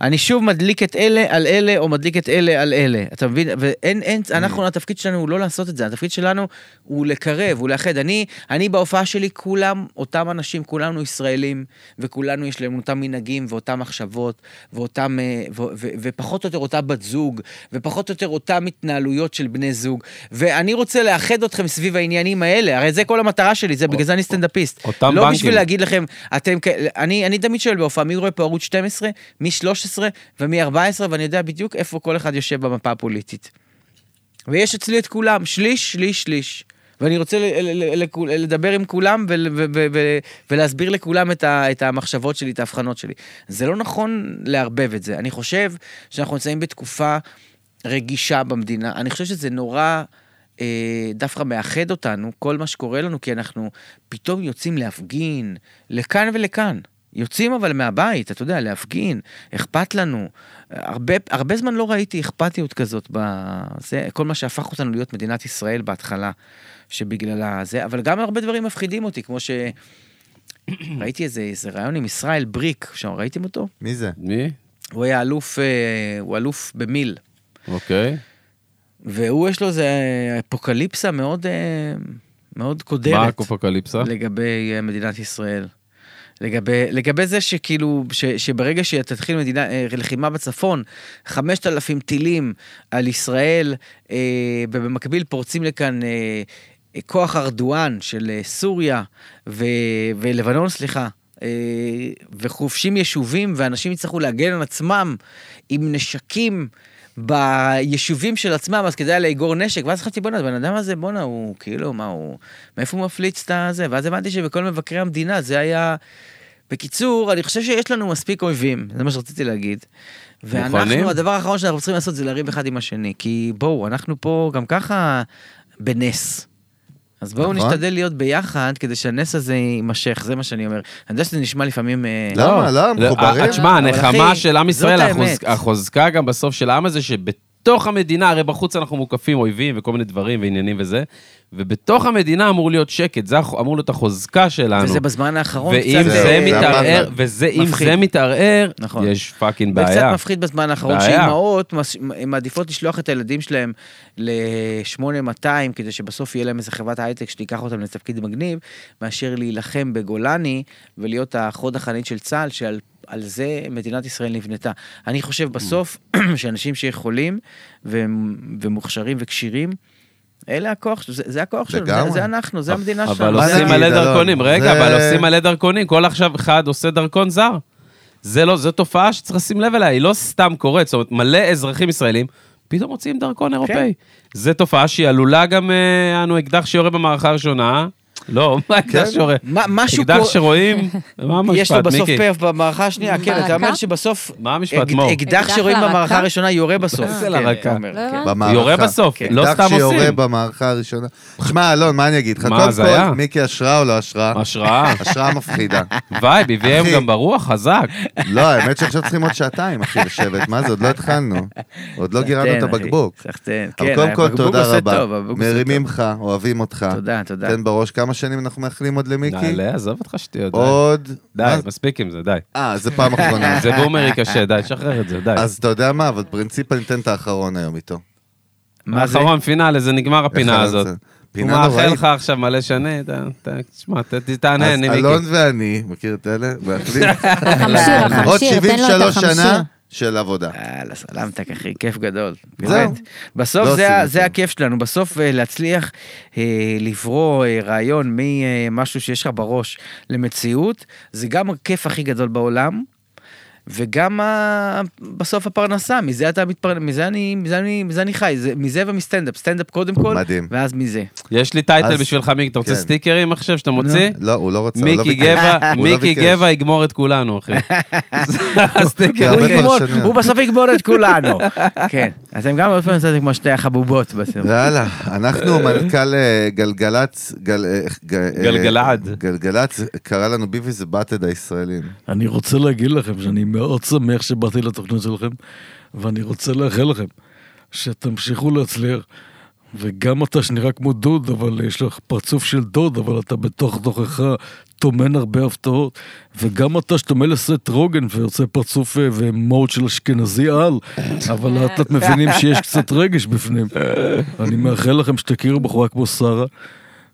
B: אני שוב מדליק את אלה על אלה, או מדליק את אלה על אלה. אתה מבין? ואין, אין,
A: Mm.
B: אנחנו, התפקיד שלנו הוא לא לעשות את זה, התפקיד שלנו הוא לקרב, הוא לאחד. אני, אני בהופעה שלי, כולם אותם אנשים, כולנו ישראלים, וכולנו יש לנו אותם מנהגים, ואותם מחשבות, ואותם, אה, ו, ו, ו, ופחות או יותר אותה בת זוג, ופחות או יותר אותם התנהלויות של בני זוג. ואני רוצה לאחד אתכם סביב העניינים האלה, הרי זה כל המטרה שלי, זה בגלל זה אני סטנדאפיסט.
A: אותם
B: לא
A: בנקים.
B: בשביל להגיד לכם, אתם כאלה, אני, אני תמיד שואל בהופעה, מי רואה פה ערוץ 12, מי 13 ומי 14, ואני יודע בדיוק איפה כל אחד יושב במפה הפוליטית. ויש אצלי את כולם, שליש, שליש, שליש. ואני רוצה ל- ל- ל- לכול- לדבר עם כולם ול- ו- ו- ו- ולהסביר לכולם את ה- את המחשבות שלי, את ההבחנות שלי. זה לא נכון לערבב את זה. אני חושב שאנחנו נמצאים בתקופה רגישה במדינה. אני חושב שזה נורא אה, דווקא מאחד אותנו, כל מה שקורה לנו, כי אנחנו פתאום יוצאים להפגין לכאן ולכאן. יוצאים אבל מהבית, אתה יודע, להפגין, אכפת לנו. הרבה, הרבה זמן לא ראיתי אכפתיות כזאת, ב... זה כל מה שהפך אותנו להיות מדינת ישראל בהתחלה, שבגללה זה, אבל גם הרבה דברים מפחידים אותי, כמו ש... ראיתי איזה, איזה ראיון עם ישראל בריק, שם ראיתם אותו?
C: מי זה?
A: מי?
B: הוא היה אלוף, אה, הוא אלוף במיל.
A: אוקיי.
B: והוא יש לו איזה אפוקליפסה מאוד, אה, מאוד קודרת
A: ברק אפוקליפסה.
B: לגבי אה, מדינת ישראל. לגבי, לגבי זה שכאילו, ש, שברגע שתתחיל מדינה, אה, לחימה בצפון, 5,000 טילים על ישראל, אה, ובמקביל פורצים לכאן אה, אה, כוח ארדואן של אה, סוריה ו, ולבנון, סליחה, אה, וחובשים יישובים, ואנשים יצטרכו להגן על עצמם עם נשקים. ביישובים של עצמם, אז כדאי לאגור נשק, ואז חשבתי, בואנה, הבן אדם הזה, בואנה, הוא כאילו, מה הוא, מאיפה הוא מפליץ את הזה? ואז הבנתי שבכל מבקרי המדינה זה היה... בקיצור, אני חושב שיש לנו מספיק אויבים, זה מה שרציתי להגיד.
A: מוכנים?
B: ואנחנו, הדבר האחרון שאנחנו צריכים לעשות זה לריב אחד עם השני, כי בואו, אנחנו פה גם ככה בנס. אז בואו
C: נכון.
B: נשתדל להיות ביחד כדי שהנס הזה יימשך, זה מה שאני אומר. אני יודע שזה נשמע לפעמים... אה,
C: למה? למה?
A: לא,
C: מחוברים?
A: אה, תשמע,
B: אבל
A: הנחמה
B: אחי,
A: של עם
B: זאת
A: ישראל,
B: האמת.
A: החוז- החוזקה גם בסוף של העם הזה, שבתוך המדינה, הרי בחוץ אנחנו מוקפים אויבים וכל מיני דברים ועניינים וזה, ובתוך המדינה אמור להיות שקט, זה הח- אמור להיות החוזקה שלנו.
B: וזה בזמן האחרון קצת...
A: ואם זה
B: אה,
A: מתערער,
C: הפחד.
A: וזה אם
B: מפחיד.
A: זה מתערער,
B: נכון.
A: יש פאקינג
B: זה קצת
A: בעיה.
B: מפחיד בזמן האחרון,
A: בעיה.
B: שאימהות מס- הן מעדיפות לשלוח את הילדים שלהם ל-8200, כדי שבסוף יהיה להם איזה חברת הייטק שתיקח אותם לתפקיד מגניב, מאשר להילחם בגולני ולהיות החוד החנית של צה"ל, שעל על זה מדינת ישראל נבנתה. אני חושב בסוף שאנשים שיכולים והם- ומוכשרים וכשירים, אלה הכוח, ש- זה, זה הכוח שלנו, זה,
C: לגמרי.
B: זה אנחנו, זה המדינה שלנו.
A: אבל
C: מה
A: עושים
C: נגיד,
A: מלא
C: אלון?
A: דרכונים, רגע,
C: זה-
A: אבל עושים מלא דרכונים, כל עכשיו אחד עושה דרכון זר. זה לא, זו תופעה שצריך לשים לב אליה, היא לא סתם קורית, זאת אומרת, מלא אזרחים ישראלים פתאום מוציאים
B: כן.
A: דרכון אירופאי. זו תופעה שהיא עלולה גם, אה, אנו, אקדח שיורה במערכה הראשונה. לא, מה אקדח שיורה?
B: כן. מה- משהו
A: אקדח
B: קורה-
A: שרואים, מה
B: יש לו
A: המשפט,
B: בסוף
A: מיקי?
B: פרף במערכה השנייה, כן, אתה אומר
D: מערכה?
B: שבסוף...
A: מה המשפט,
B: אג-
A: מור?
B: אקדח
D: אקדח
B: שרואים
D: לרקה?
B: במערכה הראשונה יורה בסוף.
A: זה
B: כן,
A: לרקה.
B: אתה אומר,
D: לא
B: כן.
D: הבנתי.
C: במערכה.
A: יורה בסוף,
B: כן.
A: לא סתם
C: שיורה
A: עושים.
C: במערכה הראשונה. שמע, אלון, מה אני אגיד לך?
A: מה,
C: קודם
A: זה היה?
C: כל, מיקי, השראה או לא השראה?
A: השראה.
C: השראה מפחידה.
A: וייב, הביא היום
C: אחי.
A: גם ברוח חזק.
C: לא, האמת שעכשיו צריכים עוד שעתיים, אחי, לשבת. מה זה, עוד לא התחלנו. עוד
A: כן,
C: לא גירדנו
B: סחטיין,
C: את
B: כן, אחי,
C: הבקבוק.
B: סחטיין.
C: אבל
A: אה,
B: כן,
C: קודם כל,
B: הבקבוק
C: תודה
B: עושה
C: רבה.
B: טוב, הבקבוק עושה
C: מרימים
B: טוב.
C: לך, אוהבים אותך.
B: תודה, תודה.
C: תן בראש כמה שנים אנחנו מאחלים עוד למיקי?
A: נעלה, עזוב אותך שטויות. די.
C: עוד...
A: די,
C: מה-
A: מספיק עם זה, די.
C: אה, זה פעם אחרונה.
A: זה בומרי קשה, די, שחרר את זה, די.
C: אז אתה יודע מה, אבל פרינציפ אני אתן את האחרון היום איתו.
B: מה זה?
A: אחרון פינאלי, זה נגמר
C: איך
A: הפינה
C: אני
A: הזאת.
C: רוצה?
A: הוא
C: פינה
A: מאחל
C: נוראית.
A: לך עכשיו מלא שנים, ת- ת- תשמע, ת- ת- תענה,
C: אז
A: אני
C: אלון
A: מיקי.
C: ואני, מכיר את אלה? מאחלים
D: החמשיר, החמשיר,
C: עוד
D: תן לו את
C: 73
D: החמשיר.
C: שנה של עבודה.
B: יאללה, סלמתק, אחי, כיף גדול.
C: זהו.
B: באמת. בסוף
C: לא
B: זה
C: עושים
B: ה-
C: יותר.
B: זה הכיף שלנו, בסוף אה, להצליח אה, לברוא אה, רעיון ממשהו שיש לך בראש למציאות, זה גם הכיף הכי גדול בעולם. וגם ה... בסוף הפרנסה, מזה אתה מתפרנס, מזה אני, מזה אני, מזה אני חי, זה, מזה ומסטנדאפ, סטנדאפ קודם כל,
C: מדהים.
B: ואז מזה.
A: יש לי טייטל
C: אז-
A: בשבילך, מיקי, אתה רוצה
C: כן.
A: סטיקרים עכשיו שאתה מוציא?
C: לא, הוא לא רוצה, הוא לא
A: מיקי
C: ביקש.
A: גבע,
C: הוא לא
A: מיקי
C: ביקש.
A: גבע יגמור את כולנו, אחי. הסטיקר.
C: הרבה
B: הוא יגמור-
C: פרשנויות.
B: הוא בסוף יגמור את כולנו. כן, אתם גם עוד פעם נעשיתם כמו שתי החבובות בסוף.
C: יאללה, אנחנו מנכ"ל אה, גלגלצ, גל- אה, ג- אה,
A: גלגלעד.
C: גלגלצ קרא לנו ביבי זה באטד הישראלים.
H: אני רוצה להגיד לכם שאני מאוד שמח שבאתי לתוכנית שלכם, ואני רוצה לאחל לכם שתמשיכו להצליח. וגם אתה שנראה כמו דוד, אבל יש לך פרצוף של דוד, אבל אתה בתוך תוכך טומן הרבה הפתעות. וגם אתה שטומן לסט רוגן ועושה פרצוף אה, ומוד של אשכנזי על, אבל לאט לאט מבינים שיש קצת רגש בפנים. אני מאחל לכם שתכירו בחורה כמו שרה,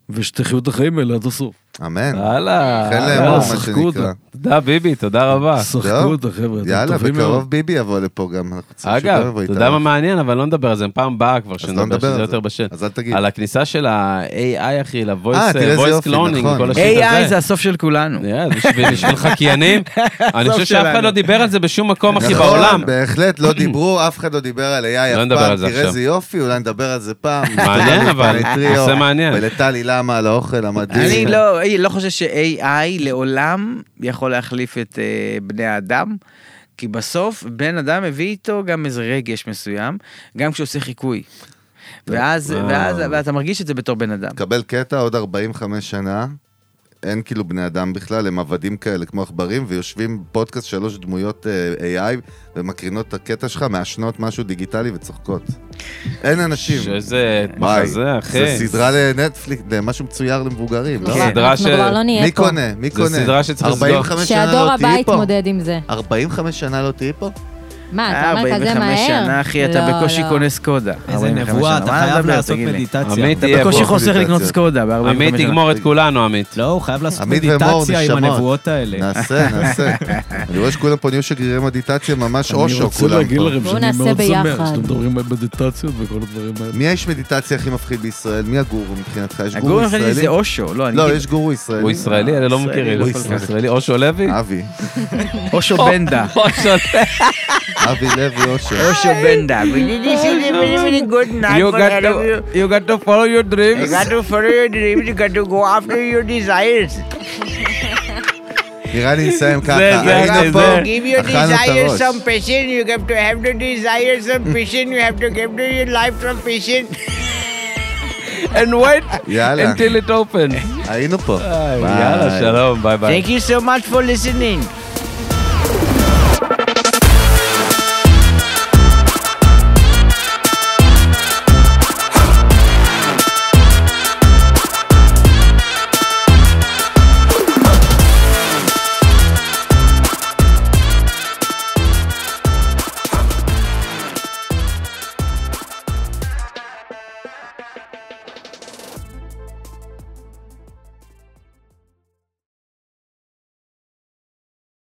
H: ושתחיו את החיים האלה עד הסוף.
C: אמן.
A: אה, הלאה.
C: חן
A: הלאה.
C: לאמור, מה
H: שחקו
C: שנקרא.
H: אותה.
A: תודה, ביבי, תודה רבה.
H: שחקו
C: זהו.
H: אותה, חבר'ה, אתם
C: אה, יאללה,
H: טובים מאוד.
C: בקרוב ביבי יבוא לפה גם. אנחנו צריכים שהוא
A: אגב,
C: יבוא
A: אתה
C: איתנו.
A: יודע מה מעניין, אבל לא נדבר על זה, פעם באה כבר
C: אז לא
A: שנדבר,
C: נדבר
A: שזה
C: על זה.
A: יותר בשל.
C: אז אל תגיד.
A: על הכניסה של ה-AI, אחי,
C: אה, תראה איזה
A: ל-voice
C: יופי,
A: cloning
C: נכון.
A: וכל השיט הזה.
B: AI זה הסוף של כולנו.
A: אה, בשביל בשביל חקיינים, אני חושב שאף אחד
B: שלנו.
A: לא דיבר על זה בשום מקום, אחי,
C: נכון,
A: בעולם.
C: בהחלט, לא דיברו, אף אחד לא דיבר על AI
A: לא
C: אף
A: נדבר
C: פעם,
A: על זה
C: תראה
A: עכשיו.
C: איזה יופי, אולי נדבר על זה פעם.
A: מעניין,
C: נדבר על
A: אבל,
C: פניטריו,
A: נושא מעניין.
C: ולטלי למה על האוכל המדהים.
B: אני לא, אני לא חושב ש-AI לעולם יכול להחליף את אה, בני האדם, כי בסוף בן אדם מביא איתו גם איזה רגש מסוים, גם כשהוא עושה חיקוי. ואז,
A: וואו.
B: ואז, ואתה מרגיש את זה בתור בן אדם.
C: קבל קטע עוד 45 שנה, שאין כאילו בני אדם בכלל, הם עבדים כאלה כמו עכברים, ויושבים בפודקאסט שלוש דמויות אה, AI ומקרינות את הקטע שלך, מעשנות משהו דיגיטלי וצוחקות. אין אנשים.
A: שזה
C: וואי,
A: מחזה, אחי.
C: זה סדרה לנטפליקס, למשהו מצויר למבוגרים, לא?
A: כן. סדרה
D: אנחנו
A: ש-
D: כבר לא נהיה
C: מי
D: פה.
C: קונה? מי
A: זה
C: קונה?
A: סדרה שצריך לסגור.
C: 45 שנה
D: שהדור
C: לא
D: הבא
C: תהיי פה.
D: יתמודד עם זה.
C: 45 שנה לא תהיי פה?
D: מה,
B: אה,
D: אתה אומר כזה
B: 45
D: מהר?
B: שנה, אחי, אתה
D: לא,
B: בקושי
D: לא.
B: קונה סקודה.
E: איזה
B: 45
E: נבואה,
B: שנה.
E: אתה
B: מה
E: חייב
B: לדבר,
E: לעשות
B: תגיד לי?
E: מדיטציה.
A: עמית
B: אתה
A: יהיה
B: בקושי
A: פה.
B: חוסר לקנות סקודה
A: עמית
B: ב-45 שנה.
A: יגמור את כולנו, עמית.
E: לא, הוא חייב לעשות
C: עמית ומור,
E: מדיטציה עם
C: נשמות.
E: הנבואות האלה.
C: נעשה, נעשה. אני רואה שכולם פה נהיו שגרירי מדיטציה, ממש
H: אני
C: אושו
H: רוצה
C: כולם
H: להגיד
C: פה.
H: לכם
D: בואו
H: שאני
D: נעשה
H: מאוד
D: ביחד.
H: שמח שאתם מדברים על מדיטציות וכל הדברים האלה.
C: מי האיש מדיטציה הכי מפחיד בישראל? מי הגורו מבחינתך? יש גורו
B: הגורים החליטי
C: ישראלי?
B: זה אושו, לא, אני
C: לא,
B: כאילו-
C: יש גורו ישראלי.
A: הוא ישראלי? אלה לא
B: ישראלי,
A: מכירים.
B: לא
A: הוא
B: כל כך.
A: ישראלי. אושו לוי?
C: אבי,
B: אושו בנדה.
A: אושו לוי.
C: אבי לוי אושו.
B: אושו בנדה.
G: Did you see the very, very good night
A: You
G: for
A: got
G: all
A: to,
G: of you?
A: you got to follow your
G: You
A: dreams.
G: got to follow your dreams, you got to go after your desires.
C: נראה לי נסיים ככה.
A: זה,
C: היינו
A: זה,
C: פה,
A: זה.
G: Give your
C: אכלנו את
G: desires
C: הראש.
G: some patience, you have to have the desire some patience, you have to give to your life some patience.
A: And wait
C: יאללה,
A: until it opens.
C: היינו פה. ביי.
A: יאללה, שלום, ביי ביי.
G: Thank you so much for listening.